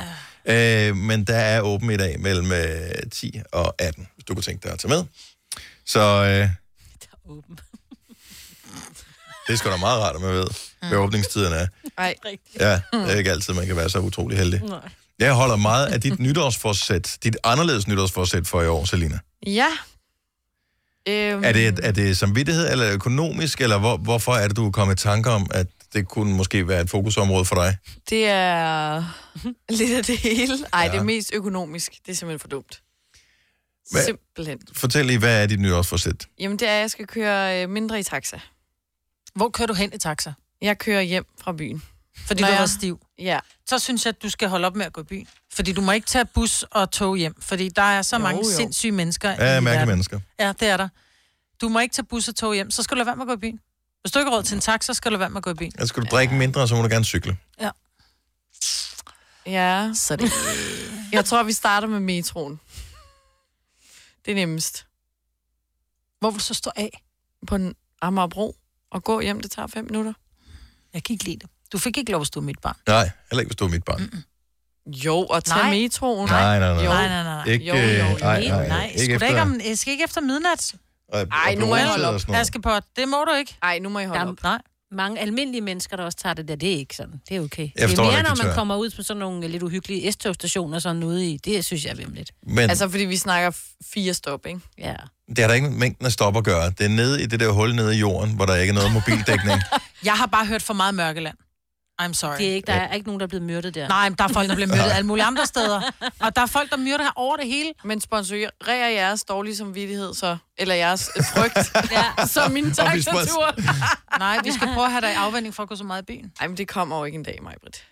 Speaker 3: Ja.
Speaker 1: Øh, men der er åben i dag mellem øh, 10 og 18, hvis du kunne tænke dig at tage med. Så... Øh,
Speaker 3: [LAUGHS]
Speaker 1: der er åben. det er sgu da meget rart, at man ved, hvad
Speaker 3: Mm.
Speaker 1: åbningstiderne er.
Speaker 4: Ej.
Speaker 1: Ja, det er ikke altid, man kan være så utrolig heldig.
Speaker 4: Nej.
Speaker 1: Jeg holder meget af dit [LAUGHS] nytårsforsæt, dit anderledes nytårsforsæt for i år, Selina.
Speaker 4: Ja. Øhm,
Speaker 1: Er det, er det samvittighed eller økonomisk, eller hvor, hvorfor er det, du er kommet i tanke om, at det kunne måske være et fokusområde for dig?
Speaker 4: Det er [LAUGHS] lidt af det hele. Ej, ja. det
Speaker 1: Ja.
Speaker 4: er mest økonomisk. Det er simpelthen for dumt.
Speaker 1: Hvad-
Speaker 4: Simpelthen.
Speaker 1: Fortæl lige, hvad er dit nytårsforsæt?
Speaker 4: Jamen, det er, at jeg skal køre øh, mindre i taxa.
Speaker 3: Hvor kører du hen i taxa?
Speaker 4: Jeg kører hjem fra byen.
Speaker 3: Fordi
Speaker 4: Nå
Speaker 3: du
Speaker 4: ja.
Speaker 3: var stiv.
Speaker 4: Ja.
Speaker 3: Så synes jeg, at du skal holde op med at gå i byen. Fordi du må ikke tage bus og tog hjem. Fordi der er så
Speaker 4: Jo,
Speaker 3: mange
Speaker 4: jo.
Speaker 3: sindssyge mennesker. i
Speaker 1: Ja, mærkelige
Speaker 3: verden.
Speaker 1: mennesker.
Speaker 3: Ja, det er der. Du må ikke tage bus og tog hjem. Så skal du lade være med at gå i byen. Hvis du ikke har råd til en taxa, så skal du lade være med at gå i byen.
Speaker 1: Altså, skal du drikke mindre, så må du gerne cykle.
Speaker 4: Ja.
Speaker 3: Så det...
Speaker 1: Øh.
Speaker 4: jeg tror, vi starter med metroen. Det er nemmest.
Speaker 3: Hvor vil du så stå af?
Speaker 4: På en Amagerbro og gå hjem. Det tager fem minutter.
Speaker 3: Jeg kan ikke lide det. Du fik ikke lov at stå mit barn.
Speaker 1: Nej, heller ikke, hvis du er mit barn. Mm-mm.
Speaker 4: Jo, og tage
Speaker 3: Nej.
Speaker 4: metroen.
Speaker 1: Nej, nej, nej.
Speaker 4: Jo.
Speaker 3: Nej, nej, nej.
Speaker 1: Ikke,
Speaker 4: Jo, jo,
Speaker 1: øh, nej, nej,
Speaker 3: nej.
Speaker 1: ikke
Speaker 3: Skulle
Speaker 1: efter-
Speaker 3: da ikke om, jeg skal ikke efter midnat.
Speaker 1: Ej,
Speaker 3: nu må jeg holde op. Askepot, det må du ikke.
Speaker 4: Nej, nu må jeg
Speaker 8: holde
Speaker 3: op. Nej.
Speaker 8: Mange almindelige mennesker, der også tager det der, det er ikke sådan. Det er okay.
Speaker 1: Jeg
Speaker 8: det
Speaker 1: forstår
Speaker 8: er mere,
Speaker 1: ikke, det
Speaker 8: når man
Speaker 1: tør.
Speaker 8: kommer ud på sådan nogle lidt uhyggelige S-togstationer sådan ude i. Det synes jeg er vimligt.
Speaker 1: Men- Altså,
Speaker 4: fordi vi snakker fire stop, ikke?
Speaker 8: Ja.
Speaker 1: Det har der ikke mængden af stop at gøre. Det er nede i det der hul nede i jorden, hvor der ikke er noget mobildækning.
Speaker 3: Jeg har bare hørt for meget Mørkeland. I'm sorry.
Speaker 8: Det er ikke, der er ikke nogen, der er blevet myrdet der.
Speaker 3: Nej, men der er folk, der bliver myrdet
Speaker 8: Nej.
Speaker 3: alle mulige andre steder. Og der er folk, der myrder her over det hele.
Speaker 4: Men sponsorerer jeres dårlige samvittighed så, eller jeres øh, frygt, [LAUGHS] ja. så min
Speaker 3: Og vi spons-
Speaker 4: taxatur. [LAUGHS]
Speaker 3: Nej, vi skal prøve at have dig i afvænding for at gå så meget i byen.
Speaker 4: Ej, men det kommer jo ikke en dag, Majbrit.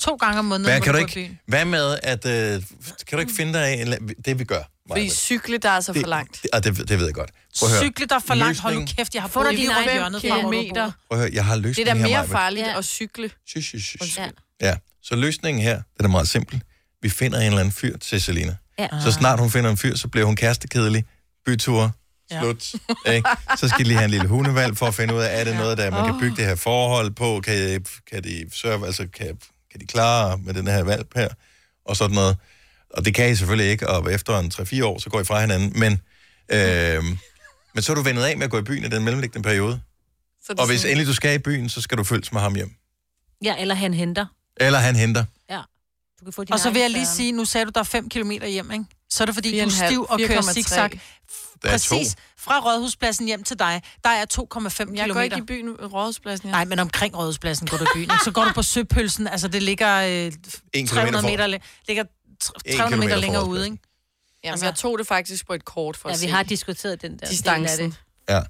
Speaker 3: To gange om måneden
Speaker 1: Hvad,
Speaker 3: må
Speaker 1: kan du
Speaker 3: gå i byen.
Speaker 1: ikke, hvad med, at øh, kan du ikke finde dig af, eller- det vi gør?
Speaker 4: Fordi cykle, der er så for langt.
Speaker 1: Det, ah, det, det ved jeg godt. Prøv at høre.
Speaker 3: Cykle dig for langt. Hold nu
Speaker 1: Løsningen-
Speaker 3: kæft, jeg har
Speaker 4: Få
Speaker 3: fået
Speaker 4: dig
Speaker 3: lige
Speaker 4: din
Speaker 3: rundt i
Speaker 4: egen
Speaker 3: hjørnet fra, hvor du
Speaker 4: kilometer.
Speaker 3: bor.
Speaker 1: Prøv at høre, jeg har løst
Speaker 4: Det er da
Speaker 1: her,
Speaker 4: mere
Speaker 1: Maja.
Speaker 4: farligt at cykle.
Speaker 1: Shush, shush, shush.
Speaker 4: Ja.
Speaker 1: Ja, så løsningen her, den er meget simpel. Vi finder en eller anden fyr til Selina.
Speaker 8: Ja.
Speaker 1: Så
Speaker 4: Ah.
Speaker 1: snart hun finder en fyr, så bliver hun kærestekedelig. Byture. Slut. Ja. Ikke? Så skal de lige have en lille hundevalg for at finde ud af, er det noget, der
Speaker 4: Ah.
Speaker 1: man kan bygge det her forhold på? Kan, kan, de, serve, altså, kan, kan de klare med den her valg her? Og sådan noget. Og det kan I selvfølgelig ikke, og efter en 3-4 år, så går I fra hinanden. Men, øh, men så er du vendet af med at gå i byen i den mellemliggende periode.
Speaker 4: Så
Speaker 1: Og hvis endelig du skal i byen, så skal du følges med ham hjem.
Speaker 8: Ja, eller han henter.
Speaker 1: Eller han henter.
Speaker 8: Ja. Du kan få din
Speaker 3: Og så
Speaker 8: egen
Speaker 3: vil jeg lige
Speaker 8: Søren.
Speaker 3: sige, nu sagde du, der er 5 km hjem, ikke? Så er det fordi, du
Speaker 8: 4,5,
Speaker 3: er stiv og kører
Speaker 8: 4,3.
Speaker 3: zigzag.
Speaker 1: Der er
Speaker 3: Præcis.
Speaker 1: to.
Speaker 3: Fra Rådhuspladsen hjem til dig, der er 2,5 km.
Speaker 4: Jeg går ikke i byen ved Rådhuspladsen.
Speaker 3: Nej, men omkring Rådhuspladsen går du i byen. ikke? Så går du på Søpølsen, altså det ligger øh,
Speaker 1: En kilometer
Speaker 3: 300
Speaker 1: for.
Speaker 3: meter, læ- ligger 300
Speaker 18: En
Speaker 3: meter
Speaker 18: kilometer
Speaker 3: længere
Speaker 18: forholdsvis.
Speaker 3: ude, ikke?
Speaker 4: Jamen, altså, jeg tog det faktisk på et kort for
Speaker 8: Ja,
Speaker 4: at
Speaker 8: vi
Speaker 4: se
Speaker 8: har diskuteret den der
Speaker 4: distancen.
Speaker 8: del af
Speaker 4: Det.
Speaker 1: Ja.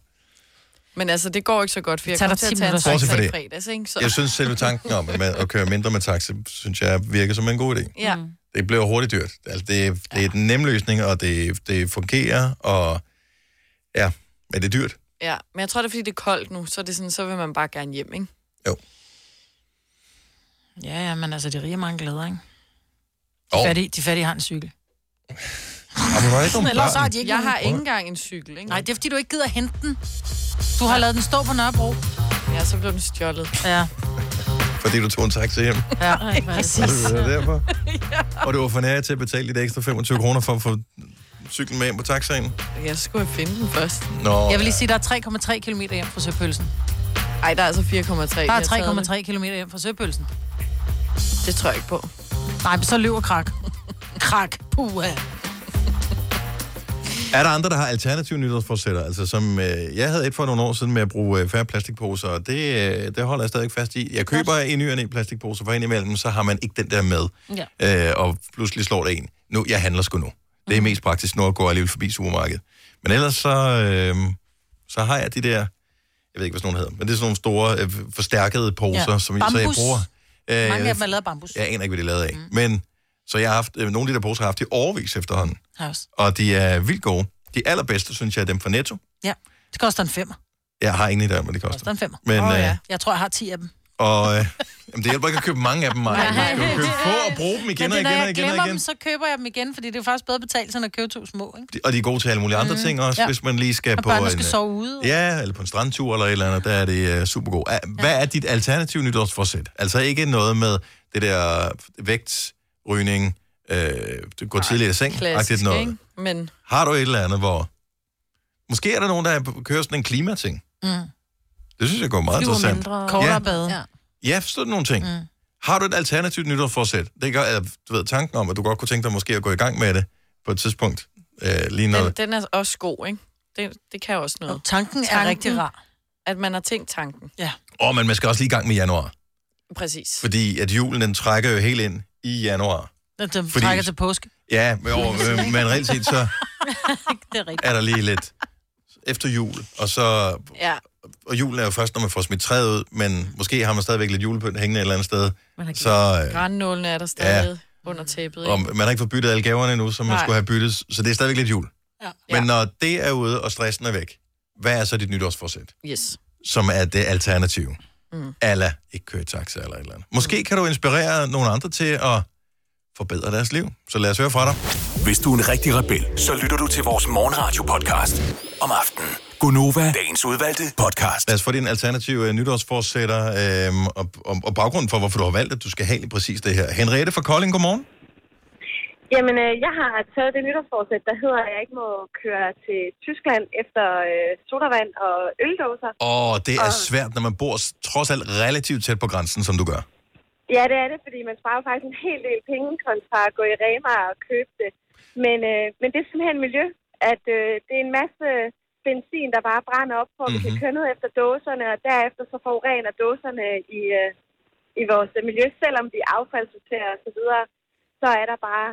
Speaker 4: Men altså, det går ikke så godt, for jeg
Speaker 3: Tag
Speaker 4: kommer
Speaker 3: dig
Speaker 4: til at
Speaker 3: 10
Speaker 4: tage en
Speaker 1: minutter. Bortset fra
Speaker 4: taxa i
Speaker 1: det.
Speaker 4: fredags, ikke? Så.
Speaker 1: Jeg synes, selve tanken om at, man- at køre mindre med taxa, synes jeg virker som en god idé.
Speaker 4: Ja.
Speaker 3: Mm.
Speaker 1: Det bliver hurtigt dyrt. Altså, det, er- det er den nemme løsning, og det, det fungerer, og ja, men det er dyrt.
Speaker 4: ja, men jeg tror, det er, fordi det er koldt nu, så, er det sådan, så vil man bare gerne hjem, ikke?
Speaker 3: Ja, ja, men altså, de rige har mange glæder, ikke? De
Speaker 1: Jo.
Speaker 3: fattige, de fattige har en cykel.
Speaker 1: Og man har ikke nogen
Speaker 3: [LAUGHS] Ellers så har
Speaker 1: børn.
Speaker 3: de ikke
Speaker 4: Jeg
Speaker 3: nogen
Speaker 4: har
Speaker 3: kroner.
Speaker 4: ikke engang en cykel, ikke?
Speaker 3: Nej, det er fordi, du ikke gider hente den. Du har lavet den stå på Nørrebro.
Speaker 4: Ja, så blev den stjålet.
Speaker 3: Ja,
Speaker 1: fordi du tog en taxa hjem.
Speaker 4: [LAUGHS]
Speaker 3: ja.
Speaker 1: Så det var
Speaker 3: [LAUGHS]
Speaker 1: derfor. Og du var for nær til at betale de der ekstra 25 kroner for at få cyklen med hjem på taxaen.
Speaker 4: Jeg skulle have finde den først.
Speaker 1: Nå,
Speaker 3: Jeg vil lige sige, der er 3,3 km hjem fra Søpølsen.
Speaker 4: Ej, der er altså 4,3.
Speaker 3: Der
Speaker 4: Jeg har taget
Speaker 3: er 3,3 km hjem fra Søpølsen.
Speaker 4: Det tror jeg ikke på.
Speaker 3: Nej, men så løber krak. krak. Puha.
Speaker 1: Er der andre, der har alternative nytårsforsætter? Altså, som øh, jeg havde et for nogle år siden med at bruge øh, færre plastikposer, og det, øh, det holder jeg stadig fast i. Jeg køber en ny og en plastikpose, for indimellem, så har man ikke den der med,
Speaker 8: Ja.
Speaker 1: øh, og pludselig slår det en. Nu, jeg handler sgu nu.
Speaker 3: Mhm.
Speaker 1: Det er mest praktisk, når jeg går alligevel forbi supermarkedet. Men ellers så, øh, så har jeg de der, jeg ved ikke, hvad sådan nogle hedder, men det er sådan nogle store, øh, forstærkede poser, ja.
Speaker 3: Ja.
Speaker 1: som jeg, så jeg
Speaker 3: Bambus.
Speaker 1: bruger. Øh,
Speaker 3: Mange af dem er lavet af bambus. Mhm.
Speaker 1: Jeg aner ikke, hvad de er lavet af. Mm. Men, så jeg har haft, øh, nogle af de der poser har jeg haft i overvis efterhånden
Speaker 3: Har jeg også.
Speaker 1: og de er vildt gode. De allerbedste, synes jeg, er dem fra Netto.
Speaker 3: Ja, det koster en femmer. Jeg
Speaker 1: Jeg har en i der, men det
Speaker 3: koster
Speaker 1: koster.
Speaker 3: en femmer.
Speaker 1: Men, øh,
Speaker 3: Jeg tror, jeg har 10 af dem.
Speaker 1: Og øh, jamen, det hjælper ikke at købe mange af dem, Maja. Du skal jo købe få og bruge dem igen
Speaker 3: Men det, når
Speaker 1: og igen og
Speaker 3: jeg
Speaker 1: igen og
Speaker 3: glemmer
Speaker 1: igen.
Speaker 3: dem, så køber jeg dem igen, fordi det er faktisk bedre betalt, end at købe to små, ikke?
Speaker 1: Og de er gode til alle mulige andre
Speaker 3: Mm,
Speaker 1: ting også,
Speaker 3: ja.
Speaker 1: hvis man lige skal
Speaker 3: Og
Speaker 1: på
Speaker 3: børnene
Speaker 1: en...
Speaker 3: skal
Speaker 1: øh,
Speaker 3: sove ude.
Speaker 1: Ja, eller på en strandtur eller et eller andet, der er det uh, super godt. Hvad er dit alternative nytårsforsæt? Altså ikke noget med det der vægt, rygning, øh, du går tidligere i seng, agtigt
Speaker 4: Klassisk,
Speaker 1: noget.
Speaker 4: ikke? Men
Speaker 1: Har du et eller andet, hvor... Måske er der nogen, der kører sådan en klimating.
Speaker 3: Mm.
Speaker 1: Det synes jeg går meget
Speaker 3: Flyver
Speaker 1: interessant.
Speaker 3: mindre.
Speaker 1: ja,
Speaker 3: Kortere bade. Ja.
Speaker 1: Ja, sådan nogle ting. Mm. Har du et alternativt nytårsforsæt? Det gør, at du ved, tanken om, at du godt kunne tænke dig måske at gå i gang med det på et tidspunkt. Øh, lige når...
Speaker 4: den, den er også god, ikke? Det, det kan også noget. Og
Speaker 3: tanken, er rigtig rar.
Speaker 4: At man har tænkt tanken.
Speaker 3: Ja.
Speaker 1: Åh, men man skal også lige i gang med januar.
Speaker 4: Præcis.
Speaker 1: Fordi at julen, den trækker jo helt ind i januar.
Speaker 3: Når dem
Speaker 1: Fordi-
Speaker 3: trækker til påske.
Speaker 1: Ja, men, jo, øh, men reelt set, så
Speaker 3: [LAUGHS] det er rigtigt.
Speaker 1: er der lige lidt efter jul. Og, så,
Speaker 4: Ja.
Speaker 1: og julen er jo først, når man får smidt træet ud, men måske har man stadigvæk lidt julepynt hængende et eller andet sted. Så, øh,
Speaker 4: Grænnålene er der stadig ja. under tæppet, ikke?
Speaker 1: og man har ikke fået byttet alle gaverne endnu, som man
Speaker 4: Nej.
Speaker 1: skulle have byttet, så det er stadigvæk lidt jul.
Speaker 4: Ja.
Speaker 1: Men når det er ude, og stressen er væk, hvad er så dit nytårsforsæt,
Speaker 4: Yes.
Speaker 1: som er det alternative?
Speaker 4: Mm.
Speaker 1: Alla, ikke køre i taxa eller et eller andet. Måske kan du inspirere nogle andre til at forbedre deres liv. Så lad os høre fra dig.
Speaker 7: Hvis du er en rigtig rebel, så lytter du til vores morgenradio-podcast om aftenen. Gunova, dagens udvalgte podcast.
Speaker 1: Lad os få din alternative øh, nytårsforsætter øh, og, og, og baggrunden for, hvorfor du har valgt, at du skal have lige præcis det her. Henriette fra Kolding, godmorgen.
Speaker 19: Jamen, øh, jeg har taget det nytårsforsæt, der hedder, at jeg ikke må køre til Tyskland efter øh, sodavand og øldåser.
Speaker 1: Åh, det er svært, når man bor s- trods alt relativt tæt på grænsen, som du gør.
Speaker 19: Ja, det er det, fordi man sparer jo faktisk en hel del penge kontra at gå i Rema og købe det. Men, øh, men det er simpelthen miljø, at øh, det er en masse benzin, der bare brænder op, for mm-hmm. vi kan køre ned efter dåserne, og derefter så forurener dåserne i, øh, i vores øh, miljø, selvom de affaldssorterer og så videre, så er der bare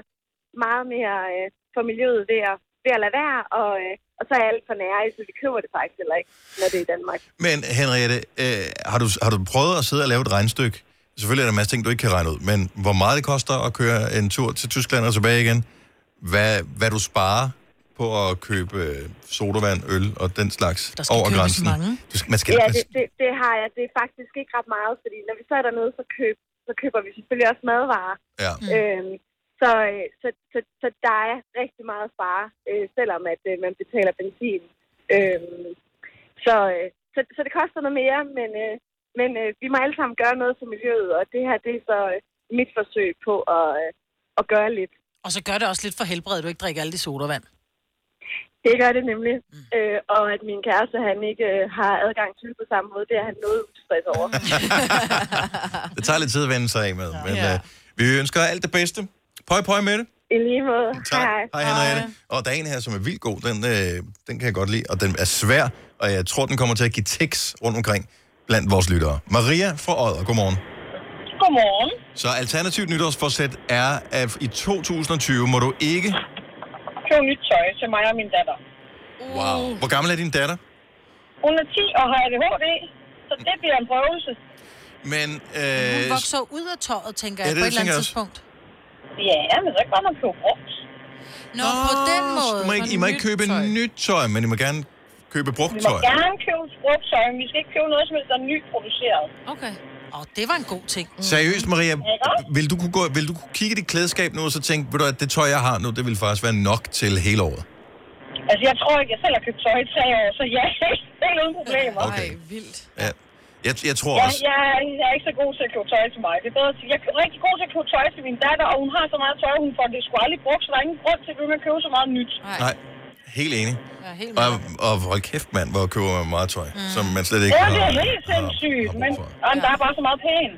Speaker 19: meget mere øh, for miljøet ved at, ved at lade være, og, øh, og så er alt for nære, så vi køber det faktisk heller ikke, når det er i Danmark.
Speaker 1: Men Henriette, øh, har, du, har du prøvet at sidde og lave et regnstykke? Selvfølgelig er der en masse ting, du ikke kan regne ud, men hvor meget det koster at køre en tur til Tyskland og tilbage igen? Hvad, hvad du sparer på at købe øh, sodavand, øl og den slags
Speaker 19: Der skal
Speaker 1: over
Speaker 19: købes
Speaker 1: grænsen?
Speaker 19: mange.
Speaker 1: Du skal, man skal,
Speaker 19: ja,
Speaker 1: man,
Speaker 19: det, det, det har jeg. Det er faktisk ikke ret meget, fordi når vi så er dernede, så, køb, så køber vi selvfølgelig også madvarer.
Speaker 1: Ja.
Speaker 19: Mm. Øhm, så, øh, så, så, så der er rigtig meget at spare, øh, selvom at øh, man betaler benzin. Øhm, så, øh, så, så det koster noget mere, men, øh, men øh, vi må alle sammen gøre noget for miljøet, og det her det er så øh, mit forsøg på at, øh, at gøre lidt.
Speaker 3: Og så gør det også lidt for helbredet, at du ikke drikker alle de sodavand.
Speaker 19: Det gør det nemlig. Mm. Øh, og at min kæreste, han ikke øh, har adgang til det på samme måde, det er han noget utilfreds [LAUGHS] over.
Speaker 1: det tager lidt tid at vende sig af med, men øh, vi ønsker alt det bedste. Pøj, pøj med det.
Speaker 19: I lige måde.
Speaker 1: Tak.
Speaker 19: Hej.
Speaker 1: Hej, Henriette. Og der er en her, som er vildt god. Den, øh, den kan jeg godt lide, og den er svær, og jeg tror, den kommer til at give tekst rundt omkring blandt vores lyttere. Maria fra Odder, godmorgen.
Speaker 12: Godmorgen.
Speaker 1: Så alternativt nytårsforsæt er, at i 2020 må du ikke...
Speaker 12: Køb nyt tøj til mig og min datter.
Speaker 1: Wow. Hvor gammel er din datter?
Speaker 12: Hun er 10 og har ADHD, så det bliver en prøvelse.
Speaker 1: Men,
Speaker 3: Hun
Speaker 1: øh,
Speaker 3: vokser ud af tøjet, tænker
Speaker 1: Ja,
Speaker 3: jeg,
Speaker 1: det
Speaker 3: på et eller
Speaker 1: tænker
Speaker 3: andet
Speaker 1: jeg også.
Speaker 3: tidspunkt.
Speaker 12: Ja, men så kan man købe brugt.
Speaker 3: Nå, på den måde.
Speaker 1: du må ikke, I må ikke købe nyt tøj, men I må gerne købe brugt
Speaker 12: Vi må
Speaker 1: tøj.
Speaker 12: gerne købe brugt tøj, men vi skal ikke købe noget, som helst, der er nyproduceret.
Speaker 3: Okay. Og det var en god ting.
Speaker 1: Seriøst, Maria,
Speaker 12: Ikke?
Speaker 1: vil du, kunne gå, vil du kunne kigge i dit klædeskab nu, og så tænke, ved du, at det tøj, jeg har nu, det vil faktisk være nok til hele året?
Speaker 12: Altså, jeg tror ikke, jeg selv har købt tøj i tre år, så ja, [LAUGHS] det er uden problemer.
Speaker 1: Okay.
Speaker 12: Ej, vildt.
Speaker 1: Ja. Jeg, jeg tror
Speaker 12: Jeg,
Speaker 1: også...
Speaker 12: jeg, er- jeg er ikke så god til at købe tøj til mig. Det er bedre til, jeg er rigtig god til at købe tøj til min datter, og hun har så meget tøj, hun får det sgu aldrig brugt, så der er ingen grund til at begynde at købe så meget nyt.
Speaker 1: Nej, helt enig.
Speaker 3: Ja, helt
Speaker 1: Og, og hold kæft, mand, hvor køber man meget tøj, mm. som man slet ikke
Speaker 12: Ja,
Speaker 1: har.
Speaker 12: det er helt sindssygt, men og der er bare så meget pænt.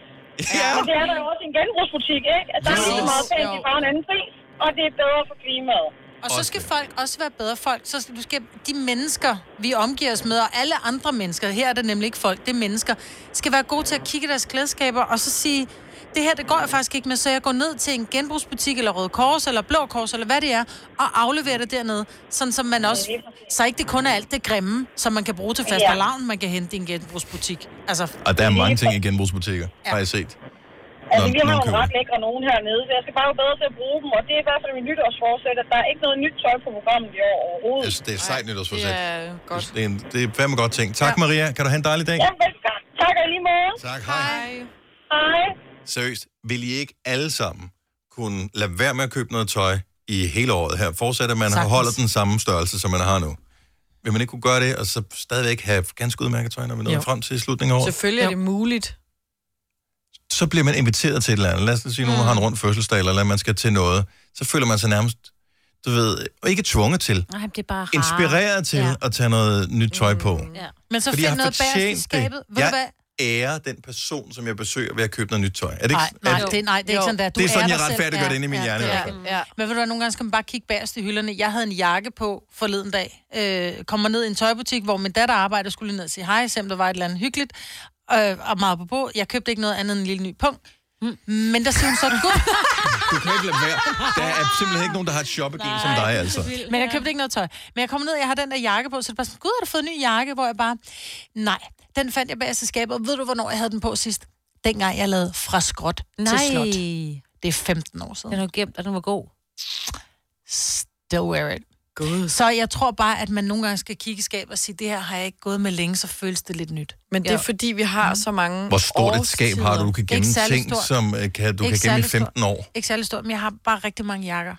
Speaker 1: Ja.
Speaker 12: Men det er der jo også i en genbrugsbutik, ikke? At der er lige så meget pænt, det er bare en anden pris, og det er bedre for klimaet.
Speaker 3: Og så skal folk også være bedre folk. Så skal, du skal, de mennesker, vi omgiver os med, og alle andre mennesker, her er det nemlig ikke folk, det er mennesker, skal være gode til at kigge i deres klædeskaber, og så sige, det her, det går jeg faktisk ikke med, så jeg går ned til en genbrugsbutik, eller Røde Kors, eller Blå Kors, eller hvad det er, og afleverer det dernede, sådan som man også, så ikke det kun er alt det grimme, som man kan bruge til fast
Speaker 12: Ja.
Speaker 3: man kan hente i en genbrugsbutik. Altså,
Speaker 1: Og der er mange ting i genbrugsbutikker, har jeg set.
Speaker 12: Altså,
Speaker 1: Nå,
Speaker 12: vi
Speaker 1: nogen
Speaker 12: har nogle
Speaker 1: køber.
Speaker 12: ret lækre nogen hernede, så jeg skal bare være bedre til at bruge dem, og det er i hvert fald mit nytårsforsæt, at der er ikke noget nyt tøj på programmet i år overhovedet.
Speaker 1: Altså, det er sejt nytårsforsæt.
Speaker 12: Ja, godt.
Speaker 1: Det er, en, det er fandme godt ting. Tak, Maria. Kan du have en dejlig dag?
Speaker 12: Ja, velkommen. Tak og i lige måde.
Speaker 1: Tak, hej.
Speaker 12: Hej.
Speaker 1: Seriøst, vil I ikke alle sammen kunne lade være med at købe noget tøj i hele året her? Fortsat, at man Sagtens. holder den samme størrelse, som man har nu. Vil man ikke kunne gøre det, og så stadigvæk have ganske udmærket tøj, når vi når
Speaker 4: Jo.
Speaker 1: frem til slutningen af året?
Speaker 4: Selvfølgelig er det muligt.
Speaker 1: Så bliver man inviteret til et eller andet. Lad os sige, at nogen har en rund fødselsdag, eller at man skal til noget. Så føler man sig nærmest, du ved, og ikke tvunget til.
Speaker 8: Nej, det er bare rart.
Speaker 1: Inspireret til ja. at tage noget nyt tøj på.
Speaker 8: Ja.
Speaker 3: Men så
Speaker 1: Fordi
Speaker 3: find
Speaker 1: jeg har
Speaker 3: noget bagerst i
Speaker 1: fortjent det.
Speaker 3: skabet. Ved du
Speaker 1: Jeg
Speaker 3: hvad?
Speaker 1: ærer den person, som jeg besøger ved at købe noget nyt tøj. Er det ikke,
Speaker 3: Nej, nej,
Speaker 1: er,
Speaker 3: det, nej, det er ikke sådan, der. Du
Speaker 1: det er sådan,
Speaker 3: dig
Speaker 1: jeg
Speaker 3: selv.
Speaker 1: retfærdiggør
Speaker 3: Ja,
Speaker 1: det inde i min
Speaker 3: ja,
Speaker 1: hjerne. i
Speaker 3: det
Speaker 1: hvert
Speaker 3: er
Speaker 1: fald.
Speaker 3: rigtigt. Ja. Men ved du hvad, nogle gange skal man bare kigge bagerst i hylderne. Jeg havde en jakke på forleden dag. Øh, kommer ned i en tøjbutik, hvor min datter arbejder, skulle lige ned og sige hej, se om der var et eller andet hyggeligt. Øh, og meget på på. Jeg købte ikke noget andet end en lille ny punkt.
Speaker 8: Mm.
Speaker 3: Men der siger
Speaker 8: [LAUGHS]
Speaker 3: hun så, gud,
Speaker 1: Du kan ikke lade være. Der er simpelthen ikke nogen, der har et shoppegen som dig, altså.
Speaker 3: Men jeg købte ikke noget tøj. Men jeg kom ned, og jeg har den der jakke på, så det er bare sådan, gud, har du fået en ny jakke? Hvor jeg bare, nej, den fandt jeg bagerst i skabet, og ved du, hvornår jeg havde den på sidst? Dengang jeg lavede fra skråt til
Speaker 8: Nej.
Speaker 3: slot. Det er 15 år siden.
Speaker 8: Den er jo gemt, og den var god.
Speaker 3: Still wear it. God. Så jeg tror bare, at man nogle gange skal kigge i skabet og sige, det her har jeg ikke gået med længe, så føles det lidt nyt.
Speaker 4: Men det er, fordi vi har så mange
Speaker 1: Hvor stort et skab har du, du kan
Speaker 3: Ikke
Speaker 1: gemme
Speaker 3: særlig
Speaker 1: ting,
Speaker 3: stort.
Speaker 1: som øh, kan, du
Speaker 3: Ikke
Speaker 1: kan gemme i
Speaker 3: særlig stort.
Speaker 1: 15 år?
Speaker 3: Ikke særlig stort, men jeg har bare rigtig mange jakker.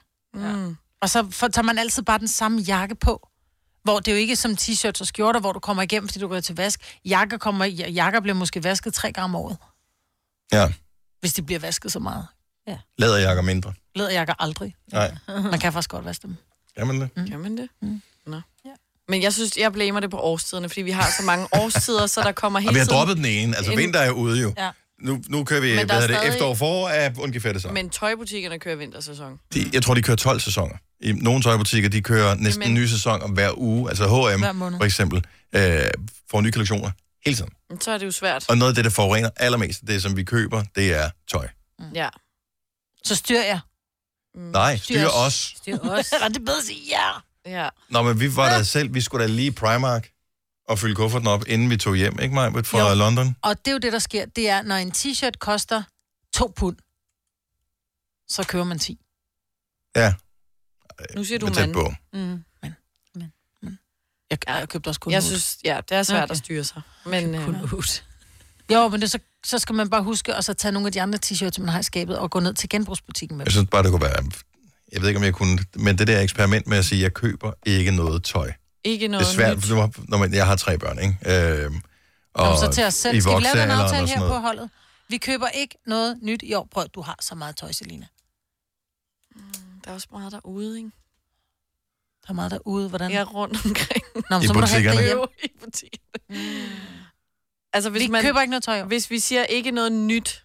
Speaker 3: Mm. Og så får, tager man altid bare den samme jakke på. Hvor det er jo ikke som t-shirts og skjorter, hvor du kommer igennem, fordi du går til vask. Jakker, kommer, ja- jakker bliver måske vasket tre gange om året,
Speaker 1: Ja,
Speaker 3: hvis de bliver vasket så meget.
Speaker 1: læderjakker mindre.
Speaker 3: Læderjakker aldrig.
Speaker 1: Nej,
Speaker 3: Man kan faktisk godt vaske dem.
Speaker 1: kan man det?
Speaker 4: Kan man det? Mm. Nå. Men jeg synes, jeg blamer det på årstiderne, fordi vi har så
Speaker 1: [LAUGHS]
Speaker 4: mange årstider, så der kommer hele
Speaker 1: Og vi har
Speaker 4: tiden...
Speaker 1: droppet den ene. Altså,
Speaker 4: en-
Speaker 1: vinter er ude jo.
Speaker 4: Ja.
Speaker 1: Nu, nu kører vi,
Speaker 4: Men der
Speaker 1: hvad
Speaker 4: er
Speaker 1: hedder det,
Speaker 4: stadig-
Speaker 1: efterår og forår er ungefær det samme.
Speaker 4: Men tøjbutikkerne kører vintersæson.
Speaker 1: De, jeg tror, de kører 12 sæsoner. I nogle tøjbutikker, de kører næsten
Speaker 4: Jamen.
Speaker 1: en ny sæson om hver uge. Altså H&M,
Speaker 4: Hver måned.
Speaker 1: for eksempel, øh, får nye kollektioner hele tiden.
Speaker 4: Men så er det jo svært.
Speaker 1: Og noget af det, der forurener allermest, det som vi køber, det er tøj.
Speaker 3: Mm.
Speaker 4: Ja.
Speaker 3: Så styrer jeg.
Speaker 4: Mm.
Speaker 1: Nej, styr os.
Speaker 3: Styr
Speaker 1: [LAUGHS]
Speaker 3: os. Var det bedre at sige ja?
Speaker 4: Ja.
Speaker 1: Nå, men vi var der selv, vi skulle da lige i Primark og fylde kufferten op, inden vi tog hjem, ikke mig, fra
Speaker 3: Jo.
Speaker 1: London?
Speaker 3: Og det er jo det, der sker. Det er, når en t-shirt koster to pund, så kører man 10.
Speaker 1: Ja.
Speaker 4: Nu siger du
Speaker 1: Men tæt
Speaker 4: mand.
Speaker 1: på.
Speaker 4: Mm. Men,
Speaker 3: Jeg, jeg købte også kun
Speaker 4: Jeg
Speaker 3: ud.
Speaker 4: synes, ja, det er svært
Speaker 3: Okay.
Speaker 4: at styre sig. Men, øh,
Speaker 3: Jo, men det, så, så skal man bare huske at så tage nogle af de andre t-shirts, man har i skabet, og gå ned til genbrugsbutikken med
Speaker 1: Jeg synes bare, det kunne være... Jeg ved ikke, om jeg kunne... Men det der eksperiment med at sige, at jeg køber ikke noget tøj.
Speaker 4: Ikke
Speaker 1: det
Speaker 4: noget
Speaker 1: er svært,
Speaker 4: nyt.
Speaker 1: for nu- når man, jeg har tre børn, ikke? Øhm, og
Speaker 3: Kom så til os selv.
Speaker 1: i
Speaker 3: Skal vi lave den
Speaker 1: voksealderen og
Speaker 3: aftale
Speaker 1: sådan
Speaker 3: her på
Speaker 1: noget.
Speaker 3: holdet? Vi køber ikke noget nyt i år. Prøv, du har så meget tøj, Selina.
Speaker 4: Mm, Der er også meget derude, ikke?
Speaker 3: Der er meget derude. Hvordan?
Speaker 4: Jeg er rundt omkring.
Speaker 3: Nå, men I så må du have det butikkerne. derhjemme.
Speaker 4: Jo, I butikkerne. Altså, hvis
Speaker 3: Vi
Speaker 4: man,
Speaker 3: køber ikke noget tøj.
Speaker 4: Hvis vi siger ikke noget
Speaker 3: Du
Speaker 4: nyt.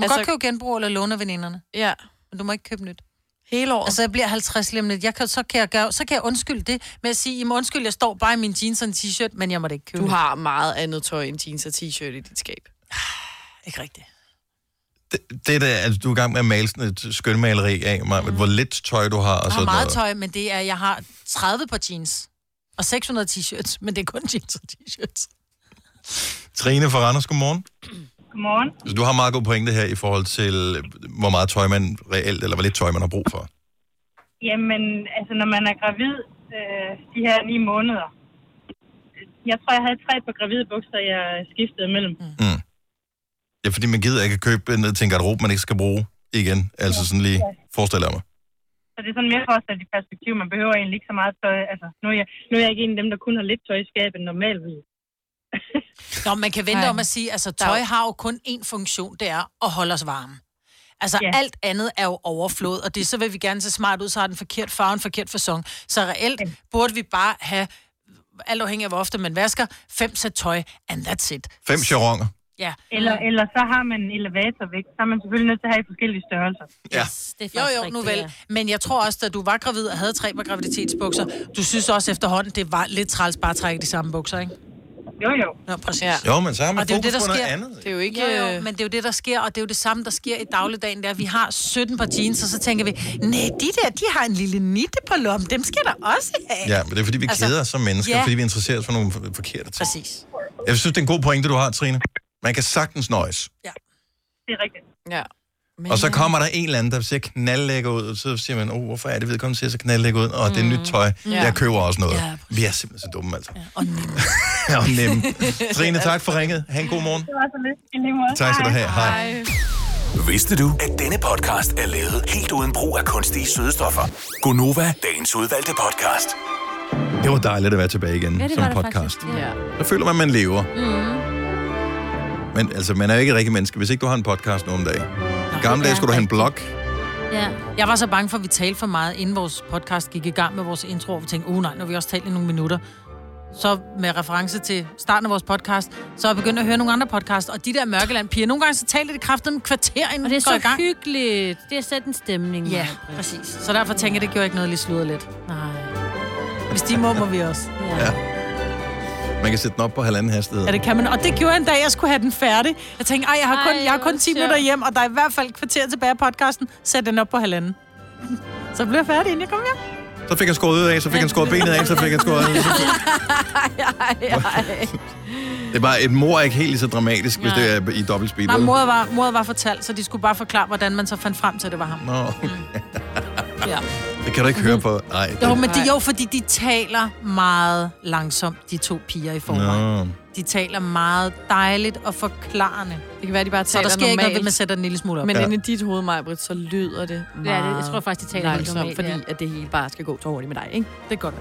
Speaker 3: må altså... godt købe genbrug eller låne af veninderne.
Speaker 4: Ja.
Speaker 3: Men du må ikke købe nyt.
Speaker 4: Hele året.
Speaker 3: Altså, jeg bliver 50 lige om lidt. Jeg kan, så, kan jeg gøre, så kan jeg undskylde det med at sige, I må undskylde, jeg står bare i min jeans og en t-shirt, men jeg må da ikke købe
Speaker 4: Du
Speaker 3: nyt.
Speaker 4: har meget andet tøj end jeans og t-shirt i dit skab.
Speaker 3: Ikke rigtigt.
Speaker 1: det, det der, altså, du er i gang med at male sådan et skønmaleri af mig, mm. hvor lidt tøj du har og
Speaker 3: Jeg har
Speaker 1: sådan
Speaker 3: meget
Speaker 1: noget.
Speaker 3: tøj, men det er, jeg har 30 par jeans. Og 600 t-shirts, men det er kun jeans og t-shirts.
Speaker 1: Trine fra Randers, godmorgen.
Speaker 12: Godmorgen.
Speaker 1: Så du har meget god pointe her i forhold til, øh, hvor meget tøj man reelt, eller hvor lidt tøj man har brug for.
Speaker 12: Jamen, altså når man er gravid øh, de her ni måneder. Jeg tror, jeg havde tre på gravide bukser, jeg skiftede mellem.
Speaker 3: Mm.
Speaker 1: Det er fordi, man gider ikke at købe ned til en garderob, man ikke skal bruge igen. Altså sådan lige, forestiller jeg mig.
Speaker 12: Så det er sådan mere for at sætte i perspektiv. Man behøver egentlig ikke så meget tøj. Altså, nu er jeg, nu er jeg ikke en af dem, der kun har lidt tøj i skabet normalt.
Speaker 3: [LAUGHS] Nå, man kan vente
Speaker 12: Ej.
Speaker 3: om at sige, altså tøj har jo kun én funktion, det er at holde os varme. Altså
Speaker 12: Ja.
Speaker 3: ja. alt andet er jo overflod, og det så vil vi gerne se smart ud, så har den forkert farve, en forkert fasong. Så reelt burde vi bare have, alt afhængig af hvor ofte man vasker, fem sæt tøj, and that's it.
Speaker 1: Fem charonger.
Speaker 3: Ja.
Speaker 12: Eller, eller så har man en elevatorvægt. Så er man selvfølgelig nødt til at have i forskellige størrelser.
Speaker 1: Ja.
Speaker 3: Det er jo, jo, nu vel. Men jeg tror også, da du var gravid og havde tre par graviditetsbukser, du synes også efterhånden, det var lidt træls bare at trække de samme bukser, ikke?
Speaker 12: Jo, jo.
Speaker 3: Nå, præcis.
Speaker 1: Ja. Jo, men så har man
Speaker 3: Og det er jo
Speaker 1: fokus
Speaker 3: det, der
Speaker 1: på noget
Speaker 3: sker.
Speaker 1: andet.
Speaker 4: Det er jo ikke...
Speaker 3: Jo, jo, men det er jo det, der sker, og det er jo det samme, der sker i dagligdagen, det er, at vi har 17 par jeans, og så tænker vi, nej, de der, de har en lille nitte på lommen, dem skal der også have.
Speaker 1: Ja, men det er fordi, vi altså, keder os som mennesker,
Speaker 3: ja. Altså-
Speaker 1: fordi vi interesserer os for nogle for- forkerte ting.
Speaker 3: Præcis.
Speaker 1: Jeg synes, det er en god pointe, du har, Trine. Man kan sagtens nøjes.
Speaker 12: Det er rigtigt.
Speaker 4: Ja.
Speaker 1: Men... Og så kommer der en eller anden, der ser knaldlækker ud, og så siger man, oh, hvorfor er det vedkommende ser så knaldlækker ud? Og det er nyt tøj.
Speaker 3: Mm.
Speaker 1: Jeg køber også noget.
Speaker 3: Ja,
Speaker 1: vi er simpelthen så dumme, altså. [LAUGHS] Ja, og nemme. Trine, tak for ringet. Ha' en god morgen.
Speaker 12: Det var så lidt. I lige måde.
Speaker 1: Tak skal du have. Hej.
Speaker 7: Vidste du, at denne podcast er lavet helt uden brug af kunstige sødestoffer? Gonova, dagens udvalgte podcast.
Speaker 1: Det var dejligt at være tilbage igen
Speaker 7: Ja, det
Speaker 1: som
Speaker 7: var det
Speaker 1: podcast.
Speaker 7: faktisk,
Speaker 4: Ja.
Speaker 1: Der føler man, man lever.
Speaker 4: Mm.
Speaker 1: Men altså, man er jo ikke et rigtigt menneske, hvis ikke du har en podcast nogen dag. I gamle dage skulle du have en blog.
Speaker 3: Ja. Jeg var så bange for, at vi talte for meget, inden vores podcast gik i gang med vores intro, og vi tænkte, oh nej, nu har vi også talt i nogle minutter. Så med reference til starten af vores podcast, så er jeg begyndt at høre nogle andre podcasts, og de der Mørkeland-piger, nogle gange så talte det kraftigt om kvarter, inden
Speaker 8: Og det er
Speaker 3: går i
Speaker 8: så
Speaker 3: gang.
Speaker 8: hyggeligt. Det er sat en stemning.
Speaker 3: Ja, præcis. Så derfor tænker jeg, det gjorde ikke noget, lige sludder lidt. Nej. Hvis de må, må vi også.
Speaker 1: Ja. Man kan sætte den op på halvanden hastighed.
Speaker 3: Ja, det kan man. Og det gjorde jeg en dag, jeg skulle have den færdig. Jeg tænkte, ej, jeg har kun,
Speaker 8: Ej,
Speaker 3: jeg har kun
Speaker 8: hvor
Speaker 3: 10
Speaker 8: sjovt.
Speaker 3: minutter hjem, og der er i hvert fald et kvarter tilbage af podcasten. Sæt den op på halvanden. Så blev jeg færdig, inden jeg kom hjem.
Speaker 8: [LAUGHS]
Speaker 1: Så fik han skåret ud af, så fik han skåret benet af, så fik han skåret... Det er bare, et mor er ikke helt lige så dramatisk, hvis
Speaker 3: Nej.
Speaker 1: det er i dobbeltspeed.
Speaker 3: Nej,
Speaker 1: vel?
Speaker 3: mor var, mor var fortalt, så de skulle bare forklare, hvordan man så fandt frem til, at det var ham.
Speaker 1: Nå,
Speaker 3: Ja.
Speaker 1: det kan du ikke høre på. Nej,
Speaker 3: Jo, men de, jo, fordi de taler meget langsomt, de to piger i forvejen.
Speaker 1: Nå.
Speaker 3: De taler meget dejligt og forklarende. Det kan være, de bare Så
Speaker 4: taler
Speaker 3: der sker ikke noget,
Speaker 4: normalt.
Speaker 3: ved, at man sætter den en lille smule op.
Speaker 4: Men ja. inde i dit hoved, Majbrit, så lyder det meget
Speaker 3: jeg tror faktisk, de taler helt
Speaker 4: langsomt,
Speaker 3: normalt,
Speaker 4: fordi
Speaker 3: ja.
Speaker 4: at det hele bare skal gå så hurtigt med dig, ikke?
Speaker 3: Det er godt.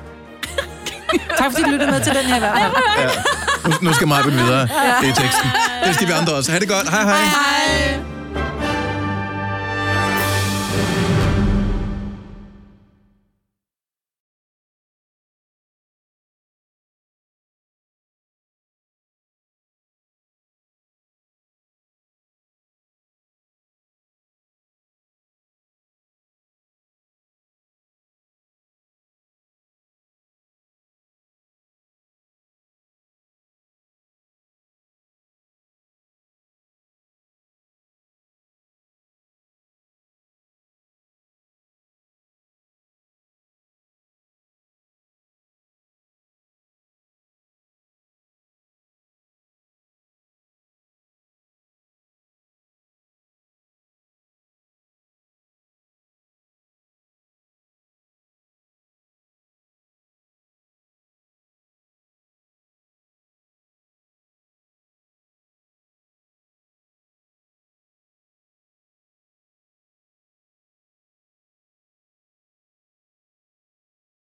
Speaker 3: tak fordi du lyttede med til den her i hvert fald. [LAUGHS]
Speaker 1: Nu, nu skal Maja videre i teksten. Det skal vi andre også. Ha' det godt. Hej hej.
Speaker 3: Hej.